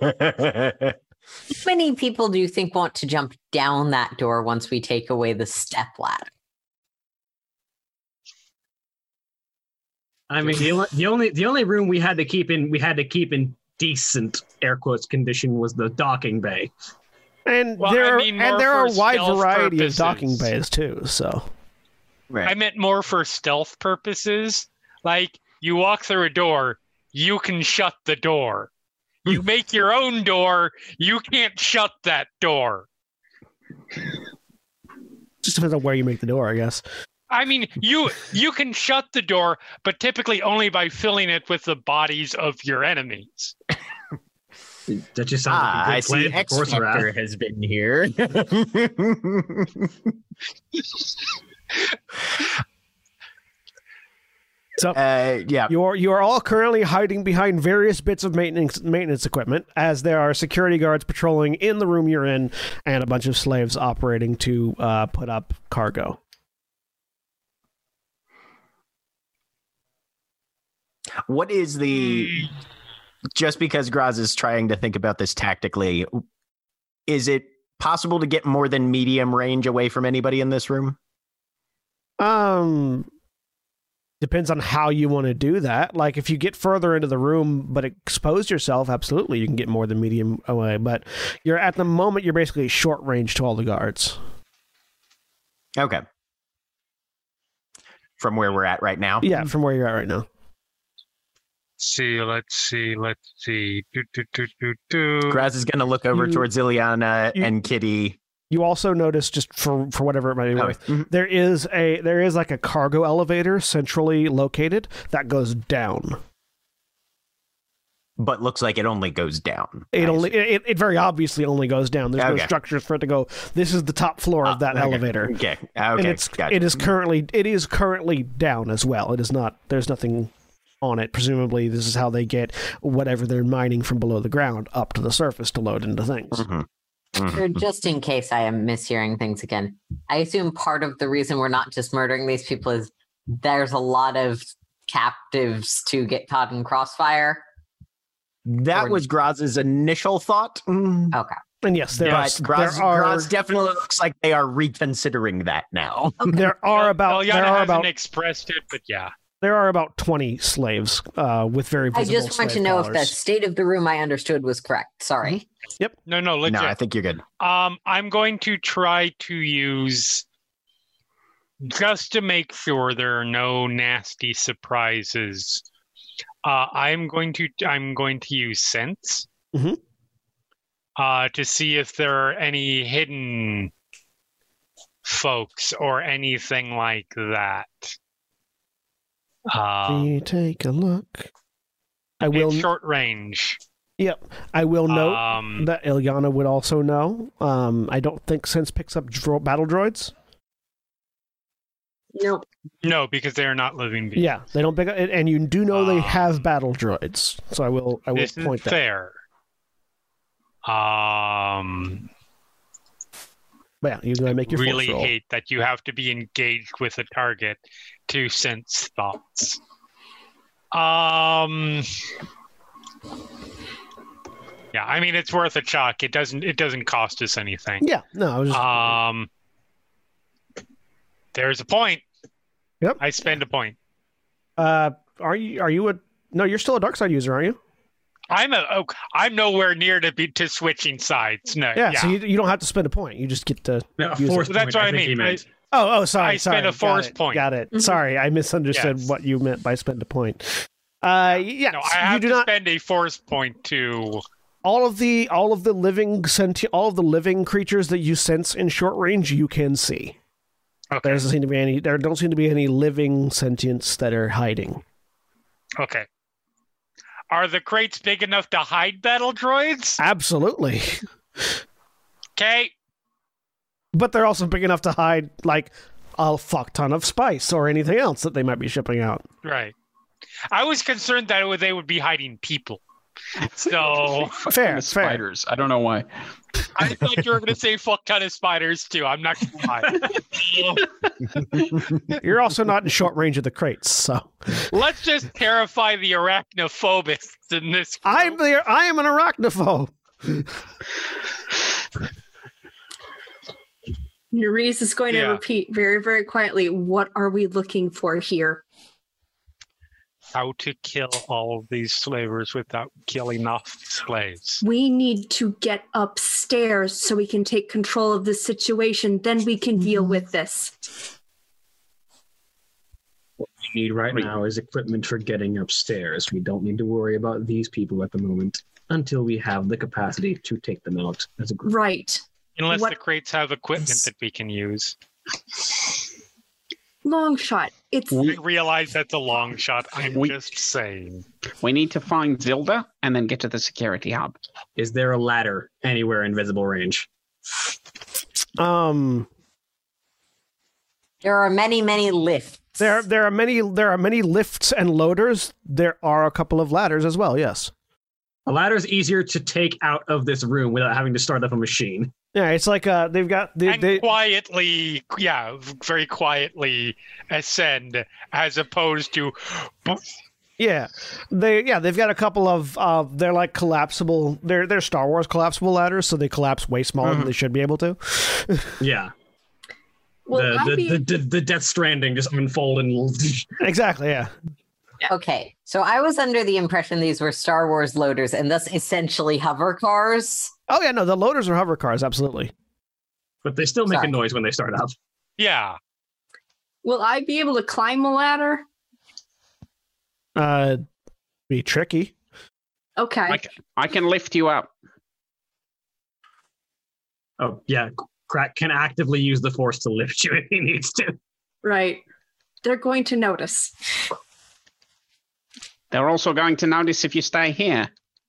Speaker 3: How many people do you think want to jump down that door once we take away the step ladder?
Speaker 5: I mean, the, only- the only the only room we had to keep in we had to keep in decent air quotes condition was the docking bay.
Speaker 1: And
Speaker 2: Well,
Speaker 1: there
Speaker 2: I
Speaker 1: are,
Speaker 2: mean more
Speaker 1: and there are
Speaker 2: for
Speaker 1: a wide
Speaker 2: stealth
Speaker 1: variety
Speaker 2: purposes.
Speaker 1: of docking bays too. So
Speaker 2: I
Speaker 7: right.
Speaker 2: meant more for stealth purposes. Like you walk through a door, you can shut the door. You make your own door, you can't shut that door.
Speaker 1: just depends on where you make the door, I guess.
Speaker 2: I mean, you you can shut the door, but typically only by filling it with the bodies of your enemies.
Speaker 5: That just sounds
Speaker 7: Ah, I
Speaker 5: like a
Speaker 7: see.
Speaker 5: good plan
Speaker 7: X
Speaker 5: for
Speaker 7: Factor
Speaker 5: Corsorath.
Speaker 7: has been here.
Speaker 1: So-
Speaker 7: uh, yeah.
Speaker 1: You are you are all currently hiding behind various bits of maintenance maintenance equipment, as there are security guards patrolling in the room you're in, and a bunch of slaves operating to uh, put up cargo.
Speaker 7: What is the just because Graz is trying to think about this tactically, is it possible to get more than medium range away from anybody in this room?
Speaker 1: Um, depends on how you want to do that. Like if you get further into the room but expose yourself, absolutely you can get more than medium away. But you're at the moment you're basically short range to all the guards.
Speaker 7: Okay. From where we're at right now.
Speaker 1: Yeah, from where you're at right now.
Speaker 2: see, let's see, let's see. Do, do, do, do, do.
Speaker 7: Graz is going to look over
Speaker 1: You-
Speaker 7: towards Ileana
Speaker 1: you-
Speaker 7: and Kitty.
Speaker 1: You also notice just for for whatever it might be
Speaker 7: Oh,
Speaker 1: worth,
Speaker 7: mhm.
Speaker 1: there is a there is like a cargo elevator centrally located that goes down.
Speaker 7: But looks like it only goes down.
Speaker 1: It
Speaker 7: I
Speaker 1: only it, it very obviously only goes down. There's no
Speaker 7: Okay.
Speaker 1: structures for it to go. This is the top floor of
Speaker 7: Ah,
Speaker 1: that
Speaker 7: okay.
Speaker 1: elevator.
Speaker 7: assume. Okay. Okay.
Speaker 1: and it's
Speaker 7: gotcha.
Speaker 1: it is currently it is currently down as well. It is not there's nothing on it. Presumably this is how they get whatever they're mining from below the ground up to the surface to load into things.
Speaker 7: Mhm.
Speaker 3: So just in case I am mishearing things again, I assume part of the reason we're not just murdering these people is there's a lot of captives to get caught in crossfire.
Speaker 7: That
Speaker 3: Or-
Speaker 7: was Graz's initial thought. Mm.
Speaker 3: Okay.
Speaker 1: And yes, there
Speaker 7: But
Speaker 1: are
Speaker 7: Graz,
Speaker 1: there are
Speaker 7: Graz definitely looks like they are reconsidering that now.
Speaker 1: there are about
Speaker 2: Eliana
Speaker 1: there are
Speaker 2: hasn't
Speaker 1: about
Speaker 2: expressed it, but yeah.
Speaker 1: there are about 20 slaves uh, with very
Speaker 3: I
Speaker 1: visible
Speaker 3: just want to
Speaker 1: slave
Speaker 3: know if the
Speaker 1: collars.
Speaker 3: state of the room I understood was correct. Sorry.
Speaker 1: Mm-hmm.
Speaker 2: No, no, legit.
Speaker 7: No, I think you're good.
Speaker 2: Um, I'm going to try to use just to make sure there are no nasty surprises. Uh, I'm going to I'm going to use sense
Speaker 1: Mhm.
Speaker 2: uh, to see if there are any hidden folks or anything like that.
Speaker 1: Let
Speaker 2: Uh,
Speaker 1: me take a look. I will
Speaker 2: in short range.
Speaker 1: I will note
Speaker 2: um,
Speaker 1: that Ilyana would also know. Um, I don't think Sense picks up dro- battle droids.
Speaker 4: Nope.
Speaker 2: no, because they are not living beings.
Speaker 1: Yeah, they don't pick up, and and you do know they have
Speaker 2: Um,
Speaker 1: battle droids. So I will I will
Speaker 2: this
Speaker 1: point
Speaker 2: is
Speaker 1: that.
Speaker 2: fair. Um,
Speaker 1: But yeah, you can go and make your
Speaker 2: really
Speaker 1: force roll.
Speaker 2: hate that you have to be engaged with a target to sense thoughts. Um Yeah, I mean it's worth a chuck. It doesn't it doesn't cost us anything.
Speaker 1: Yeah, no, I was just,
Speaker 2: Um There's a point.
Speaker 1: Yep.
Speaker 2: I spend a point.
Speaker 1: uh, are you are you a no? You're still a dark side user, aren't you?
Speaker 2: I'm a oh, I'm nowhere near to be to switching sides. No.
Speaker 1: Yeah. So you, you don't have to spend a point. You just get to.
Speaker 5: No, a
Speaker 1: Use it.
Speaker 5: force
Speaker 2: That's
Speaker 5: point,
Speaker 2: what I
Speaker 5: think he
Speaker 2: mean.
Speaker 5: meant. Mm-hmm.
Speaker 1: Oh, oh, sorry.
Speaker 2: I
Speaker 1: sorry.
Speaker 2: spend a
Speaker 1: Got
Speaker 2: force
Speaker 1: it,
Speaker 2: point.
Speaker 1: Got it.
Speaker 4: Mhm.
Speaker 1: Sorry, I misunderstood
Speaker 2: Yes.
Speaker 1: what you meant by spend a point. Uh, yeah.
Speaker 2: no,
Speaker 1: so
Speaker 2: I have
Speaker 1: you do
Speaker 2: to
Speaker 1: not.
Speaker 2: spend a force point to
Speaker 1: all of the all of the living senti- all of the living creatures that you sense in short range you can see. There
Speaker 2: Okay.
Speaker 1: doesn't seem to be any. There don't seem to be any living sentients that are hiding.
Speaker 2: Okay. Are the crates big enough to hide battle droids?
Speaker 1: Absolutely,
Speaker 2: Okay.
Speaker 1: but they're also big enough to hide like a fuck ton of spice or anything else that they might be shipping out.
Speaker 2: Right. I was concerned that it would- they would be hiding people. So
Speaker 8: Fucking
Speaker 1: Fair, fair.
Speaker 8: the spiders. I don't know why.
Speaker 2: I thought you were going to say fuck ton of spiders too. I'm not going to lie.
Speaker 1: You're also not in short range of the crates, so
Speaker 2: Let's just terrify the arachnophobics in this. group.
Speaker 1: I'm the I am an arachnophobe.
Speaker 4: Nerys is going
Speaker 2: Yeah.
Speaker 4: to repeat very, very quietly, what are we looking for here?
Speaker 2: how to kill all these slavers without killing off slaves.
Speaker 4: We need to get upstairs so we can take control of this situation. Then we can deal with this.
Speaker 5: we need right now is equipment for getting upstairs. We don't need to worry about these people at the moment until we have the capacity to take them out as a group.
Speaker 4: Right.
Speaker 2: Unless
Speaker 4: What-
Speaker 2: the crates have equipment
Speaker 6: Yes.
Speaker 2: that we can use.
Speaker 4: Long shot. It's
Speaker 2: I realize that's a long shot. I'm
Speaker 8: We-
Speaker 2: just saying.
Speaker 8: We need to find Zilda and then get to the security hub.
Speaker 5: Is there a ladder anywhere in visible range?
Speaker 1: Um,
Speaker 3: There are many, many lifts.
Speaker 1: there there are many there are many lifts and loaders. There are a couple of ladders as well. Yes.
Speaker 5: A ladder is easier to take out of this room without having to start up a machine.
Speaker 1: Yeah, it's like uh, they've got they,
Speaker 2: And
Speaker 1: they
Speaker 2: quietly, yeah, very quietly ascend as opposed to
Speaker 1: yeah they yeah they've got a couple of uh, they're like collapsible they're they're Star Wars collapsible ladders, so they collapse way smaller
Speaker 5: Mm-hmm.
Speaker 1: than they should be able to.
Speaker 5: Yeah.
Speaker 4: well,
Speaker 5: the,
Speaker 4: I'll
Speaker 5: the,
Speaker 4: be-
Speaker 5: the, the, the Death Stranding just unfold and
Speaker 1: exactly. Yeah.
Speaker 3: Okay. So I was under the impression these were Star Wars loaders and thus essentially hover cars.
Speaker 1: Oh yeah, no, the loaders are hover cars. Absolutely.
Speaker 5: but they still make
Speaker 3: Sorry.
Speaker 5: a noise when they start up.
Speaker 2: yeah.
Speaker 4: will I be able to climb a ladder?
Speaker 1: Uh, be tricky.
Speaker 4: Okay.
Speaker 8: I, c- I can lift you up.
Speaker 5: Oh yeah, Crack can actively use the force to lift you if he needs to.
Speaker 4: right. They're going to notice.
Speaker 8: They're also going to notice if you stay here.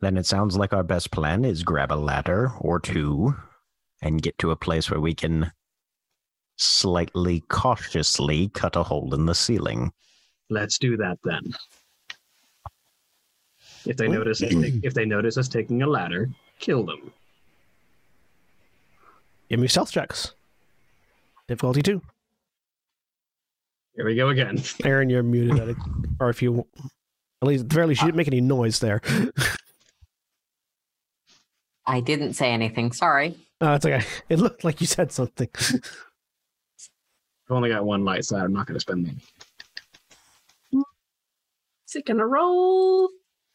Speaker 7: Then it sounds like our best plan is grab a ladder or two and get to a place where we can slightly cautiously cut a hole in the ceiling.
Speaker 5: Let's do that then. If they notice us, take- if they notice us taking a ladder, kill them.
Speaker 1: Give me stealth checks. Difficulty two.
Speaker 5: Here we go again.
Speaker 1: Aaron, you're muted. At it, or if you, at least at the very least, you didn't make any noise there.
Speaker 3: I didn't say anything. Sorry.
Speaker 1: Uh, it's okay. It looked like you said something.
Speaker 5: I've only got one light, so I'm not going to spend money.
Speaker 4: Is it going to roll?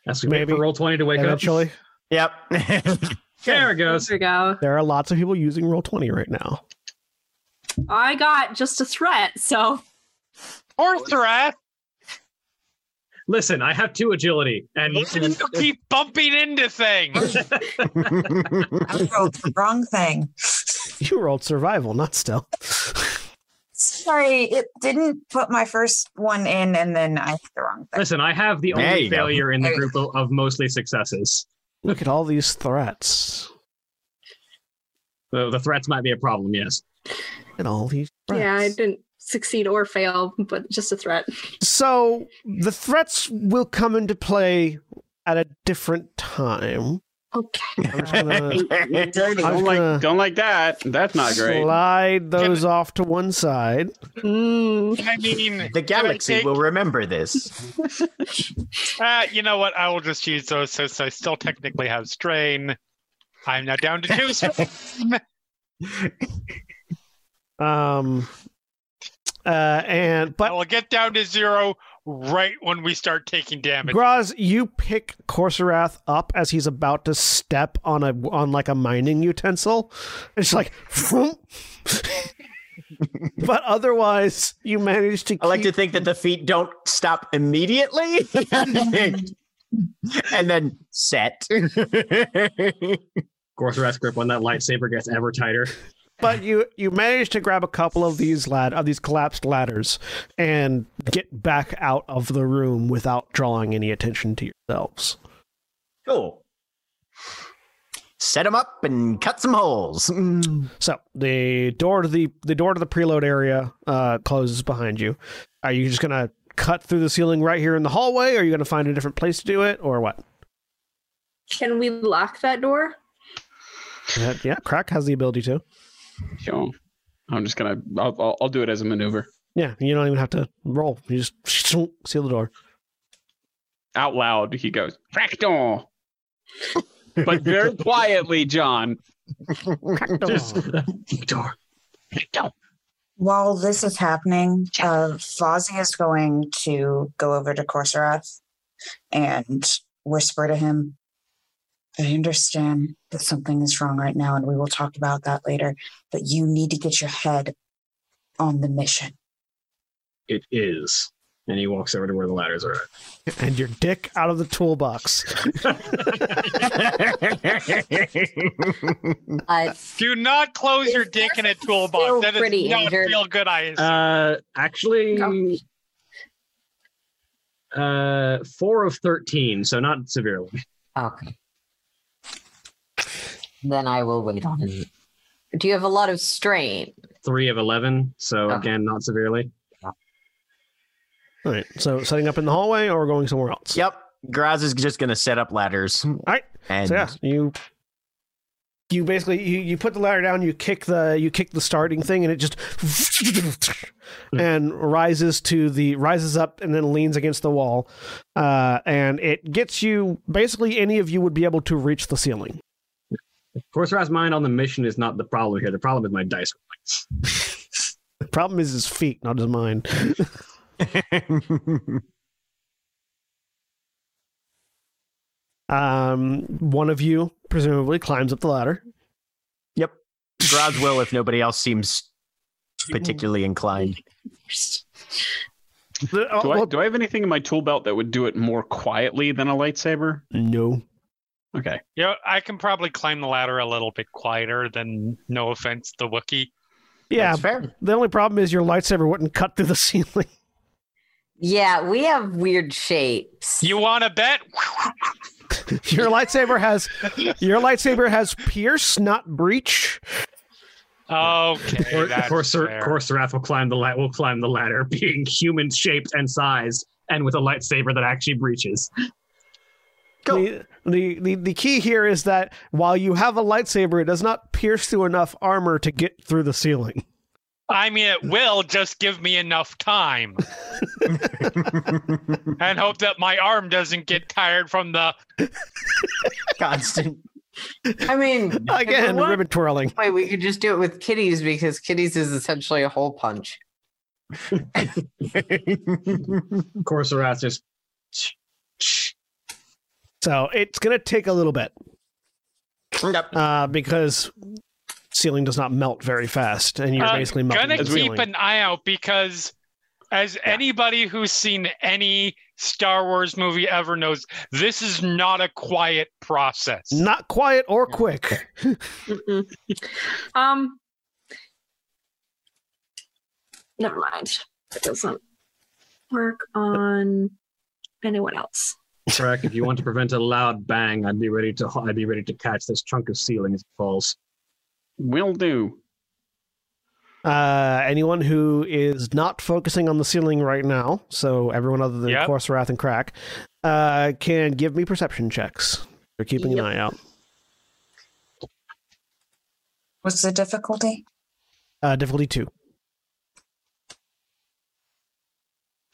Speaker 5: That's we wait
Speaker 1: Maybe.
Speaker 5: for roll twenty to wake
Speaker 1: Eventually,
Speaker 7: Yep.
Speaker 5: up. There it
Speaker 4: There
Speaker 5: goes.
Speaker 4: we go.
Speaker 1: there are lots of people using roll twenty right now.
Speaker 4: I got just a threat. So
Speaker 2: Or threat.
Speaker 5: Listen, I have two agility, and,
Speaker 2: Why do
Speaker 5: and
Speaker 2: you keep bumping into things.
Speaker 6: I rolled the wrong thing.
Speaker 1: You rolled survival, not stealth.
Speaker 6: Sorry, it didn't put my first one in, and then I hit the wrong thing.
Speaker 5: listen, I have the
Speaker 7: There
Speaker 5: only
Speaker 7: you go.
Speaker 5: failure in the
Speaker 6: There you
Speaker 5: group of, of mostly successes.
Speaker 1: Look at all these threats.
Speaker 5: The, the threats might be a problem. Yes.
Speaker 1: Look at all these threats.
Speaker 4: yeah, I didn't succeed or fail, but just a threat.
Speaker 1: So the threats will come into play at a different time.
Speaker 4: Okay.
Speaker 1: I'm just gonna, I'm
Speaker 8: Don't
Speaker 1: just gonna
Speaker 8: like, don't like that. That's not great.
Speaker 1: slide those off to one side.
Speaker 4: Mm.
Speaker 2: I mean,
Speaker 7: the galaxy will remember this.
Speaker 2: uh, you know what? I will just use those since I still technically have strain. I'm now down to two. strain.
Speaker 1: Um, uh, and
Speaker 2: I
Speaker 1: but
Speaker 2: will get down to zero right when we start taking damage.
Speaker 1: Graz, you pick Corserath up as he's about to step on a on like a mining utensil. It's like, but otherwise, you manage to.
Speaker 7: I like to
Speaker 1: keep-
Speaker 7: think that the feet don't stop immediately. and then set.
Speaker 5: Gorthrath's grip on that lightsaber gets ever tighter.
Speaker 1: But you you manage to grab a couple of these lad of these collapsed ladders and get back out of the room without drawing any attention to yourselves.
Speaker 7: cool. Set them up and cut some holes.
Speaker 1: So the door to the the door to the preload area uh, closes behind you. Are you just gonna cut through the ceiling right here in the hallway? are you gonna find a different place to do it, or what?
Speaker 4: Can we lock that door?
Speaker 1: Uh, yeah, crack has the ability to.
Speaker 8: Sure. I'm just gonna. I'll, I'll, I'll do it as a maneuver
Speaker 1: Yeah, you don't even have to roll. You just seal the door.
Speaker 8: out loud. He goes crackdoor, but very quietly, John.
Speaker 5: Just door.
Speaker 6: While this is happening, uh, Fozzie is going to go over to Corserath and whisper to him, I understand that something is wrong right now, and we will talk about that later, but you need to get your head on the mission.
Speaker 5: It is. And he walks over to where the ladders are at.
Speaker 1: and your dick out of the toolbox.
Speaker 3: Uh,
Speaker 2: Do not close
Speaker 3: Is
Speaker 2: your dick in a
Speaker 3: Garfield still
Speaker 2: toolbox. That
Speaker 3: pretty
Speaker 2: is not
Speaker 3: injured?
Speaker 2: feel good. I assume.
Speaker 5: Uh, actually,
Speaker 4: Go.
Speaker 5: uh, four of 13, so not severely.
Speaker 3: okay. Then I will wait on it. Do you have a lot of strain?
Speaker 5: Three of 11, so
Speaker 3: Okay.
Speaker 5: again, not severely.
Speaker 1: All right, so setting up in the hallway or going somewhere else.
Speaker 7: yep. Graz is just gonna set up ladders. All
Speaker 1: right.
Speaker 7: And
Speaker 1: So yeah, you you basically you, you put the ladder down, you kick the you kick the starting thing, and it just and rises to the rises up and then leans against the wall, uh, and it gets you basically any of you would be able to reach the ceiling.
Speaker 5: Corsair's mind on the mission is not the problem here. The problem is my dice.
Speaker 1: The problem is his feet, not his mind. Um, one of you presumably climbs up the ladder.
Speaker 7: Graz will if nobody else seems particularly inclined.
Speaker 1: The- oh,
Speaker 8: Do I,
Speaker 1: well,
Speaker 8: do I have anything in my tool belt that would do it more quietly than a lightsaber?
Speaker 1: no.
Speaker 8: Okay.
Speaker 2: Yeah, I can probably climb the ladder a little bit quieter than, no offense, the Wookiee.
Speaker 1: Yeah,
Speaker 7: That's fair.
Speaker 1: the only problem is your lightsaber wouldn't cut through the ceiling.
Speaker 3: Yeah, we have weird shapes.
Speaker 2: You want to bet?
Speaker 1: Your lightsaber has your lightsaber has pierce, not breach.
Speaker 2: Okay, that's fair.
Speaker 5: Corsair's will climb the la- will climb the ladder, being human shaped and sized, and with a lightsaber that actually breaches.
Speaker 7: Cool.
Speaker 1: The, the the the key here is that while you have a lightsaber, it does not pierce through enough armor to get through the ceiling.
Speaker 2: I mean, it will. Just give me enough time, and hope that my arm doesn't get tired from the.
Speaker 7: Constant.
Speaker 3: I mean,
Speaker 1: Again,
Speaker 3: what?
Speaker 1: ribbon twirling.
Speaker 3: wait, we could just do it with kitties because kitties is essentially a hole punch.
Speaker 5: Corsair's just
Speaker 1: So it's gonna take a little bit
Speaker 7: Yep.
Speaker 1: uh, because ceiling does not melt very fast, and you're
Speaker 2: I'm
Speaker 1: basically melting
Speaker 2: Uh, gonna
Speaker 1: the
Speaker 2: keep
Speaker 1: ceiling.
Speaker 2: an eye out because, as anybody who's seen any Star Wars movie ever knows, this is not a quiet process.
Speaker 1: not quiet or quick.
Speaker 4: Mm-mm. um. Never mind. It doesn't work on anyone else.
Speaker 5: Crack, if you want to prevent a loud bang, I'd be ready to I'd be ready to catch this chunk of ceiling as it falls.
Speaker 8: Will do.
Speaker 1: Uh, anyone who is not focusing on the ceiling right now, so everyone other than
Speaker 2: Yep.
Speaker 1: Course Wrath and Crack, uh, can give me perception checks. They're keeping
Speaker 4: Yep.
Speaker 1: an eye out.
Speaker 6: What's the difficulty?
Speaker 1: Uh, difficulty two.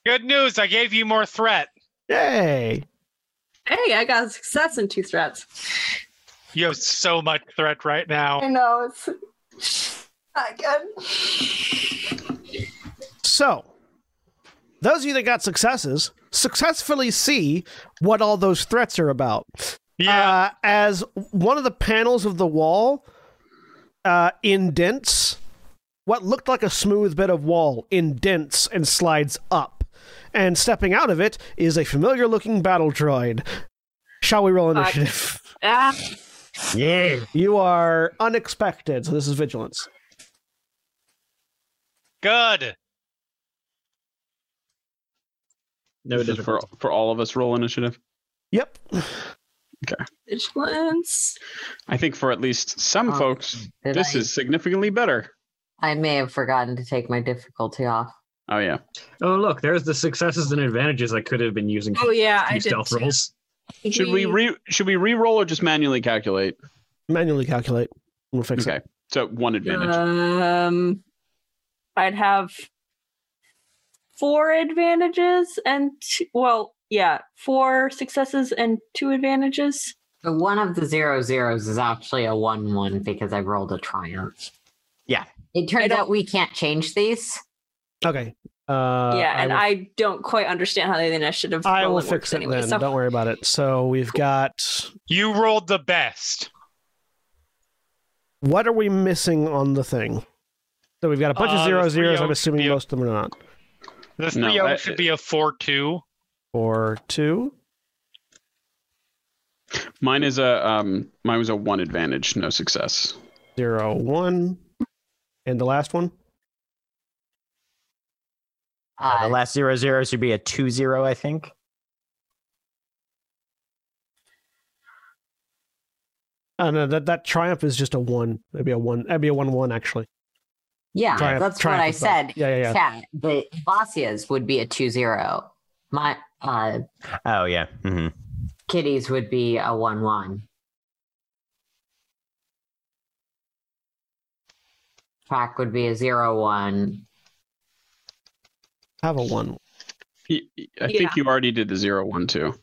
Speaker 2: Good news! I gave you more threat.
Speaker 1: Yay!
Speaker 4: Hey, I got a success in two threats.
Speaker 2: You have so much threat right now.
Speaker 4: know it's not good.
Speaker 1: So, those of you that got successes successfully see what all those threats are about.
Speaker 2: Yeah.
Speaker 1: uh, as one of the panels of the wall uh, indents what looked like a smooth bit of wall indents and slides up and stepping out of it is a familiar looking battle droid Shall we roll
Speaker 4: Fuck.
Speaker 1: initiative?
Speaker 4: Ah,
Speaker 7: Yeah.
Speaker 1: You are unexpected, so this is vigilance.
Speaker 2: Good.
Speaker 5: No
Speaker 8: this is for,
Speaker 5: difficult.
Speaker 8: for all of us roll initiative.
Speaker 1: Yep.
Speaker 4: vigilance.
Speaker 8: I think for at least some
Speaker 3: Oh,
Speaker 8: folks,
Speaker 3: Did
Speaker 8: this
Speaker 3: I,
Speaker 8: is significantly better.
Speaker 3: I may have forgotten to take my difficulty off.
Speaker 8: Oh yeah.
Speaker 5: Oh, look, there's the successes and advantages I could have been using
Speaker 4: Oh
Speaker 5: for
Speaker 4: yeah, I
Speaker 5: these
Speaker 4: did.
Speaker 5: stealth
Speaker 4: too.
Speaker 5: rolls.
Speaker 8: Should we re should we re-roll or just manually calculate?
Speaker 1: Manually calculate. We'll fix it.
Speaker 8: Okay. So one advantage.
Speaker 3: Uh,
Speaker 4: Um, I'd have four advantages and two, well, yeah, four successes and two advantages.
Speaker 3: So one of the zero zeros is actually a one one because I rolled a triumph.
Speaker 7: Yeah.
Speaker 3: It
Speaker 4: I
Speaker 3: turns
Speaker 4: don't-
Speaker 3: out we can't change these.
Speaker 1: Okay. Uh,
Speaker 4: yeah, and
Speaker 1: will-
Speaker 4: I, don't quite understand how the initiative.
Speaker 1: I
Speaker 4: roll
Speaker 1: will
Speaker 4: works
Speaker 1: fix it
Speaker 4: anyway,
Speaker 1: then.
Speaker 4: so-
Speaker 1: Don't worry about it. So we've got
Speaker 2: You rolled the best.
Speaker 1: what are we missing on the thing? So we've got a bunch
Speaker 2: Uh,
Speaker 1: of zero
Speaker 2: the three
Speaker 1: zeros. I'm
Speaker 2: oak
Speaker 1: assuming
Speaker 2: should be a-
Speaker 1: most of them are not.
Speaker 2: The
Speaker 8: No,
Speaker 2: 3
Speaker 8: that-
Speaker 2: should be a 4 2.
Speaker 1: Four, two.
Speaker 8: Mine is a um mine was a one advantage, no success.
Speaker 1: zero one and the last one
Speaker 7: Uh, the
Speaker 3: Uh,
Speaker 7: last zero zero should be a two zero, I think.
Speaker 1: oh no that that triumph is just a one that'd be a one that'd be a one one actually
Speaker 3: yeah,
Speaker 1: triumph,
Speaker 3: that's
Speaker 1: triumph
Speaker 3: what I
Speaker 1: is both.
Speaker 3: said.
Speaker 1: yeah yeah yeah
Speaker 3: Chat, the Vasia's would be a two zero. My uh,
Speaker 7: Oh yeah. hmm
Speaker 3: kitties would be a one one. Track would be a zero one.
Speaker 1: have a one
Speaker 8: Y- y- I
Speaker 4: Yeah.
Speaker 8: think you already did the zero one two.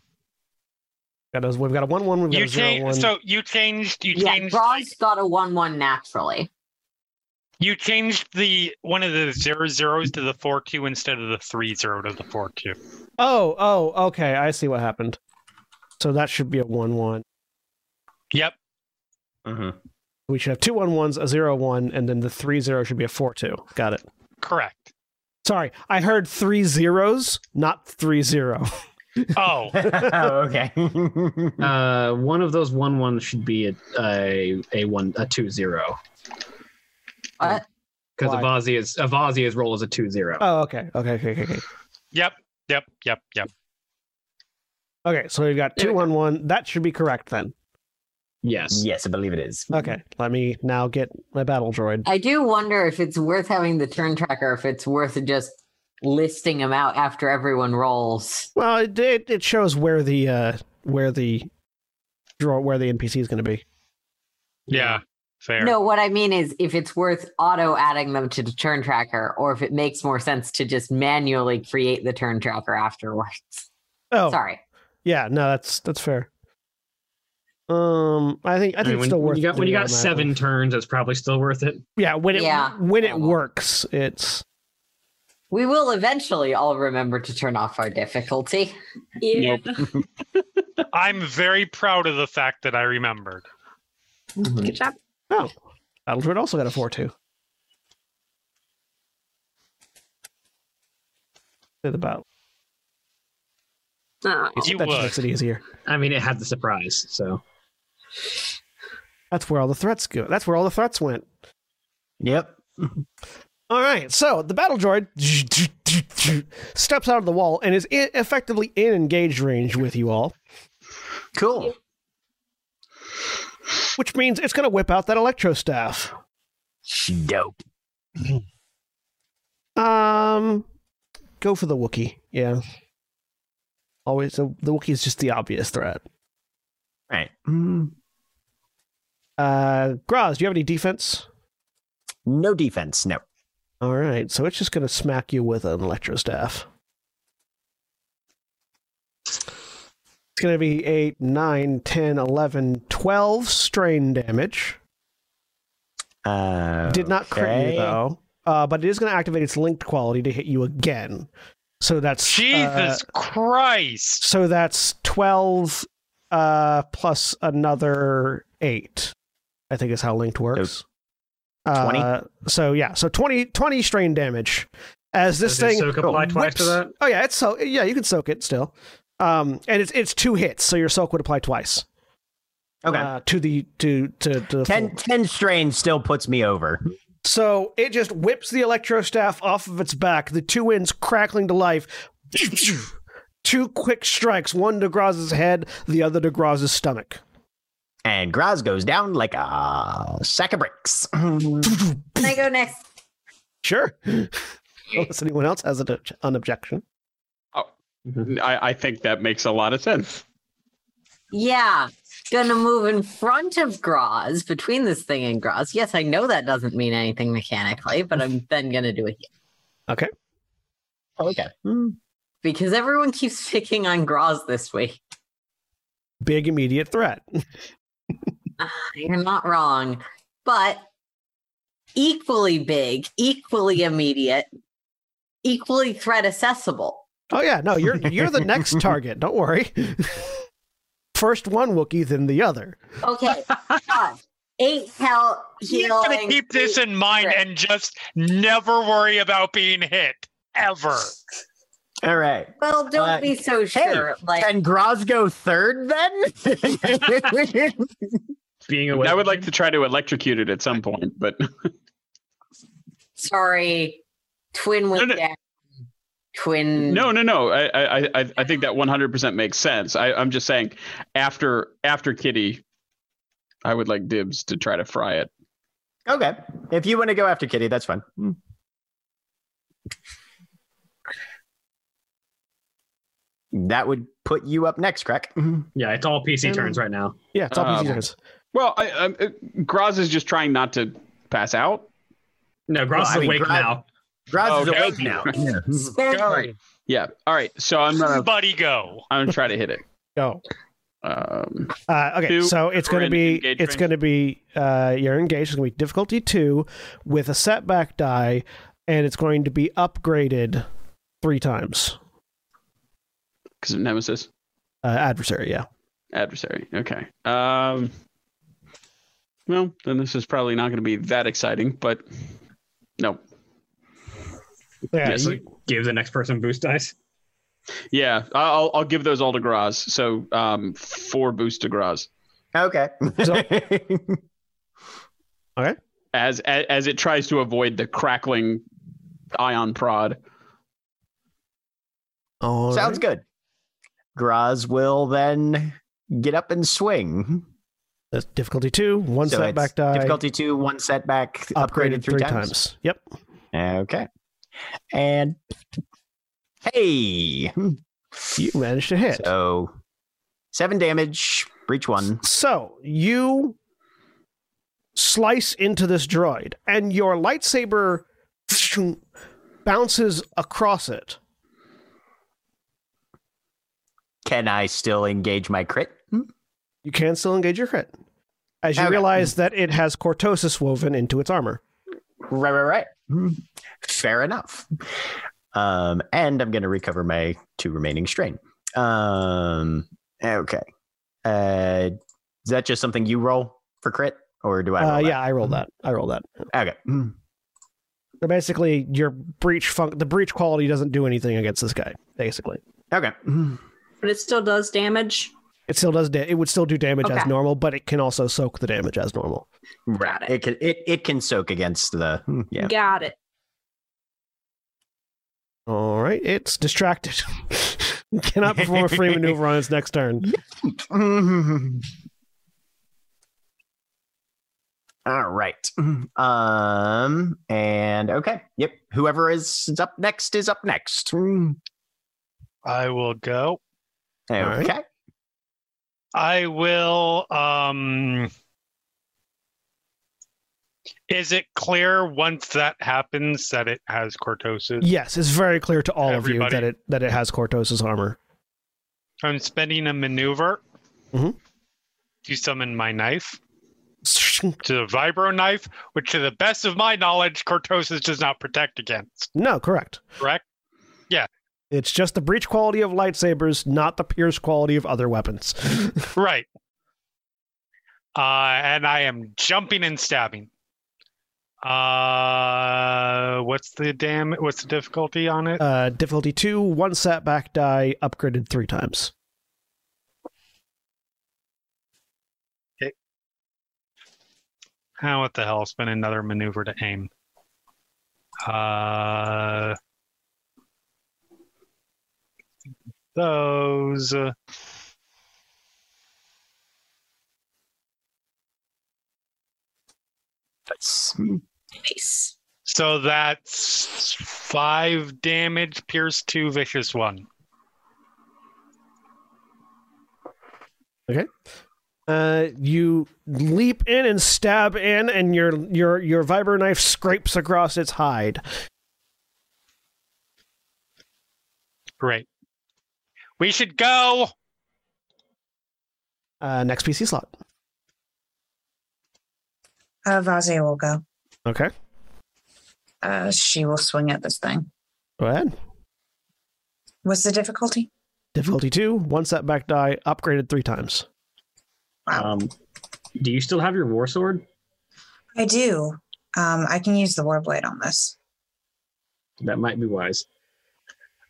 Speaker 1: Got a- we've got a one one we've got
Speaker 2: You
Speaker 1: a zero one
Speaker 2: changed. So you changed. You
Speaker 3: Yeah,
Speaker 2: changed.
Speaker 3: Bronze got a one one naturally.
Speaker 2: You changed the one of the zero zeros to the four two instead of the three zero to the four two.
Speaker 1: oh oh okay i see what happened so that should be a one one
Speaker 2: Yep.
Speaker 7: hmm
Speaker 1: we should have two one ones a zero one and then the three zero should be a four two got it
Speaker 2: Correct.
Speaker 1: sorry i heard three zeros not three zero
Speaker 2: Oh,
Speaker 7: okay.
Speaker 5: Uh, one of those one one should be a a, a one a two zero.
Speaker 3: What?
Speaker 5: Because
Speaker 1: Why?
Speaker 5: Avazia's Avazia's roll is a two zero.
Speaker 1: oh okay okay okay okay, okay.
Speaker 2: yep, yep, yep, yep.
Speaker 1: okay so we've got
Speaker 4: There
Speaker 1: two
Speaker 4: we go.
Speaker 1: one one that should be correct then
Speaker 5: yes.
Speaker 7: yes, I believe it is.
Speaker 1: okay let me now get my battle droid
Speaker 3: I do wonder if it's worth having the turn tracker, if it's worth just listing them out after everyone rolls.
Speaker 1: Well, it it, it shows where the uh, where the draw where the NPC is going to be.
Speaker 2: Yeah, fair.
Speaker 3: No, what I mean is if it's worth auto adding them to the turn tracker, or if it makes more sense to just manually create the turn tracker afterwards.
Speaker 1: Oh,
Speaker 3: Sorry.
Speaker 1: yeah, no, that's that's fair. Um, I think I
Speaker 5: I
Speaker 1: think
Speaker 5: mean,
Speaker 1: it's
Speaker 5: when,
Speaker 1: still
Speaker 5: when
Speaker 1: worth.
Speaker 5: you got when
Speaker 1: doing
Speaker 5: you got
Speaker 1: automatically.
Speaker 5: seven turns, it's probably still worth it.
Speaker 1: Yeah, when it
Speaker 3: Yeah.
Speaker 1: when it
Speaker 3: Yeah.
Speaker 1: works, it's
Speaker 3: We will eventually all remember to turn off our difficulty.
Speaker 4: Yeah.
Speaker 2: I'm very proud of the fact that I remembered.
Speaker 4: Good job.
Speaker 1: oh, battle droid also got a four two. To the battle.
Speaker 4: Oh,
Speaker 2: You
Speaker 1: that just
Speaker 2: would.
Speaker 1: makes it easier.
Speaker 5: I mean, it had the surprise, so
Speaker 1: That's where all the threats go. That's where all the threats went.
Speaker 7: Yep.
Speaker 1: All right, so the battle droid steps out of the wall and is in, effectively in engaged range with you all,
Speaker 7: Cool.
Speaker 1: which means it's going to whip out that electro staff.
Speaker 7: Dope.
Speaker 1: Um, go for the Wookiee. Yeah, always the, the Wookiee is just the obvious threat.
Speaker 7: Right. Mm.
Speaker 1: Uh, Graz, do you have any defense?
Speaker 7: No defense. No.
Speaker 1: All right, so it's just going to smack you with an electro staff. It's going to be 8, 9, 10, 11, 12 strain damage.
Speaker 7: Uh,
Speaker 1: Did not crit
Speaker 7: okay.
Speaker 1: you though. Uh, but it is going to activate its linked quality to hit you again. So that's uh,
Speaker 2: Jesus Christ!
Speaker 1: so that's twelve uh, plus another eight. I think is how linked works.
Speaker 7: 20?
Speaker 1: Uh, so yeah, so 20, 20 strain damage. As this
Speaker 5: Does
Speaker 1: thing
Speaker 5: it soak apply twice to
Speaker 1: whips-
Speaker 5: that.
Speaker 1: Oh yeah, it's so yeah. You can soak it still. Um, and it's it's two hits, so your soak would apply twice.
Speaker 7: Okay.
Speaker 1: Uh, to the to to to the
Speaker 7: Ten,
Speaker 1: full.
Speaker 7: ten strain still puts me over.
Speaker 1: So it just whips the electro staff off of its back, the two ends crackling to life. two quick strikes, one to Graz's head, the other to Graz's stomach.
Speaker 7: And Graz goes down like a sack of bricks.
Speaker 3: Can I go next?
Speaker 1: Sure. Unless anyone else has an, an objection.
Speaker 8: Mm-hmm. I, I think that makes a lot of sense.
Speaker 3: Yeah. Gonna move in front of Graz between this thing and Graz. Yes, I know that doesn't mean anything mechanically, but I'm then gonna do it
Speaker 7: okay.
Speaker 1: Hmm.
Speaker 3: because everyone keeps picking on Graz this week.
Speaker 1: Big immediate threat.
Speaker 3: Ah, You're not wrong, but equally big, equally immediate, equally threat accessible.
Speaker 1: Oh yeah, no, you're you're the next target. Don't worry. First one Wookiee, then the other.
Speaker 3: Okay, God. eight hell
Speaker 2: He's gonna
Speaker 3: healing.
Speaker 2: keep this in mind
Speaker 3: Great.
Speaker 2: and just never worry about being hit ever.
Speaker 7: All right.
Speaker 3: Well, don't
Speaker 7: Uh,
Speaker 3: be so sure. like
Speaker 7: Can Graz go third then?
Speaker 5: Being away.
Speaker 8: I would like to try to electrocute it at some point, but
Speaker 3: Sorry, twin went
Speaker 8: no.
Speaker 3: down. Twin.
Speaker 8: no, no, no. I, I, I- I, I think that 100% makes sense. I, I'm just saying, after, after Kitty, I would like dibs to try to fry it.
Speaker 7: okay. If you want to go after Kitty, that's fine. Hmm. That would put you up next, Crack. Mm-hmm.
Speaker 5: Yeah, it's all PC turns right now.
Speaker 1: Yeah, it's all
Speaker 8: Um,
Speaker 1: PC turns.
Speaker 8: Well, I, I, Graz is just trying not to pass out.
Speaker 5: No, Gross
Speaker 7: Well, I
Speaker 5: is
Speaker 7: mean,
Speaker 5: awake
Speaker 7: Graz-
Speaker 5: now.
Speaker 7: Graz is
Speaker 8: Okay.
Speaker 7: awake now.
Speaker 3: Spare
Speaker 2: Go.
Speaker 8: Yeah. All right. So I'm gonna,
Speaker 2: Buddy, go.
Speaker 8: I'm gonna try to hit it.
Speaker 1: Go.
Speaker 8: Um,
Speaker 1: Uh, okay,
Speaker 8: Two,
Speaker 1: so it's
Speaker 8: we're
Speaker 1: going to
Speaker 8: in
Speaker 1: be
Speaker 8: engage
Speaker 1: it's
Speaker 8: range.
Speaker 1: going to be uh, you're engaged. It's going to be difficulty two with a setback die, and it's going to be upgraded three times.
Speaker 8: because of Nemesis
Speaker 1: Uh, adversary, yeah.
Speaker 8: adversary. Okay. Um. Well, then this is probably not gonna be that exciting, but no.
Speaker 1: Yeah,
Speaker 5: Yeah, so
Speaker 1: you-
Speaker 5: give the next person boost dice.
Speaker 8: Yeah, I'll I'll give those all to Graz. So um, four boost to Graz.
Speaker 7: Okay.
Speaker 8: as as, as it tries to avoid the crackling ion prod.
Speaker 1: all
Speaker 7: Sounds
Speaker 1: right.
Speaker 7: good. Graz will then get up and swing.
Speaker 1: That's difficulty two, one
Speaker 7: So it's
Speaker 1: setback die,
Speaker 7: Difficulty two, one setback, upgraded, three, times.
Speaker 1: Yep.
Speaker 7: Okay. And hey.
Speaker 1: You managed to hit.
Speaker 7: So seven damage, breach one.
Speaker 1: So you slice into this droid, and your lightsaber bounces across it.
Speaker 7: Can I still engage my crit?
Speaker 1: You can still engage your crit. As you
Speaker 7: Okay.
Speaker 1: realize that it has cortosis woven into its armor.
Speaker 7: Right, right, right. Fair enough. Um, and I'm going to recover my two remaining strain. Um, okay. Uh, is that just something you roll for crit, or do I? Roll
Speaker 1: Uh,
Speaker 7: that?
Speaker 1: yeah, I rolled that. I rolled that.
Speaker 7: Okay. Mm.
Speaker 1: So basically, your breach fun- the breach quality doesn't do anything against this guy. Basically,
Speaker 7: Okay. Mm.
Speaker 4: but it still does damage.
Speaker 1: it still does. Da- it would still do damage as
Speaker 4: Okay.
Speaker 1: normal, but it can also soak the damage as normal.
Speaker 7: Right.
Speaker 4: it.
Speaker 7: It can it, it can soak against the
Speaker 1: Hmm.
Speaker 7: mm, yeah.
Speaker 4: Got it.
Speaker 1: All right, it's distracted. Cannot perform a free maneuver on its next turn.
Speaker 7: Mhm. All right. Um and okay. Yep. Whoever is is up next is up next. Mm.
Speaker 2: I will go.
Speaker 7: Okay.
Speaker 1: Hmm. All right.
Speaker 2: I will um Is it clear once that happens that it has cortosis?
Speaker 1: Yes, it's very clear to all of
Speaker 2: Everybody.
Speaker 1: you that it that it has Cortosis armor.
Speaker 2: I'm spending a maneuver
Speaker 1: Mhm.
Speaker 2: to summon my knife. To the vibro knife, which to the best of my knowledge, cortosis does not protect against.
Speaker 1: No, correct.
Speaker 2: Correct? Yeah.
Speaker 1: It's just the breach quality of lightsabers, not the pierce quality of other weapons.
Speaker 2: Right. Uh, and I am jumping and stabbing. Uh, what's the damn? What's the difficulty on it?
Speaker 1: Uh, difficulty two, one setback die, upgraded three times.
Speaker 2: Ah, what the hell? It's been another maneuver to aim. Uh, those. uh,
Speaker 7: That's
Speaker 3: Nice.
Speaker 2: So that's five damage, pierce two, vicious one.
Speaker 1: Uh, you leap in and stab in, and your your your vibro knife scrapes across its hide.
Speaker 2: Great. We should go.
Speaker 1: Uh, next PC slot.
Speaker 6: Uh, Vazia will go.
Speaker 1: Okay,
Speaker 6: Uh, she will swing at this thing.
Speaker 1: go ahead.
Speaker 6: What's the difficulty?
Speaker 1: Difficulty two, one setback die, upgraded three times.
Speaker 5: Um, do you still have your war sword?
Speaker 6: I do. Um, I can use the warblade on this.
Speaker 5: That might be wise.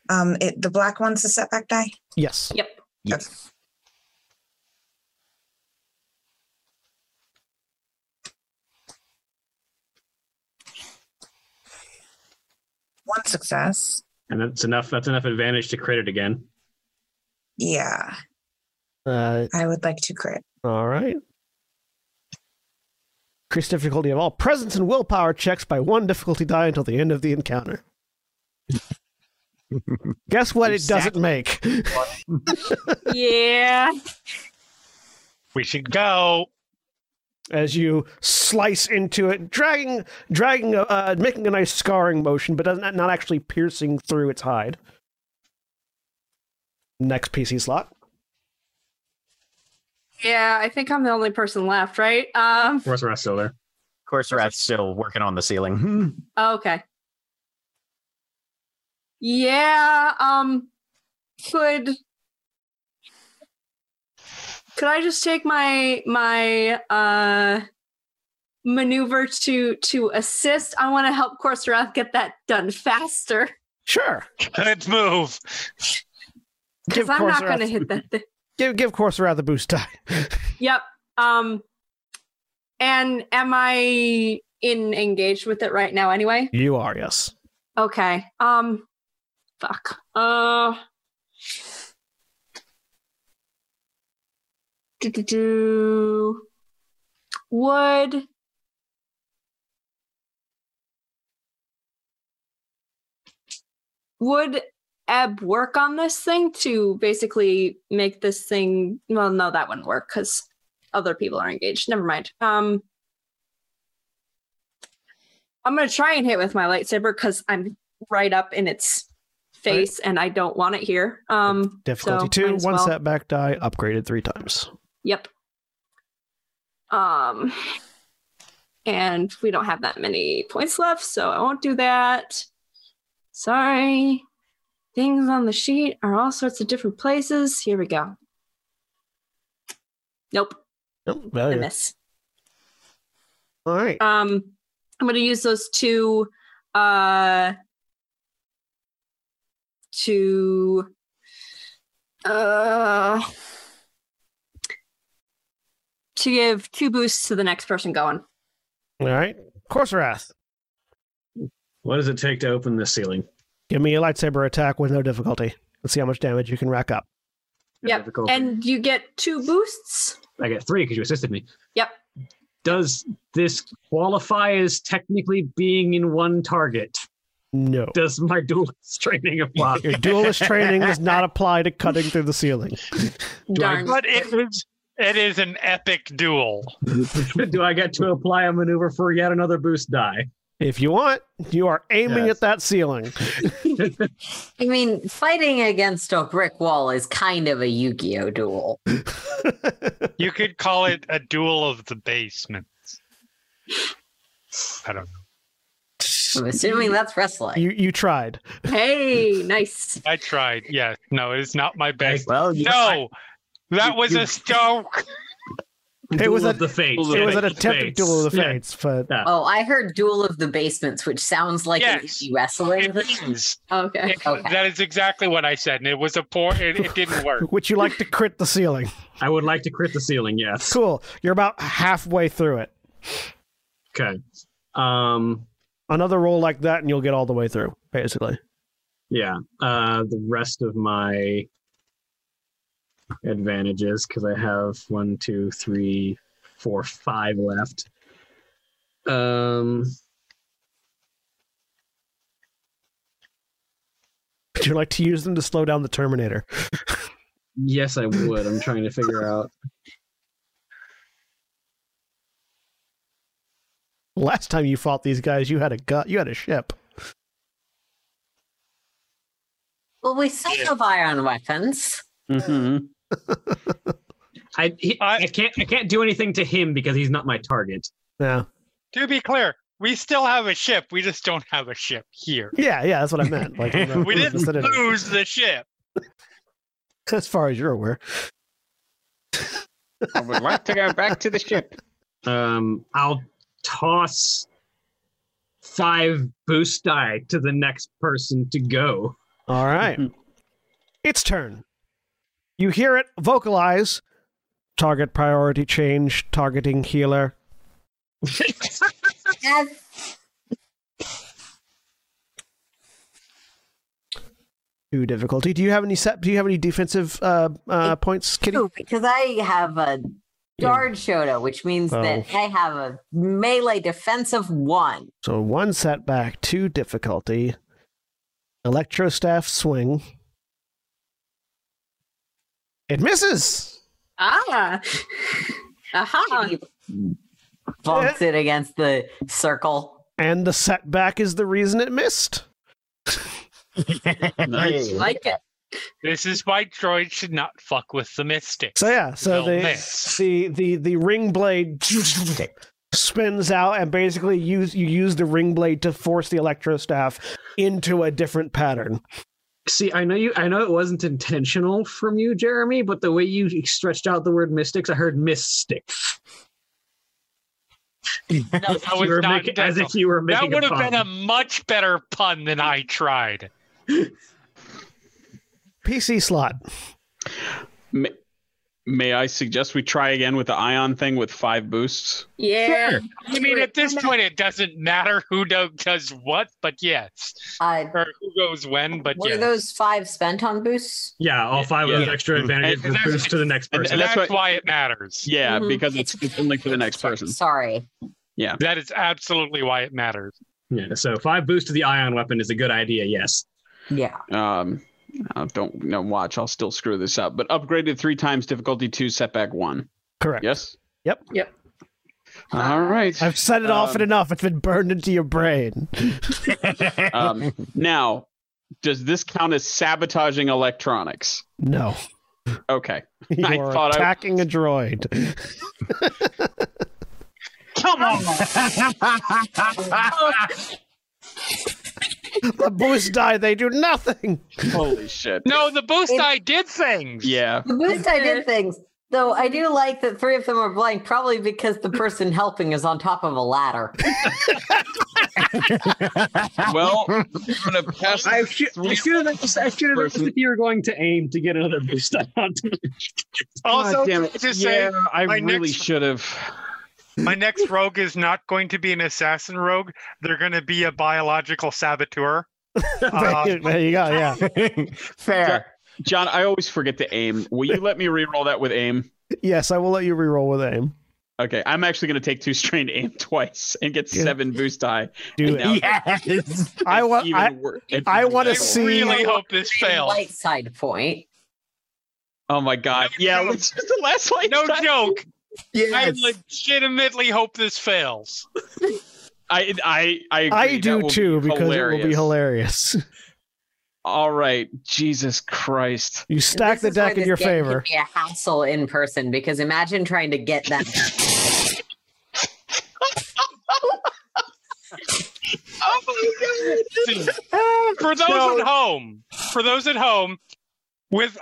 Speaker 6: Um, it, the black one's the setback die.
Speaker 1: Yes.
Speaker 4: Yep.
Speaker 7: yes.
Speaker 6: One success.
Speaker 5: And that's enough. That's enough advantage to crit it again.
Speaker 6: Yeah,
Speaker 1: Uh,
Speaker 6: I would like to crit.
Speaker 1: all right. Increase difficulty of all presence and willpower checks by one difficulty die until the end of the encounter. Guess what? It doesn't make.
Speaker 4: Yeah.
Speaker 2: We should go.
Speaker 1: as you slice into it, dragging, dragging, uh, making a nice scarring motion, but doesn't not actually piercing through its hide. Next PC slot.
Speaker 4: Yeah, I think I'm the only person left, right? Um
Speaker 5: Where's the rest still there?
Speaker 7: Of course, Rat's still working on the ceiling. Hmm.
Speaker 4: oh, okay. Yeah, um could could I just take my my uh maneuver to to assist? I want to help Corserath get that done faster.
Speaker 1: Sure.
Speaker 2: Let's move.
Speaker 1: Give
Speaker 4: Because I'm not
Speaker 1: Corsair-
Speaker 4: gonna hit that thing.
Speaker 1: Give give Corsair the boost die.
Speaker 4: Yep. Um and am I in engaged with it right now anyway?
Speaker 1: You are yes.
Speaker 4: Okay. Um fuck. Uh do, do, do. Would would Ebb work on this thing to basically make this thing well no that wouldn't work because other people are engaged. Never mind. Um I'm gonna try and hit with my lightsaber because I'm right up in its face and I don't want it here. Um
Speaker 1: Difficulty
Speaker 4: so
Speaker 1: two,
Speaker 4: might as
Speaker 1: one
Speaker 4: well.
Speaker 1: setback die, upgraded three times.
Speaker 4: Yep. Um, and we don't have that many points left, so I won't do that. Sorry. Things on the sheet are all sorts of different places. Here we go. Nope,
Speaker 1: Nope,
Speaker 4: I
Speaker 1: value.
Speaker 4: miss.
Speaker 1: All right.
Speaker 4: Um, I'm going to use those two uh, to uh, to give two boosts to the next person going.
Speaker 1: All right. Corsairath,
Speaker 5: What does it take to open this ceiling?
Speaker 1: give me a lightsaber attack with no difficulty. Let's see how much damage you can rack up.
Speaker 4: Yep,
Speaker 5: Difficulty.
Speaker 4: And you get two boosts.
Speaker 5: I get three because you assisted me.
Speaker 4: Yep.
Speaker 5: Does this qualify as technically being in one target?
Speaker 1: No.
Speaker 5: Does my duelist training apply?
Speaker 1: Your duelist training does not apply to cutting through the ceiling.
Speaker 4: Darn.
Speaker 2: But it is it is an epic duel.
Speaker 5: Do I get to apply a maneuver for yet another boost die?
Speaker 1: If you want, you are aiming
Speaker 5: Yes.
Speaker 1: at that ceiling.
Speaker 3: I mean, fighting against a brick wall is kind of a Yu-Gi-Oh duel.
Speaker 2: You could call it a duel of the basements. I don't know.
Speaker 3: I'm assuming that's wrestling.
Speaker 1: you you tried.
Speaker 4: hey, nice.
Speaker 2: I tried. Yeah. No, it's not my best.
Speaker 7: Well, you,
Speaker 2: No. That was a stoke.
Speaker 1: It was
Speaker 5: Duel
Speaker 1: a-
Speaker 5: of the fates.
Speaker 1: It was an
Speaker 5: Yeah.
Speaker 1: attempted duel of the
Speaker 5: Yeah.
Speaker 1: fates, but
Speaker 3: Oh, I heard Duel of the Basements, which sounds like an
Speaker 2: Yes.
Speaker 3: indie wrestling.
Speaker 2: It is.
Speaker 4: Okay.
Speaker 2: It-
Speaker 3: Okay.
Speaker 2: That is exactly what I said, and it was a poor. It, it didn't work.
Speaker 1: which you like to crit the ceiling.
Speaker 5: I would like to crit the ceiling, yes.
Speaker 1: Cool. You're about halfway through it.
Speaker 5: Okay. Um,
Speaker 1: Another roll like that, and you'll get all the way through, basically.
Speaker 5: yeah. Uh, the rest of my advantages, because I have one, two, three, four, five left. Um,
Speaker 1: Would you like to use them to slow down the Terminator?
Speaker 5: yes, I would. I'm trying to figure out.
Speaker 1: Last time you fought these guys, you had a gut, you had a ship.
Speaker 3: Well, we still have iron weapons.
Speaker 8: Mm-hmm.
Speaker 5: I, he,
Speaker 2: I-
Speaker 5: I can't I can't do anything to him because he's not my target.
Speaker 1: Yeah,
Speaker 2: To be clear, we still have a ship. We just don't have a ship here.
Speaker 1: yeah, yeah. That's what I meant. Like in the-
Speaker 2: We
Speaker 1: in the
Speaker 2: didn't
Speaker 1: vicinity.
Speaker 2: lose the ship.
Speaker 1: as far as you're aware.
Speaker 8: I would like to go back to the ship.
Speaker 5: Um, I'll toss five boost die to the next person to go.
Speaker 1: All right. Its turn. You hear it vocalize. Target priority change, targeting healer. Two difficulty. Do you have any set? Do you have any defensive uh, uh, points, Kitty?
Speaker 3: Ooh, because I have a guard shoto, which means that
Speaker 2: Oh.
Speaker 3: I have a melee defensive one.
Speaker 1: So one setback, two difficulty. Electro staff swing. It misses.
Speaker 4: Ah. Aha.
Speaker 3: Bumps it against the circle.
Speaker 1: And the setback is the reason it missed.
Speaker 8: Nice.
Speaker 4: Like it.
Speaker 2: This is why droids should not fuck with the mystics.
Speaker 1: So yeah, so
Speaker 2: They'll
Speaker 1: the,
Speaker 2: miss.
Speaker 1: the the the ring blade spins out and basically use you use the ring blade to force the electro staff into a different pattern.
Speaker 5: See, I know you. I know it wasn't intentional from you, Jeremy, but the way you stretched out the word mystics, I heard mystics.
Speaker 2: No, that
Speaker 5: You
Speaker 2: was
Speaker 5: were
Speaker 2: not
Speaker 5: making- as
Speaker 2: intentional.
Speaker 5: if you were
Speaker 2: That
Speaker 5: making.
Speaker 2: would
Speaker 5: a
Speaker 2: have been a
Speaker 5: pun.
Speaker 2: much better pun than I tried.
Speaker 1: PC slot.
Speaker 8: May, may I suggest we try again with the ion thing with five boosts?
Speaker 4: Yeah.
Speaker 2: I mean, at this point, it doesn't matter who do- does what, but yes,
Speaker 3: Uh,
Speaker 2: or who goes when, but
Speaker 3: were
Speaker 2: yes.
Speaker 3: those five spent on boosts?
Speaker 5: Yeah, all five of those
Speaker 8: Yeah.
Speaker 5: extra advantages
Speaker 8: And-
Speaker 5: with boost to the next
Speaker 8: and-
Speaker 5: person.
Speaker 2: and that's,
Speaker 8: that's what-
Speaker 2: why it matters.
Speaker 8: Yeah,
Speaker 4: Mhm.
Speaker 8: because it's, it's only for the next person.
Speaker 3: Sorry.
Speaker 2: That is absolutely why it matters.
Speaker 5: yeah, so five boost to the ion weapon is a good idea. Yes.
Speaker 3: Yeah.
Speaker 8: Um, I don't no watch. I'll still screw this up. But upgraded three times, difficulty two, setback one.
Speaker 1: Correct.
Speaker 8: Yes.
Speaker 1: Yep.
Speaker 4: Yep.
Speaker 8: All right.
Speaker 1: I've said it often
Speaker 8: Um,
Speaker 1: enough. It's been burned into your brain.
Speaker 8: Um, now, does this count as sabotaging electronics?
Speaker 1: No.
Speaker 8: Okay. I
Speaker 1: You're
Speaker 8: thought I-
Speaker 1: attacking a droid.
Speaker 8: Come on.
Speaker 1: the boost die, they do nothing.
Speaker 8: Holy shit.
Speaker 2: No, the boost
Speaker 3: It-
Speaker 2: I did things.
Speaker 8: Yeah.
Speaker 3: The boost I did things. Though I do like that three of them are blank, probably because the person helping is on top of a ladder.
Speaker 8: Well, I'm gonna pass.
Speaker 5: I should, I
Speaker 8: Three
Speaker 5: should have. I should have
Speaker 8: person.
Speaker 5: noticed if you were going to aim to get another boost on.
Speaker 2: Also,
Speaker 8: God damn it.
Speaker 2: just
Speaker 8: yeah,
Speaker 2: say
Speaker 8: I
Speaker 2: my
Speaker 8: really
Speaker 2: next-
Speaker 8: should have.
Speaker 2: my next rogue is not going to be an assassin rogue. They're going to be a biological saboteur. Uh,
Speaker 1: there you go. Yeah.
Speaker 7: Fair.
Speaker 8: John, I always forget to aim. Will you let me re-roll that with aim?
Speaker 1: Yes, I will let you reroll with aim.
Speaker 8: Okay, I'm actually going to take two strained aim twice and get
Speaker 1: Yeah.
Speaker 8: seven boost die.
Speaker 1: Do it.
Speaker 8: Now-
Speaker 7: Yes.
Speaker 1: I
Speaker 8: It's
Speaker 1: want.
Speaker 8: even
Speaker 1: I,
Speaker 8: wor- it's
Speaker 1: I
Speaker 8: even
Speaker 1: wanna
Speaker 8: worse.
Speaker 1: see-
Speaker 2: really hope this fails.
Speaker 3: Light side point.
Speaker 8: Oh my god! Yeah,
Speaker 2: joke.
Speaker 8: let's just the last light.
Speaker 2: No
Speaker 8: die.
Speaker 2: joke. I
Speaker 7: Yes.
Speaker 2: legitimately hope this fails.
Speaker 8: I I I, agree.
Speaker 1: I
Speaker 8: That
Speaker 1: do
Speaker 8: will be
Speaker 1: too because it will be hilarious.
Speaker 8: All right, Jesus Christ!
Speaker 1: You stack the
Speaker 3: This is why
Speaker 1: deck in
Speaker 3: this
Speaker 1: your
Speaker 3: game can
Speaker 1: favor.
Speaker 3: Be a hassle in person because imagine trying to get them.
Speaker 8: Oh my
Speaker 2: See, for those at home, for those at home, with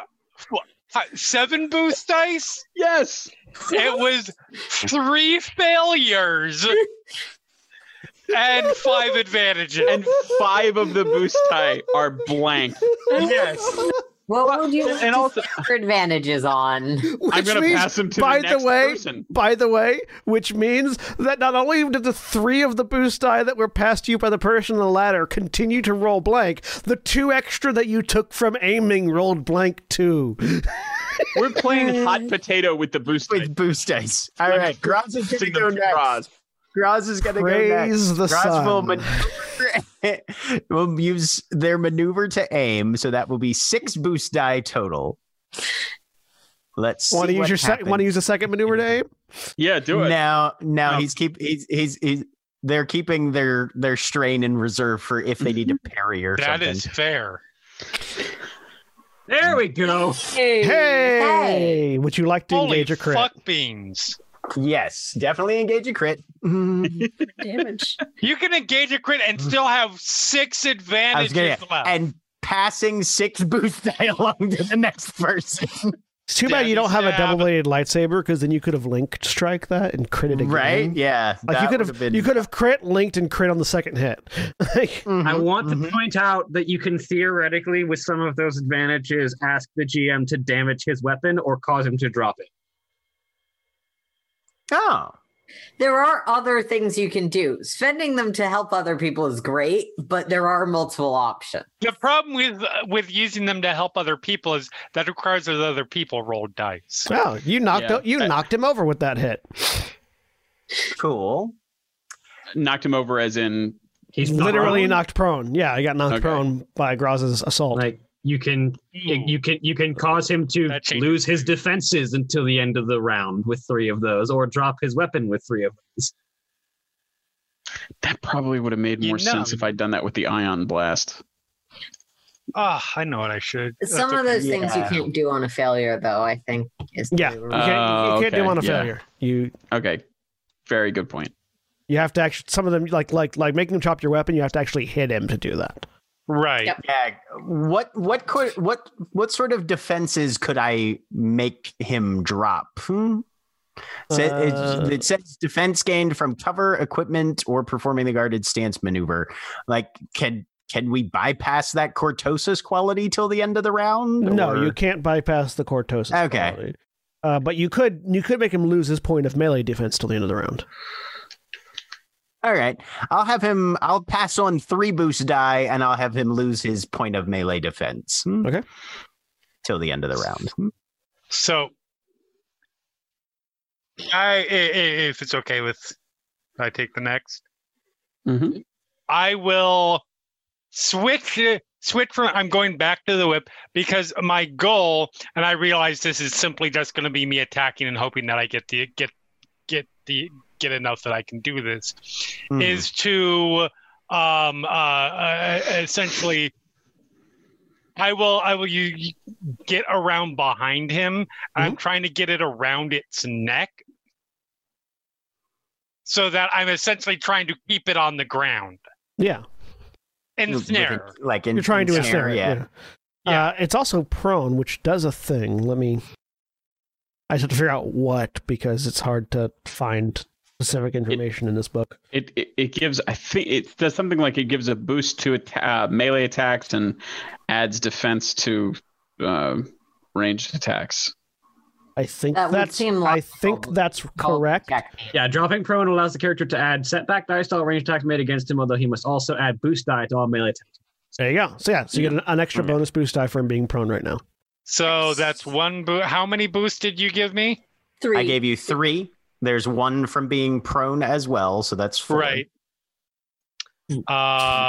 Speaker 2: Uh, seven boost dice?
Speaker 8: Yes.
Speaker 2: It was three failures and five advantages.
Speaker 8: And five of the boost die are blank.
Speaker 2: yes.
Speaker 3: What would you
Speaker 8: And also,
Speaker 3: your advantages on?
Speaker 8: I'm
Speaker 1: Which
Speaker 8: going to
Speaker 1: means-
Speaker 8: pass them to
Speaker 1: by
Speaker 8: the
Speaker 1: the
Speaker 8: next
Speaker 1: way-
Speaker 8: person.
Speaker 1: By the way, which means that not only did the three of the boost die that were passed to you by the person on the ladder continue to roll blank, the two extra that you took from aiming rolled blank too.
Speaker 8: We're playing hot potato with the boost die.
Speaker 7: with boost dice. All right, Graz is
Speaker 8: Sing
Speaker 7: gonna
Speaker 8: the
Speaker 7: go next.
Speaker 8: Graz.
Speaker 7: Graz is gonna go next.
Speaker 1: Praise the
Speaker 7: Graz will,
Speaker 1: sun.
Speaker 7: maneuver, will use their maneuver to aim, so that will be six boost die total. Let's see
Speaker 1: Want to
Speaker 7: what
Speaker 1: use your sec-
Speaker 7: happens.
Speaker 1: want to use a second maneuver to aim?
Speaker 8: Yeah, do it.
Speaker 7: Now, now
Speaker 8: No.
Speaker 7: he's keep he's, he's he's they're keeping their their strain in reserve for if they need to parry or
Speaker 2: That
Speaker 7: something.
Speaker 2: is fair.
Speaker 5: There we go.
Speaker 1: Hey,
Speaker 3: Hey!
Speaker 1: would you like to
Speaker 2: Holy
Speaker 1: engage a crit?
Speaker 2: fuck beans.
Speaker 7: Yes, definitely engage a crit. Mm.
Speaker 4: Damage.
Speaker 2: You can engage a crit and still have six advantages left.
Speaker 7: and passing six boost die along to the next person.
Speaker 1: It's too bad
Speaker 2: Daddy
Speaker 1: you don't have a
Speaker 2: stab.
Speaker 1: double bladed lightsaber because then you could have linked strike that and critted again.
Speaker 7: Right? Yeah.
Speaker 1: Like you
Speaker 7: that
Speaker 1: could
Speaker 7: would've
Speaker 1: have
Speaker 7: been-
Speaker 1: you could have crit linked and crit on the second hit. Like,
Speaker 7: Mhm,
Speaker 5: I want
Speaker 7: mhm.
Speaker 5: to point out that you can theoretically, with some of those advantages, ask the GM to damage his weapon or cause him to drop it.
Speaker 7: Oh.
Speaker 3: There are other things you can do. Spending them to help other people is great, but there are multiple options.
Speaker 2: the problem with with using them to help other people is that requires those other people roll dice.
Speaker 1: wow, Oh, you knocked
Speaker 8: Yeah.
Speaker 1: o- you knocked him over with that hit.
Speaker 7: Cool.
Speaker 8: Knocked him over as in
Speaker 5: He's
Speaker 1: literally
Speaker 5: prone.
Speaker 1: knocked prone. Yeah, I got knocked
Speaker 8: Okay.
Speaker 1: prone by Graz's assault.
Speaker 5: like you can you, you can you can cause him to
Speaker 2: That changes
Speaker 5: lose his defenses until the end of the round with three of those, or drop his weapon with three of those.
Speaker 8: that probably would have made
Speaker 2: You
Speaker 8: more
Speaker 2: know.
Speaker 8: sense if I'd done that with the ion blast.
Speaker 2: Ah, I know what I should. That's
Speaker 3: Some of
Speaker 2: okay.
Speaker 3: those things you
Speaker 7: Yeah.
Speaker 3: can't do on a failure, though, I think is the
Speaker 1: Yeah.
Speaker 3: way we're-
Speaker 1: you can't, you
Speaker 8: Oh,
Speaker 1: can't do
Speaker 8: okay,
Speaker 1: him on a
Speaker 8: yeah.
Speaker 1: failure. You
Speaker 8: Okay, very good point.
Speaker 1: you have to actually some of them like like like making him chop your weapon. You have to actually hit him to do that.
Speaker 2: Right.
Speaker 4: Yep.
Speaker 7: Yeah. What what could what what sort of defenses could I make him drop? Hmm? Sa-
Speaker 1: Uh,
Speaker 7: it, it says defense gained from cover, equipment, or performing the guarded stance maneuver. Like, can can we bypass that cortosis quality till the end of the round?
Speaker 1: No,
Speaker 7: or-
Speaker 1: you can't bypass the cortosis.
Speaker 7: Okay.
Speaker 1: quality. Uh, but you could you could make him lose his point of melee defense till the end of the round.
Speaker 7: All right, I'll have him. I'll pass on three boost die, and I'll have him lose his point of melee defense. Hmm?
Speaker 1: Okay.
Speaker 7: Till the end of the round. Hmm?
Speaker 2: So, I i- i- if it's okay with, I take the next.
Speaker 8: Mhm.
Speaker 2: I will switch switch from. I'm going back to the whip because my goal, and I realize this is simply just going to be me attacking and hoping that I get the get get the get enough that I can do this.
Speaker 7: Mhm.
Speaker 2: Is to um uh, uh essentially. I will. I will. You get around behind him. I'm trying to get it around its neck so that I'm essentially trying to keep it on the ground.
Speaker 1: Yeah,
Speaker 2: Ensnare.
Speaker 7: Like in,
Speaker 1: you're trying to ensnare.
Speaker 7: ensnare,
Speaker 1: it,
Speaker 7: yeah.
Speaker 1: Yeah. Uh, it's also prone, which does a thing. Let me. I just have to figure out what because it's hard to find specific information in this book.
Speaker 8: It, it it gives I think it does something like it gives a boost to atta- uh, melee attacks and adds defense to uh, ranged attacks.
Speaker 1: I think
Speaker 3: That would
Speaker 1: that's.
Speaker 3: seem
Speaker 1: I
Speaker 3: logical.
Speaker 1: think that's correct.
Speaker 3: Check.
Speaker 5: Yeah, dropping prone allows the character to add setback dice to all range attacks made against him, although he must also add boost die to all melee attacks.
Speaker 1: There you go. So yeah, so you get an, an extra
Speaker 8: Okay.
Speaker 1: bonus boost die for him being prone right now.
Speaker 2: So that's one boo How many boosts did you give me?
Speaker 4: Three.
Speaker 7: I gave you three. There's one from being prone as well, so that's four.
Speaker 2: Right. Uh,
Speaker 5: You can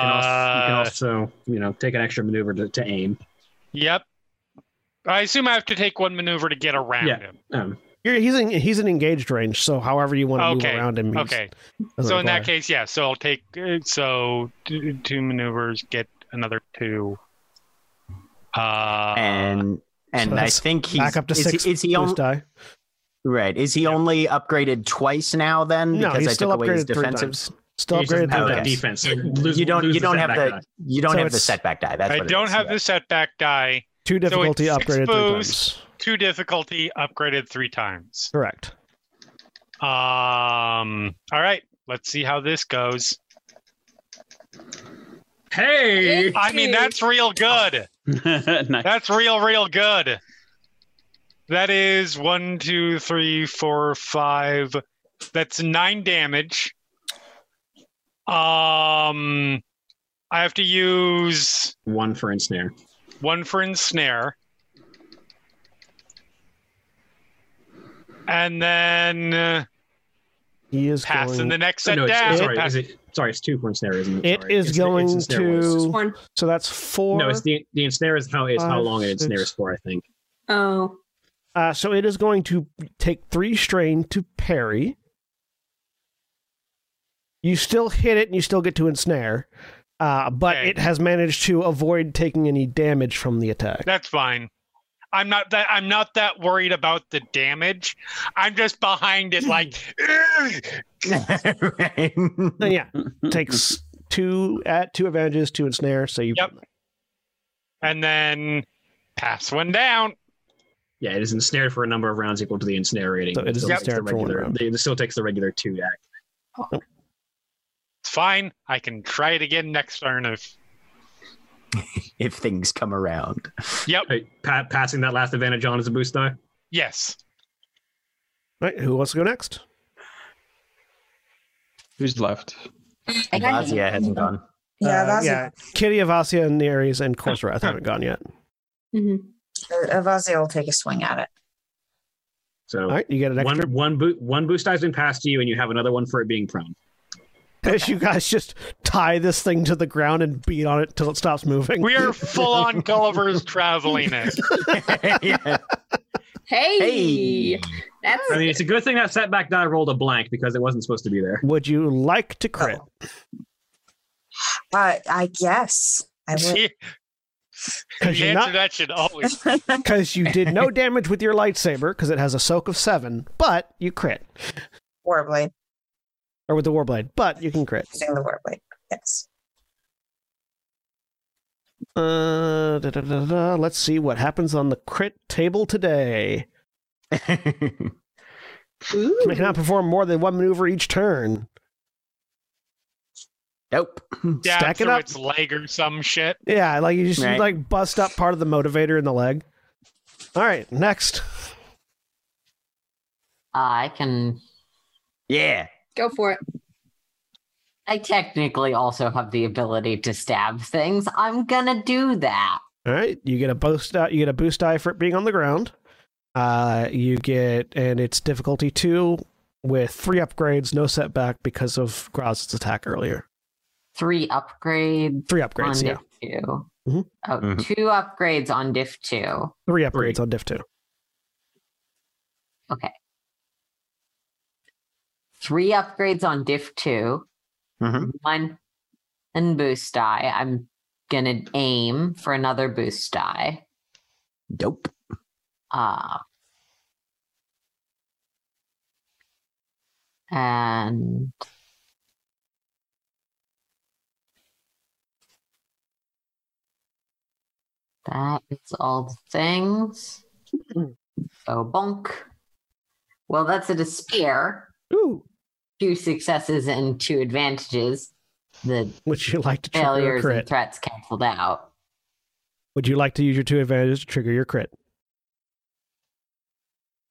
Speaker 5: also, you can also, you know, take an extra maneuver to, to aim.
Speaker 2: yep. I assume I have to take one maneuver to get around
Speaker 5: Yeah.
Speaker 2: him.
Speaker 5: Um,
Speaker 1: You're, he's in he's in engaged range, so however you want to
Speaker 2: Okay,
Speaker 1: move around him. he's-
Speaker 2: Okay.
Speaker 1: doesn't
Speaker 2: So in that
Speaker 1: require-
Speaker 2: case, yeah. So I'll take uh, so two, two maneuvers, get another two. Uh,
Speaker 7: And and
Speaker 1: So
Speaker 7: I
Speaker 1: that's
Speaker 7: think he's
Speaker 1: back up to
Speaker 7: is
Speaker 1: six
Speaker 7: He, is he on,
Speaker 1: boost die.
Speaker 7: right? Is he only upgraded twice now? Then
Speaker 1: No, he's
Speaker 7: I
Speaker 1: still
Speaker 7: took away his
Speaker 1: upgraded three
Speaker 7: defensive.
Speaker 1: times. Still
Speaker 5: he doesn't
Speaker 1: upgraded three
Speaker 5: have
Speaker 7: Okay.
Speaker 5: that
Speaker 1: times.
Speaker 5: defense. so lose-
Speaker 7: you don't.
Speaker 5: lose
Speaker 7: You
Speaker 5: the
Speaker 7: don't have
Speaker 5: setback
Speaker 7: the.
Speaker 5: die.
Speaker 7: You don't
Speaker 1: So
Speaker 7: have the
Speaker 1: it's-
Speaker 7: setback die. That's
Speaker 2: I
Speaker 7: what it
Speaker 2: don't
Speaker 7: is,
Speaker 2: have
Speaker 7: yeah.
Speaker 2: the setback die.
Speaker 1: Two
Speaker 2: So it's
Speaker 1: difficulty
Speaker 2: six
Speaker 1: upgraded three
Speaker 2: boost.
Speaker 1: times.
Speaker 2: two difficulty, upgraded three times.
Speaker 1: Correct.
Speaker 2: Um. All right. Let's see how this goes.
Speaker 5: Hey!
Speaker 2: I mean, that's real good.
Speaker 8: nice.
Speaker 2: That's real, real good. That is one, two, three, four, five. That's nine damage. Um, I have to use
Speaker 5: One for ensnare.
Speaker 2: one for ensnare. And then uh,
Speaker 1: He is
Speaker 2: pass in
Speaker 1: going-
Speaker 2: the next set
Speaker 5: Oh, no, it's,
Speaker 2: down.
Speaker 5: it's, sorry,
Speaker 2: Pass-
Speaker 5: is it, sorry, it's two for ensnare, isn't it?
Speaker 1: It
Speaker 5: Sorry.
Speaker 1: is
Speaker 5: It's- it's
Speaker 1: going
Speaker 5: ensnare one. It's just-
Speaker 1: to-
Speaker 4: One.
Speaker 1: so that's four.
Speaker 5: No, it's the the ensnare is how is how
Speaker 1: Five,
Speaker 5: long an ensnare
Speaker 1: six.
Speaker 5: is for. I think.
Speaker 4: Oh.
Speaker 1: uh, so it is going to take three strain to parry. You still hit it, and you still get to ensnare, uh, but
Speaker 2: Okay.
Speaker 1: it has managed to avoid taking any damage from the attack.
Speaker 2: That's fine. I'm not that I'm not that worried about the damage. I'm just behind it like "Ugh."
Speaker 7: Right.
Speaker 1: Then, yeah, takes two at two advantages to ensnare. So you
Speaker 2: Yep. and then pass one down.
Speaker 5: Yeah, it is ensnared for a number of rounds equal to the ensnare rating.
Speaker 1: So it is
Speaker 5: still takes the
Speaker 1: ensnared for one
Speaker 5: regular-
Speaker 1: round.
Speaker 5: It still takes the regular two act.
Speaker 2: It's fine. I can try it again next turn if
Speaker 7: if things come around.
Speaker 5: Hey, pa- passing that last advantage on as a boost die.
Speaker 2: yes.
Speaker 1: Right, who wants to go next?
Speaker 8: Who's left?
Speaker 3: I got
Speaker 7: Vazia hasn't gone.
Speaker 6: Yeah,
Speaker 1: Uh,
Speaker 6: that's
Speaker 1: yeah. Kitty Avasia, and Nereus, and Corsarath haven't gone yet.
Speaker 4: Mhm.
Speaker 6: Avasia Uh, will take a swing at it.
Speaker 5: So
Speaker 1: All right, you get an
Speaker 5: one
Speaker 1: extra.
Speaker 5: one boot one boost die's been passed to you, and you have another one for it being prone.
Speaker 1: As you guys just tie this thing to the ground and beat on it till it stops moving.
Speaker 2: We are full on Gulliver's traveling it.
Speaker 7: Yeah.
Speaker 4: Hey.
Speaker 7: Hey.
Speaker 4: That's
Speaker 5: I mean, it's a good thing that setback die rolled a blank because it wasn't supposed to be there.
Speaker 1: Would you like to crit?
Speaker 6: Uh, I guess I would.
Speaker 2: the
Speaker 1: Because
Speaker 2: answer
Speaker 1: you're not
Speaker 2: to that should always
Speaker 1: because you did no damage with your lightsaber because it has a soak of seven, but you crit
Speaker 6: Warblade.
Speaker 1: or with the warblade, but you can crit.
Speaker 6: Using the Warblade. Yes.
Speaker 1: Uh, da, da, da, da. Let's see what happens on the crit table today. They cannot perform more than one maneuver each turn.
Speaker 7: nope.
Speaker 2: down
Speaker 1: Stack it
Speaker 2: through
Speaker 1: up.
Speaker 2: its leg or some shit.
Speaker 1: Yeah, like you just you,
Speaker 7: Right.
Speaker 1: like bust up part of the motivator in the leg. All right, next.
Speaker 3: Uh, I can.
Speaker 7: Yeah.
Speaker 4: go for it.
Speaker 3: I technically also have the ability to stab things. I'm gonna do that.
Speaker 1: All right, you get a boost. Uh, you get a boost die for it being on the ground. Uh, you get and it's difficulty two with three upgrades, no setback because of Groz's attack earlier.
Speaker 3: Three upgrades
Speaker 1: Three
Speaker 3: on
Speaker 1: upgrades, yeah.
Speaker 3: diff 2
Speaker 1: Mhm.
Speaker 3: Oh,
Speaker 8: Mm-hmm.
Speaker 7: Mhm.
Speaker 3: two upgrades on diff two.
Speaker 1: Three upgrades on diff two.
Speaker 3: Three upgrades on diff two.
Speaker 7: Mhm.
Speaker 3: One and boost die. I'm gonna aim for another boost die.
Speaker 7: Dope.
Speaker 3: Uh, and that is all the things. So bonk. Well, that's a despair.
Speaker 1: Ooh,
Speaker 3: Two successes and two advantages. The
Speaker 1: would you like to trigger your
Speaker 3: failures and
Speaker 1: crit?
Speaker 3: threats canceled out.
Speaker 1: Would you like to use your two advantages to trigger your crit?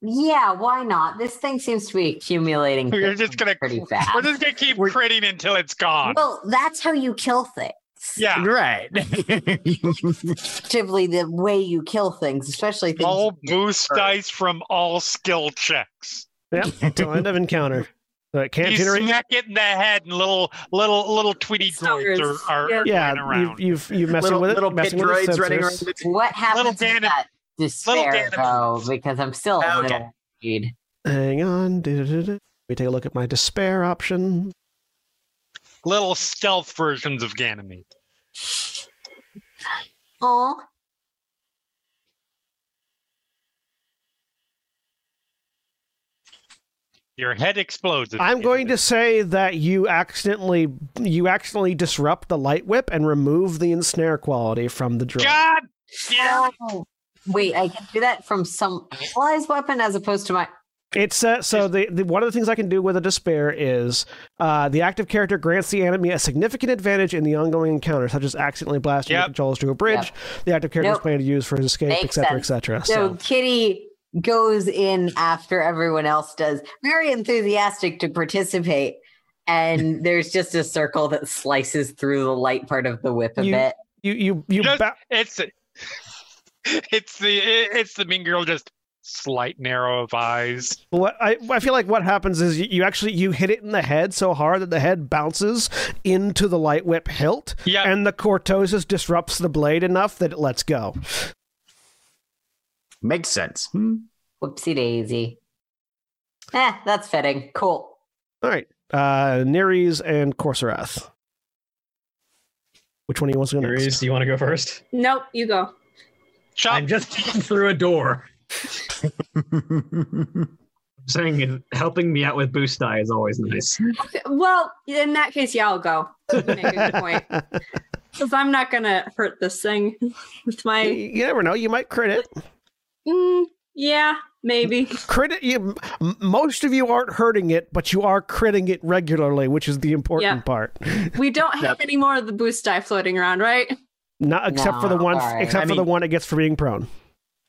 Speaker 3: Yeah, why not? This thing seems to be accumulating.
Speaker 2: We're just gonna-
Speaker 3: pretty fast.
Speaker 2: We're just gonna keep
Speaker 7: We're-
Speaker 2: critting until it's gone.
Speaker 3: Well, that's how you kill things.
Speaker 2: yeah.
Speaker 7: Right.
Speaker 3: Effectively, the way you kill things, especially things.
Speaker 2: All boost dice from all skill checks.
Speaker 1: Yep, till end of encounter. So it can't
Speaker 2: you
Speaker 1: generate.
Speaker 2: smack it in the head, and little little little Tweety
Speaker 4: Scissors.
Speaker 2: droids are, are
Speaker 4: Yeah.
Speaker 1: yeah,
Speaker 2: running around.
Speaker 1: you you've you messing
Speaker 7: little
Speaker 1: with it.
Speaker 7: little pit
Speaker 1: messing with its
Speaker 7: droids running
Speaker 1: sensors.
Speaker 7: around. the-
Speaker 3: what happens
Speaker 2: Little
Speaker 3: to
Speaker 2: dana-
Speaker 3: that despair
Speaker 2: little
Speaker 3: though?
Speaker 2: danimals.
Speaker 3: Because I'm still a
Speaker 7: Okay.
Speaker 3: little worried.
Speaker 1: Hang on. da-da-da-da. Let me take a look at my despair option.
Speaker 2: Little stealth versions of Ganymede.
Speaker 3: Aw.
Speaker 2: Your head explodes. if
Speaker 1: I'm
Speaker 2: you
Speaker 1: going
Speaker 2: do
Speaker 1: to say that you accidentally you accidentally disrupt the light whip and remove the ensnare quality from the
Speaker 2: it.
Speaker 1: drill.
Speaker 2: God damn it.
Speaker 3: Oh, Wait, I can do that from some ally's weapon as opposed to my.
Speaker 1: It's uh, so the, the one of the things I can do with a despair is uh, the active character grants the enemy a significant advantage in the ongoing encounter, such as accidentally blasting
Speaker 2: Yep.
Speaker 1: the controls to a bridge. The active character
Speaker 3: Nope.
Speaker 1: is planning to use for his escape,
Speaker 3: Makes
Speaker 1: etc.,
Speaker 3: sense.
Speaker 1: etc.
Speaker 3: So
Speaker 1: So
Speaker 3: Kitty goes in after everyone else does, very enthusiastic to participate. And there's just a circle that slices through the light part of the whip a
Speaker 1: You-
Speaker 3: bit.
Speaker 1: you you you
Speaker 2: Just-
Speaker 1: ba-
Speaker 2: It's it's the it's the mean girl just slight narrow of eyes.
Speaker 1: What I, I feel like what happens is you, you actually you hit it in the head so hard that the head bounces into the light whip hilt,
Speaker 2: Yeah.
Speaker 1: and the cortosis disrupts the blade enough that it lets go.
Speaker 7: Makes sense. Hmm.
Speaker 3: Whoopsie daisy. Eh, that's fitting. Cool.
Speaker 1: All right, uh, Neres and Corserath. Which one do you want to go next?
Speaker 5: Aries, do you want to go first?
Speaker 4: Nope, you go.
Speaker 2: Chop
Speaker 5: I'm just through a door. Oh. Saying helping me out with boost die is always nice.
Speaker 4: Well, in that case, yeah, I'll go. You make a good point. Because I'm not gonna hurt this thing with
Speaker 1: You,
Speaker 4: my.
Speaker 1: you never know. You might crit it.
Speaker 4: Mm, yeah, maybe.
Speaker 1: Crit it. You, m- most of you aren't hurting it, but you are critting it regularly, which is the important
Speaker 4: Yeah.
Speaker 1: part.
Speaker 4: We don't have any more of the boost die floating around, right?
Speaker 1: Not except for the
Speaker 3: No,
Speaker 1: one,
Speaker 3: all right.
Speaker 1: except
Speaker 7: I
Speaker 1: for the
Speaker 7: mean-
Speaker 1: one it gets for being prone.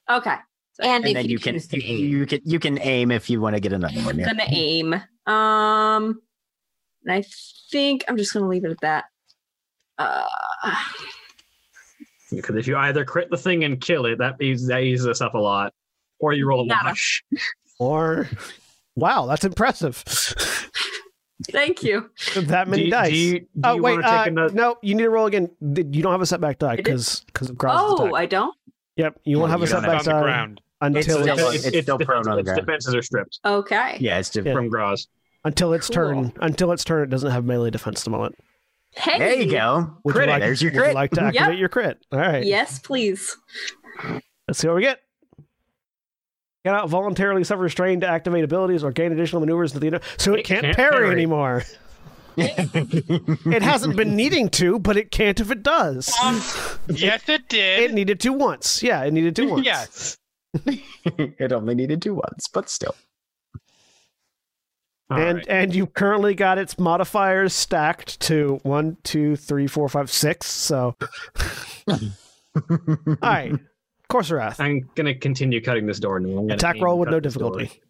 Speaker 4: Okay,
Speaker 3: And,
Speaker 7: and
Speaker 3: if
Speaker 7: then you can
Speaker 3: choose to
Speaker 7: you,
Speaker 3: aim.
Speaker 7: you can you can aim if you want to get another one.
Speaker 4: I'm
Speaker 7: yeah.
Speaker 4: gonna aim. Um, and I think I'm just gonna leave it at that. Uh,
Speaker 5: Because if you either crit the thing and kill it, that eases, that eases us up a lot. Or you roll a
Speaker 4: Nada.
Speaker 5: wash.
Speaker 1: Or, wow, that's impressive.
Speaker 4: thank you.
Speaker 1: that many
Speaker 5: do, you-
Speaker 1: dice.
Speaker 5: Do you, do
Speaker 1: oh
Speaker 5: you
Speaker 1: wait,
Speaker 5: want to take
Speaker 1: uh,
Speaker 5: another?
Speaker 1: no, you need to roll again. Th- You don't have a setback die
Speaker 4: I did-
Speaker 1: because because of Grozz's
Speaker 4: Oh,
Speaker 1: attack.
Speaker 4: I don't.
Speaker 1: Yep, you won't
Speaker 7: No,
Speaker 1: have a
Speaker 7: you don't
Speaker 2: on
Speaker 1: setback
Speaker 2: the
Speaker 1: die
Speaker 2: ground.
Speaker 1: until
Speaker 7: It's
Speaker 1: it's,
Speaker 7: still-
Speaker 1: it's,
Speaker 7: it's still prone on the
Speaker 5: its
Speaker 7: ground.
Speaker 5: defenses are stripped
Speaker 4: Okay.
Speaker 7: Yeah, it's diff-
Speaker 1: Yeah.
Speaker 5: from Groz.
Speaker 1: until its
Speaker 4: Cool.
Speaker 1: turn. Until its turn, it doesn't have melee defense at the moment.
Speaker 4: Hey.
Speaker 7: There you go.
Speaker 1: Would
Speaker 5: Crit
Speaker 1: you
Speaker 5: it.
Speaker 1: like,
Speaker 7: There's your
Speaker 1: would you
Speaker 7: crit.
Speaker 1: like to
Speaker 4: Yep.
Speaker 1: activate your crit? All right.
Speaker 4: Yes, please.
Speaker 1: Let's see what we get. Cannot voluntarily suffer strain to activate abilities or gain additional maneuvers to the so it,
Speaker 5: It
Speaker 1: can't,
Speaker 5: can't
Speaker 1: parry,
Speaker 5: parry.
Speaker 1: anymore. it hasn't been needing to, but it can't if it does.
Speaker 2: Um, yes, it did.
Speaker 1: it needed to once. Yeah, it needed to once.
Speaker 2: Yes.
Speaker 7: it only needed two ones, but still.
Speaker 5: All
Speaker 1: and
Speaker 5: right.
Speaker 1: and you currently got its modifiers stacked to one, two, three, four, five, six. So, all right, Corserath,
Speaker 5: I'm gonna continue cutting this door now. I'm gonna
Speaker 1: attack
Speaker 5: aim
Speaker 1: roll
Speaker 5: and
Speaker 1: with
Speaker 5: cut
Speaker 1: no
Speaker 5: this door.
Speaker 1: difficulty.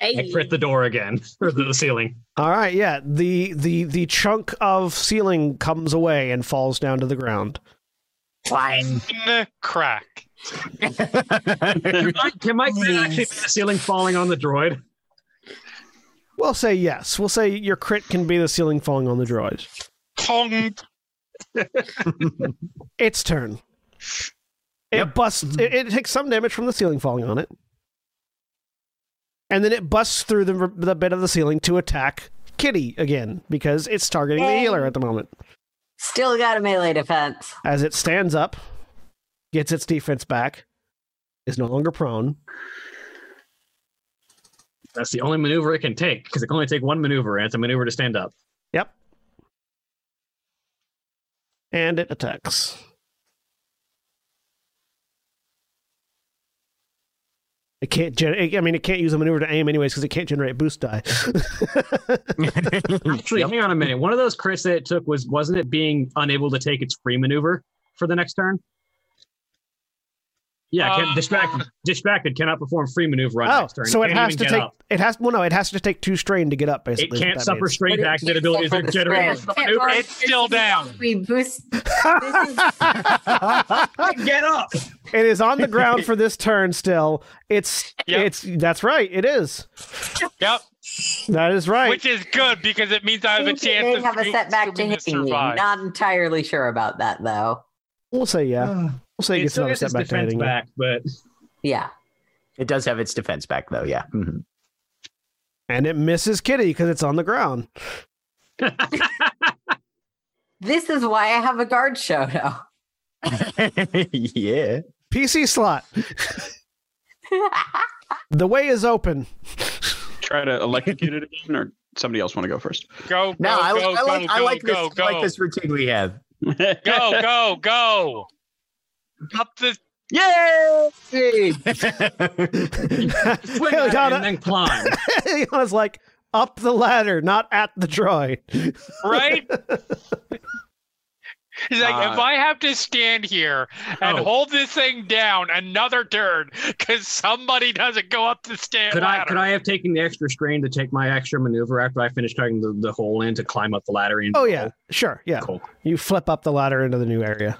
Speaker 5: I crit the door again or the ceiling.
Speaker 1: All right, yeah, the the the chunk of ceiling comes away and falls down to the ground.
Speaker 7: Fine.
Speaker 2: Mm, Crack.
Speaker 5: Can my, can my crit actually be the ceiling falling on the droid?
Speaker 1: We'll say yes. We'll say your crit can be the ceiling falling on the droid.
Speaker 2: Tong.
Speaker 1: Its turn. It busts. It, it takes some damage from the ceiling falling on it, and then it busts through the the bit of the ceiling to attack Kitty again because it's targeting the
Speaker 3: Yay.
Speaker 1: healer at the moment.
Speaker 3: Still got a melee defense.
Speaker 1: As it stands up, gets its defense back, is no longer prone.
Speaker 5: That's the only maneuver it can take because it can only take one maneuver, and it's a maneuver to stand up.
Speaker 1: Yep, and it attacks. It can't. Gen- I mean, it can't use a maneuver to aim anyways because it can't generate boost die.
Speaker 5: Actually, hang on a minute. One of those crits that it took was wasn't it being unable to take its free maneuver for the next turn? Yeah, can,
Speaker 2: Uh,
Speaker 5: distracted. Distracted cannot perform free maneuver on
Speaker 1: Oh,
Speaker 5: next turn.
Speaker 1: so it
Speaker 5: can't
Speaker 1: has
Speaker 5: even
Speaker 1: to
Speaker 5: get
Speaker 1: take
Speaker 5: up.
Speaker 1: it has well no, it has to take two strain to get up.
Speaker 5: It
Speaker 1: Basically, is what
Speaker 5: can't
Speaker 1: that
Speaker 5: suffer
Speaker 1: means.
Speaker 5: strain
Speaker 3: But
Speaker 5: to
Speaker 3: it
Speaker 5: activate
Speaker 3: can't
Speaker 5: abilities
Speaker 3: suffer
Speaker 5: or
Speaker 3: the
Speaker 5: generate
Speaker 3: strain.
Speaker 5: maneuver.
Speaker 2: It's still down.
Speaker 3: We boost. This is
Speaker 5: Get up!
Speaker 1: It is on the ground for this turn. Still, it's
Speaker 2: Yep.
Speaker 1: it's that's right. It is
Speaker 2: Yep.
Speaker 1: that is right.
Speaker 2: Which is good because it means I have a
Speaker 3: think it
Speaker 2: chance.
Speaker 3: may
Speaker 2: of
Speaker 3: have a
Speaker 2: su-
Speaker 3: setback to
Speaker 2: assuming
Speaker 3: hitting you.
Speaker 2: survive.
Speaker 3: Not entirely sure about that though.
Speaker 1: we'll say yeah. We'll say it
Speaker 5: It
Speaker 1: gets
Speaker 5: still
Speaker 1: another
Speaker 5: gets its
Speaker 1: setback to
Speaker 5: defense
Speaker 1: hitting.
Speaker 5: back, but
Speaker 3: Yeah.
Speaker 7: it does have its defense back though, yeah. Mhm.
Speaker 1: and it misses Kitty because it's on the ground.
Speaker 3: This is why I have a guard shoto.
Speaker 7: yeah.
Speaker 1: PC slot. The way is open.
Speaker 8: Try to electrocute it again, or somebody else want to go first?
Speaker 2: Go, go,
Speaker 7: No, I,
Speaker 2: go,
Speaker 7: I
Speaker 2: go,
Speaker 7: like I like
Speaker 2: go,
Speaker 7: this
Speaker 2: go,
Speaker 7: I like this routine we have.
Speaker 2: go, go, go. up the
Speaker 8: Yay!
Speaker 5: Swing at it and
Speaker 1: Eliana,
Speaker 5: then climb.
Speaker 1: Eliana's like, up the ladder, not at the droid.
Speaker 2: right? He's like, if
Speaker 8: Uh,
Speaker 2: I have to stand here and
Speaker 5: oh.
Speaker 2: hold this thing down another turn because somebody doesn't go up the stairs
Speaker 5: could I
Speaker 2: ladder,
Speaker 5: could I have taken the extra strain to take my extra maneuver after I finish cutting the, the hole in to climb up the ladder? And
Speaker 1: Oh, yeah. Sure. Yeah.
Speaker 5: Cool.
Speaker 1: You flip up the ladder into the new area.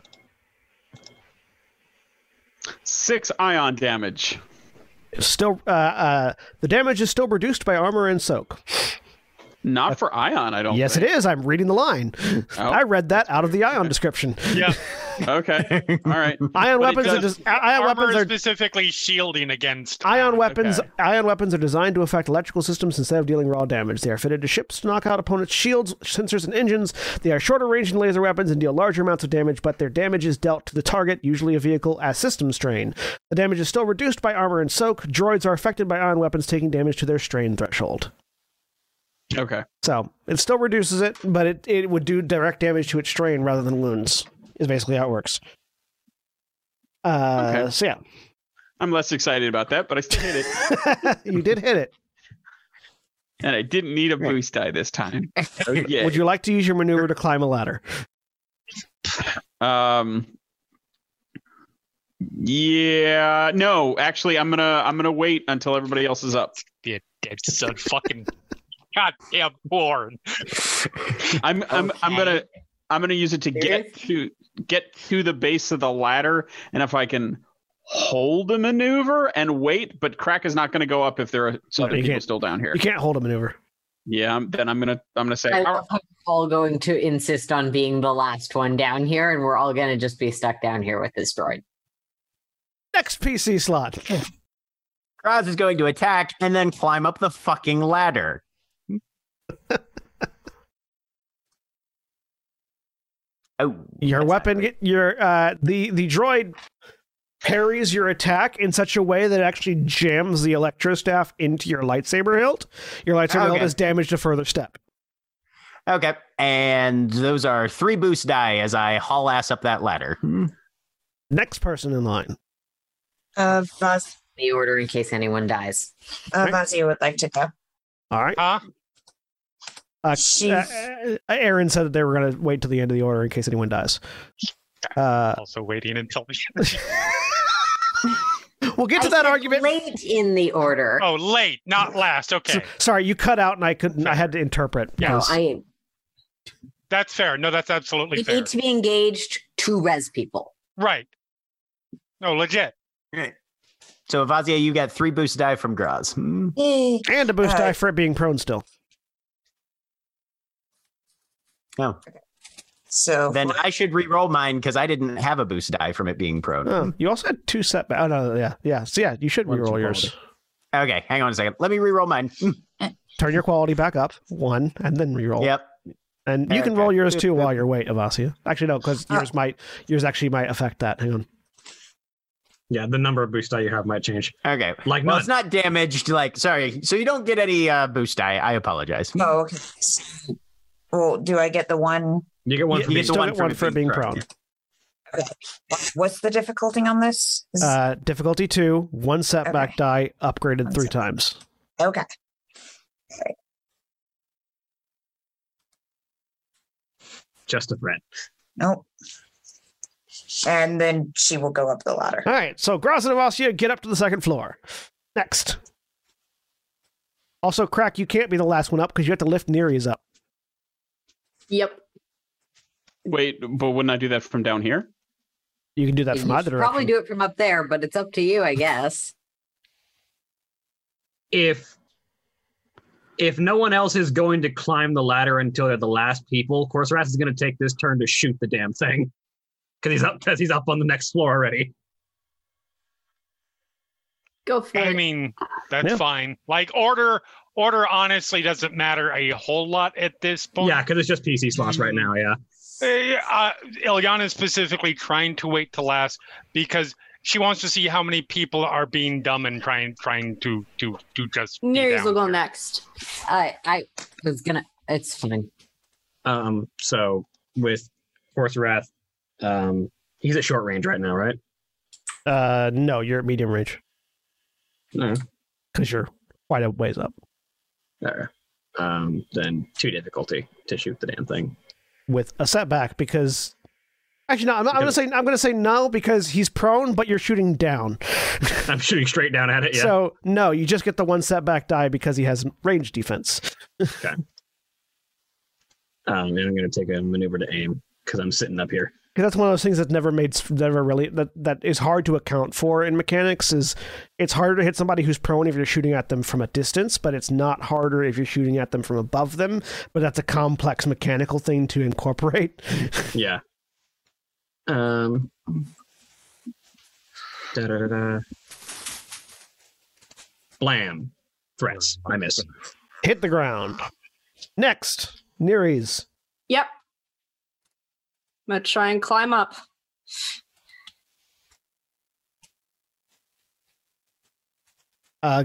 Speaker 8: Six ion damage.
Speaker 1: Still, uh, uh, the damage is still reduced by armor and soak.
Speaker 8: Not for ion, I don't.
Speaker 1: yes, it is. I'm reading the line.
Speaker 8: Oh.
Speaker 1: I read that out of the ion description.
Speaker 2: yeah,
Speaker 8: is. Okay. All right. But it
Speaker 1: Ion weapons are
Speaker 8: does-
Speaker 1: just ion
Speaker 2: armor
Speaker 1: weapons are
Speaker 2: specifically shielding against.
Speaker 1: Ion weapons
Speaker 8: okay.
Speaker 1: ion weapons are designed to affect electrical systems instead of dealing raw damage. They are fitted to ships to knock out opponents' shields, sensors, and engines. They are shorter range than laser weapons and deal larger amounts of damage, but their damage is dealt to the target, usually a vehicle, as system strain. The damage is still reduced by armor and soak. Droids are affected by ion weapons taking damage to their strain threshold.
Speaker 8: Okay.
Speaker 1: So it still reduces it, but it, it would do direct damage to its strain rather than wounds, is basically how it works. Uh,
Speaker 8: Okay.
Speaker 1: So yeah,
Speaker 8: I'm less excited about that, but I still hit it,
Speaker 1: you did hit it.
Speaker 8: and I didn't need a boost die this time. Yeah.
Speaker 1: Would you like to use your maneuver to climb a ladder?
Speaker 8: Um. Yeah. No, actually, I'm gonna I'm gonna wait until everybody else is up.
Speaker 2: It, it's a fucking goddamn porn.
Speaker 8: I'm I'm I'm gonna I'm gonna use it to get to get to the base of the ladder, and if I can hold the maneuver and wait, but crack is not gonna go up if there are
Speaker 1: No,
Speaker 8: other
Speaker 1: you
Speaker 8: people
Speaker 1: can't.
Speaker 8: still down here.
Speaker 1: You can't hold a maneuver.
Speaker 8: Yeah. I'm, then I'm gonna I'm gonna say
Speaker 3: I
Speaker 8: all
Speaker 3: love
Speaker 8: right,
Speaker 3: how we're all going to insist on being the last one down here, and we're all going to just be stuck down here with this droid.
Speaker 1: Next PC slot.
Speaker 7: Kraz is going to attack and then climb up the fucking ladder. oh,
Speaker 1: Your
Speaker 7: that's
Speaker 1: weapon,
Speaker 7: not-
Speaker 1: your uh, the the droid parries your attack in such a way that it actually jams the electro staff into your lightsaber hilt. Your lightsaber hilt
Speaker 7: Okay.
Speaker 1: is damaged a further step.
Speaker 7: Okay, and those are three boost die as I haul ass up that ladder.
Speaker 1: Hmm. Next person in line.
Speaker 6: Uh, Vaz-
Speaker 3: The order in case anyone dies.
Speaker 6: uh,
Speaker 1: Right.
Speaker 6: Vazia would like to go.
Speaker 1: All right.
Speaker 2: Huh?
Speaker 1: Uh,
Speaker 6: She's-
Speaker 1: uh, Aaron said that they were going to wait till the end of the order in case anyone dies.
Speaker 3: Ah,
Speaker 1: Uh,
Speaker 2: Also waiting until the
Speaker 1: we'll get to
Speaker 3: I
Speaker 1: that
Speaker 3: said
Speaker 1: argument.
Speaker 3: late in the order.
Speaker 2: oh late, not last. Okay,
Speaker 1: Sorry, you cut out and I couldn't. I had to interpret.
Speaker 3: no,
Speaker 1: because-
Speaker 3: I
Speaker 2: that's fair. No, that's absolutely
Speaker 3: we
Speaker 2: fair.
Speaker 3: need to be engaged to res people.
Speaker 2: Right? No, legit.
Speaker 7: So, Avazia, you got three boost die from Graz. Hmm.
Speaker 6: Yay.
Speaker 1: and a boost
Speaker 6: All
Speaker 1: die
Speaker 6: right.
Speaker 1: for it being prone still.
Speaker 6: So
Speaker 7: Oh. Then I should re-roll mine because I didn't have a boost die from it being prone.
Speaker 1: Oh, you also had two setbacks. Oh no, yeah, yeah. So yeah, you should
Speaker 5: Why don't
Speaker 1: reroll
Speaker 5: you roll
Speaker 1: yours.
Speaker 5: it?
Speaker 7: Okay, hang on a second. Let me re-roll mine. Hmm.
Speaker 1: Turn your quality back up one, and then reroll.
Speaker 7: yep.
Speaker 1: And you can roll
Speaker 7: Okay.
Speaker 1: yours too while you're wait, Avasia. Actually, no, because
Speaker 6: Ah.
Speaker 1: yours might yours actually might affect that. Hang on.
Speaker 5: Yeah, the number of boost die you have might change.
Speaker 7: Okay.
Speaker 5: Like
Speaker 7: Well,
Speaker 5: none.
Speaker 7: it's not damaged. Like, sorry. So you don't get any uh, boost die. I apologize.
Speaker 6: oh, okay. So- Well, do I get the one?
Speaker 5: you get one.
Speaker 1: Yeah,
Speaker 5: from
Speaker 1: you
Speaker 5: each
Speaker 1: still
Speaker 5: die.
Speaker 1: get one for being prone.
Speaker 6: What's the difficulty on this? Is-
Speaker 1: Uh, difficulty two, one setback
Speaker 6: Okay.
Speaker 1: die upgraded
Speaker 6: One
Speaker 1: three
Speaker 6: set.
Speaker 1: times.
Speaker 6: okay.
Speaker 5: Just a threat.
Speaker 6: Nope. And then she will go up the ladder.
Speaker 1: All right, so Graz and Avasia get up to the second floor. Next. Also, crack. You can't be the last one up because you have to lift Neri's up.
Speaker 4: Yep.
Speaker 8: wait, but wouldn't I do that from down here?
Speaker 1: You can do that from
Speaker 3: You
Speaker 1: either
Speaker 3: should Probably
Speaker 1: direction.
Speaker 3: do it from up there, but it's up to you, I guess.
Speaker 5: If if no one else is going to climb the ladder until they're the last people, Corsaras is going to take this turn to shoot the damn thing because he's up because he's up on the next floor already.
Speaker 4: Go for
Speaker 2: I
Speaker 4: it.
Speaker 2: mean, that's
Speaker 1: Yeah.
Speaker 2: fine. Like order, order honestly doesn't matter a whole lot at this point.
Speaker 5: Yeah, because it's just PC slots right now. Yeah.
Speaker 2: Uh, Ilyana is specifically trying to wait to last because she wants to see how many people are being dumb and trying trying to to to just. be
Speaker 4: Nereus
Speaker 2: down
Speaker 4: will go
Speaker 2: here.
Speaker 4: next.
Speaker 3: I I was gonna. It's fine.
Speaker 5: Um. So with Corsaras, um, he's at short range right now, right?
Speaker 1: Uh, no, you're at medium range
Speaker 5: No.
Speaker 1: because you're quite a ways up
Speaker 5: There. Um, then two difficulty to shoot the damn thing.
Speaker 1: with a setback because. Actually, no. I'm, not, I'm gonna say I'm gonna say no because he's prone, but you're shooting down.
Speaker 5: I'm shooting straight down at it. Yeah.
Speaker 1: So no, you just get the one setback die because he has range defense.
Speaker 5: um, and I'm going to take a maneuver to aim because I'm sitting up here.
Speaker 1: Because that's one of those things that never made never really that that is hard to account for in mechanics is it's harder to hit somebody who's prone if you're shooting at them from a distance, but it's not harder if you're shooting at them from above them. But that's a complex mechanical thing to incorporate.
Speaker 5: Yeah. Um. Da da da. Blam. Threats. I miss.
Speaker 1: Hit the ground. Next, Neres.
Speaker 4: Yep. I'm gonna try and climb up.
Speaker 1: Uh,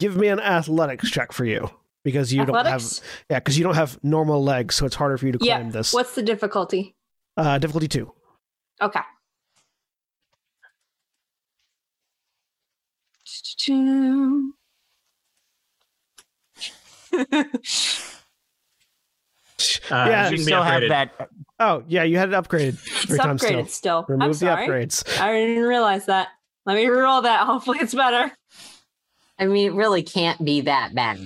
Speaker 1: give me an athletics check for you because you
Speaker 4: Athletics.
Speaker 1: don't have yeah because you don't have normal legs, so it's harder for you to
Speaker 4: Yeah,
Speaker 1: climb this.
Speaker 4: What's the difficulty?
Speaker 1: Uh, difficulty two.
Speaker 4: Okay.
Speaker 5: Uh,
Speaker 1: Yeah.
Speaker 5: you
Speaker 7: You
Speaker 5: can be
Speaker 7: still have
Speaker 5: upgraded.
Speaker 7: that.
Speaker 1: Oh yeah, you had it upgraded.
Speaker 4: it's
Speaker 1: Three times
Speaker 4: upgraded still. I'm
Speaker 1: Remove the
Speaker 4: sorry.
Speaker 1: upgrades.
Speaker 4: I didn't realize that. Let me roll that. Hopefully it's better.
Speaker 3: I mean, it really can't be that bad.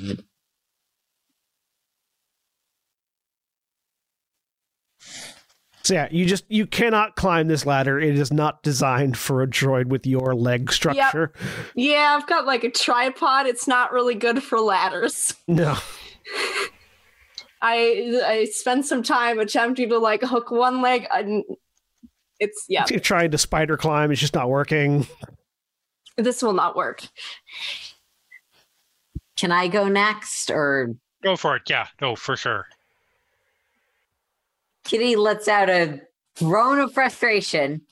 Speaker 1: So yeah, you just you cannot climb this ladder. It is not designed for a droid with your leg structure.
Speaker 4: Yeah, I've got like a tripod. It's not really good for ladders.
Speaker 1: No.
Speaker 4: I I spent some time attempting to like hook one leg. And it's yeah.
Speaker 1: You're trying to spider climb, it's just not working.
Speaker 4: This will not work.
Speaker 3: Can I go next? Or
Speaker 2: Go for it. Yeah. No, for sure.
Speaker 3: Kitty lets out a groan of frustration,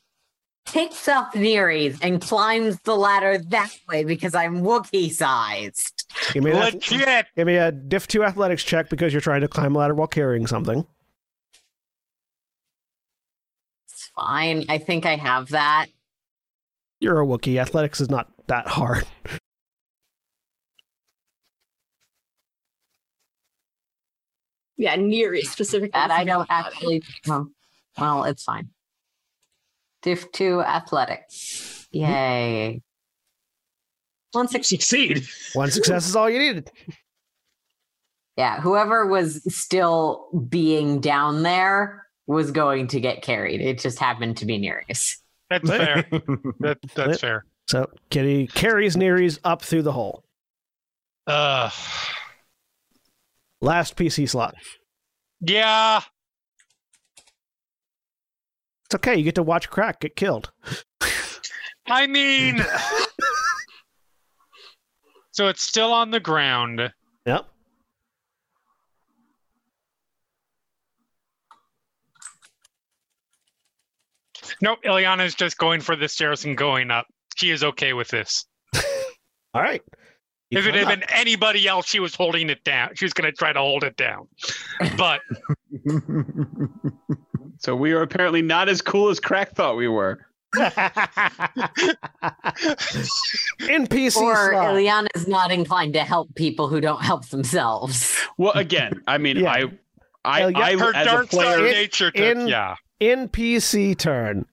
Speaker 3: picks up Nere's, and climbs the ladder that way because I'm Wookiee sized.
Speaker 1: Give me, an ath-
Speaker 2: Legit.
Speaker 1: give me a diff two athletics check because you're trying to climb a ladder while carrying something.
Speaker 3: It's fine. I think I have that.
Speaker 1: You're a Wookiee. Athletics is not that hard.
Speaker 4: Yeah, Neri specifically.
Speaker 3: That I don't actually. Well, well, it's fine. Diff two athletics. Yay. One six.
Speaker 5: Succeed.
Speaker 1: One success is all you needed.
Speaker 3: Yeah, whoever was still being down there was going to get carried. It just happened to be Nereus.
Speaker 2: That's fair. That, that's fair.
Speaker 1: So Kitty carries Neres up through the hole.
Speaker 2: Uh,
Speaker 1: Last PC slot.
Speaker 2: yeah.
Speaker 1: It's okay. You get to watch Crack get killed.
Speaker 2: I mean, so it's still on the ground.
Speaker 1: Yep.
Speaker 2: Nope. Ileana's just going for the stairs and going up. She is okay with this.
Speaker 1: All right. You
Speaker 2: if it
Speaker 1: climb
Speaker 2: had
Speaker 1: up.
Speaker 2: been anybody else, she was holding it down. She was going to try to hold it down. But
Speaker 8: So we are apparently not as cool as Crack thought we were.
Speaker 1: in PC
Speaker 3: Or
Speaker 1: slot.
Speaker 3: Ileana is not inclined to help people who don't help themselves.
Speaker 8: Well, again, I mean,
Speaker 1: Yeah.
Speaker 8: I, I,
Speaker 1: Hell yeah.
Speaker 8: I,
Speaker 2: her
Speaker 8: as a
Speaker 2: dark side
Speaker 8: player,
Speaker 2: nature took,
Speaker 1: in-
Speaker 2: yeah.
Speaker 1: NPC turn.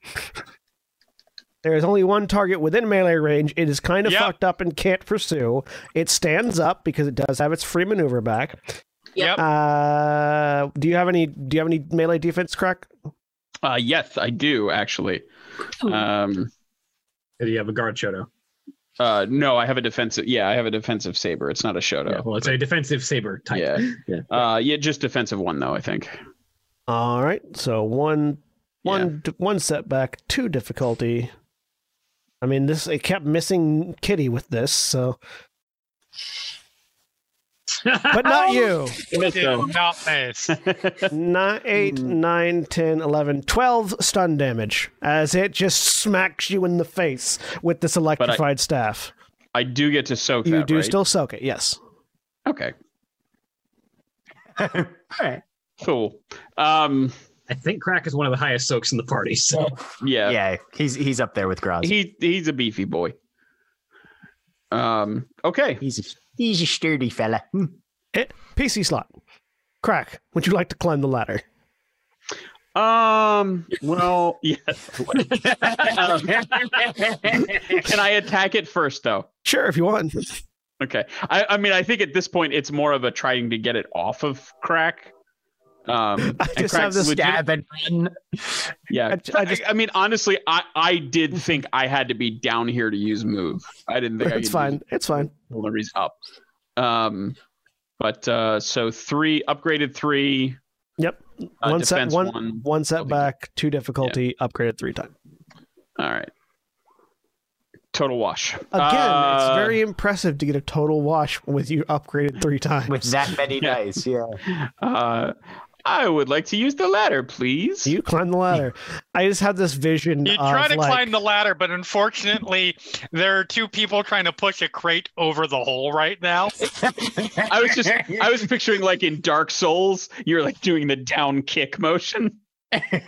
Speaker 1: There is only one target within melee range. It is kind of
Speaker 2: Yep.
Speaker 1: fucked up and can't pursue. It stands up because it does have its free maneuver back.
Speaker 2: Yep.
Speaker 1: Uh, do you have any? Do you have any melee defense, crack?
Speaker 8: uh, yes, I do actually. Um,
Speaker 5: Do you have a guard shoto?
Speaker 8: uh, no, I have a defensive. Yeah, I have a defensive saber. It's not a
Speaker 5: Yeah,
Speaker 8: shoto.
Speaker 5: well, it's a defensive saber type.
Speaker 8: Yeah,
Speaker 5: Yeah.
Speaker 8: Uh, yeah, just defensive one though. I think.
Speaker 1: All right. So one, one, one setback, two difficulty. I mean, this it kept missing Kitty with this. So, but not
Speaker 2: Oh,
Speaker 1: you.
Speaker 5: Missed,
Speaker 2: Did
Speaker 5: though.
Speaker 2: not miss.
Speaker 1: Nine, eight,
Speaker 8: Hmm.
Speaker 1: nine, 10, 11, 12 stun damage as it just smacks you in the face with this electrified staff.
Speaker 8: I do get to soak
Speaker 1: You
Speaker 8: that.
Speaker 1: do
Speaker 8: right?
Speaker 1: still soak it, yes.
Speaker 8: Okay. Cool. Um,
Speaker 5: I think Crack is one of the highest soaks in the party. So
Speaker 8: Yeah.
Speaker 7: yeah, he's he's up there with Graz.
Speaker 8: He he's a beefy boy. Um. Okay.
Speaker 7: he's a, he's a sturdy fella. Hmm.
Speaker 1: PC slot. Crack, would you like to climb the ladder?
Speaker 8: Um. Well. Um, Yes. Can I attack it first, though?
Speaker 1: Sure, if you want.
Speaker 8: Okay. I, I mean, I think at this point it's more of a trying to get it off of crack. Um,
Speaker 1: I
Speaker 8: and
Speaker 1: just have
Speaker 8: Crack's
Speaker 1: this-
Speaker 8: legit-
Speaker 7: Stab and run.
Speaker 8: yeah.
Speaker 1: I- I
Speaker 8: I,
Speaker 1: just-
Speaker 8: I mean, honestly, I, I did think I had to be down here to use move. I didn't think I could
Speaker 1: It's fine. It's fine.
Speaker 8: Hillary's up. Um, but uh, so three upgraded three.
Speaker 1: Yep.
Speaker 8: Uh,
Speaker 1: one set
Speaker 8: defense
Speaker 1: one
Speaker 8: one.
Speaker 1: one setback, two difficulty, upgraded three times.
Speaker 8: All right. Total wash.
Speaker 1: Again,
Speaker 8: Uh,
Speaker 1: it's very impressive to get a total wash with you upgraded three times.
Speaker 7: with that many
Speaker 8: Yeah.
Speaker 7: dice. Yeah,
Speaker 8: Uh, I would like to use the ladder, please.
Speaker 1: you climb the ladder. I just have this vision.
Speaker 2: You
Speaker 1: of,
Speaker 2: try to
Speaker 1: like-
Speaker 2: climb the ladder, but unfortunately, there are two people trying to push a crate over the hole right now.
Speaker 8: I was just I was picturing like in Dark Souls, you're like doing the down kick motion.
Speaker 1: I,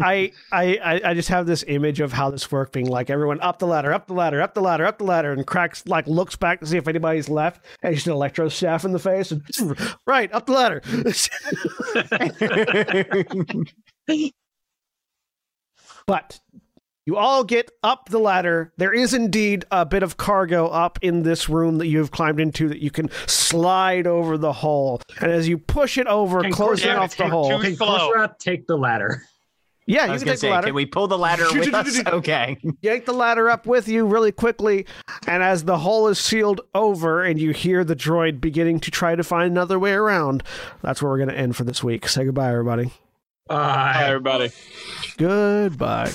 Speaker 1: I I I- I just have this image of how this worked, being like everyone up the ladder, up the ladder, up the ladder, up the ladder, and cracks like looks back to see if anybody's left, and just an electro staff in the face, and right up the ladder. But you all get up the ladder. There is indeed a bit of cargo up in this room that you've climbed into that you can slide over the hole. And as you push it over,
Speaker 5: Can
Speaker 1: closing
Speaker 5: Corsair
Speaker 1: off the
Speaker 2: take
Speaker 1: hole.
Speaker 2: two-
Speaker 5: can
Speaker 2: Slow.
Speaker 5: Korsra take the ladder?
Speaker 1: Yeah,
Speaker 7: I
Speaker 1: you
Speaker 7: was
Speaker 1: can
Speaker 7: gonna
Speaker 1: take the
Speaker 7: say,
Speaker 1: ladder.
Speaker 7: can we pull the ladder with us? Okay.
Speaker 1: yank the ladder up with you really quickly. And as the hole is sealed over and you hear the droid beginning to try to find another way around, that's where we're going to end for this week. Say goodbye, everybody.
Speaker 5: Uh,
Speaker 8: Hi, everybody.
Speaker 1: Goodbye.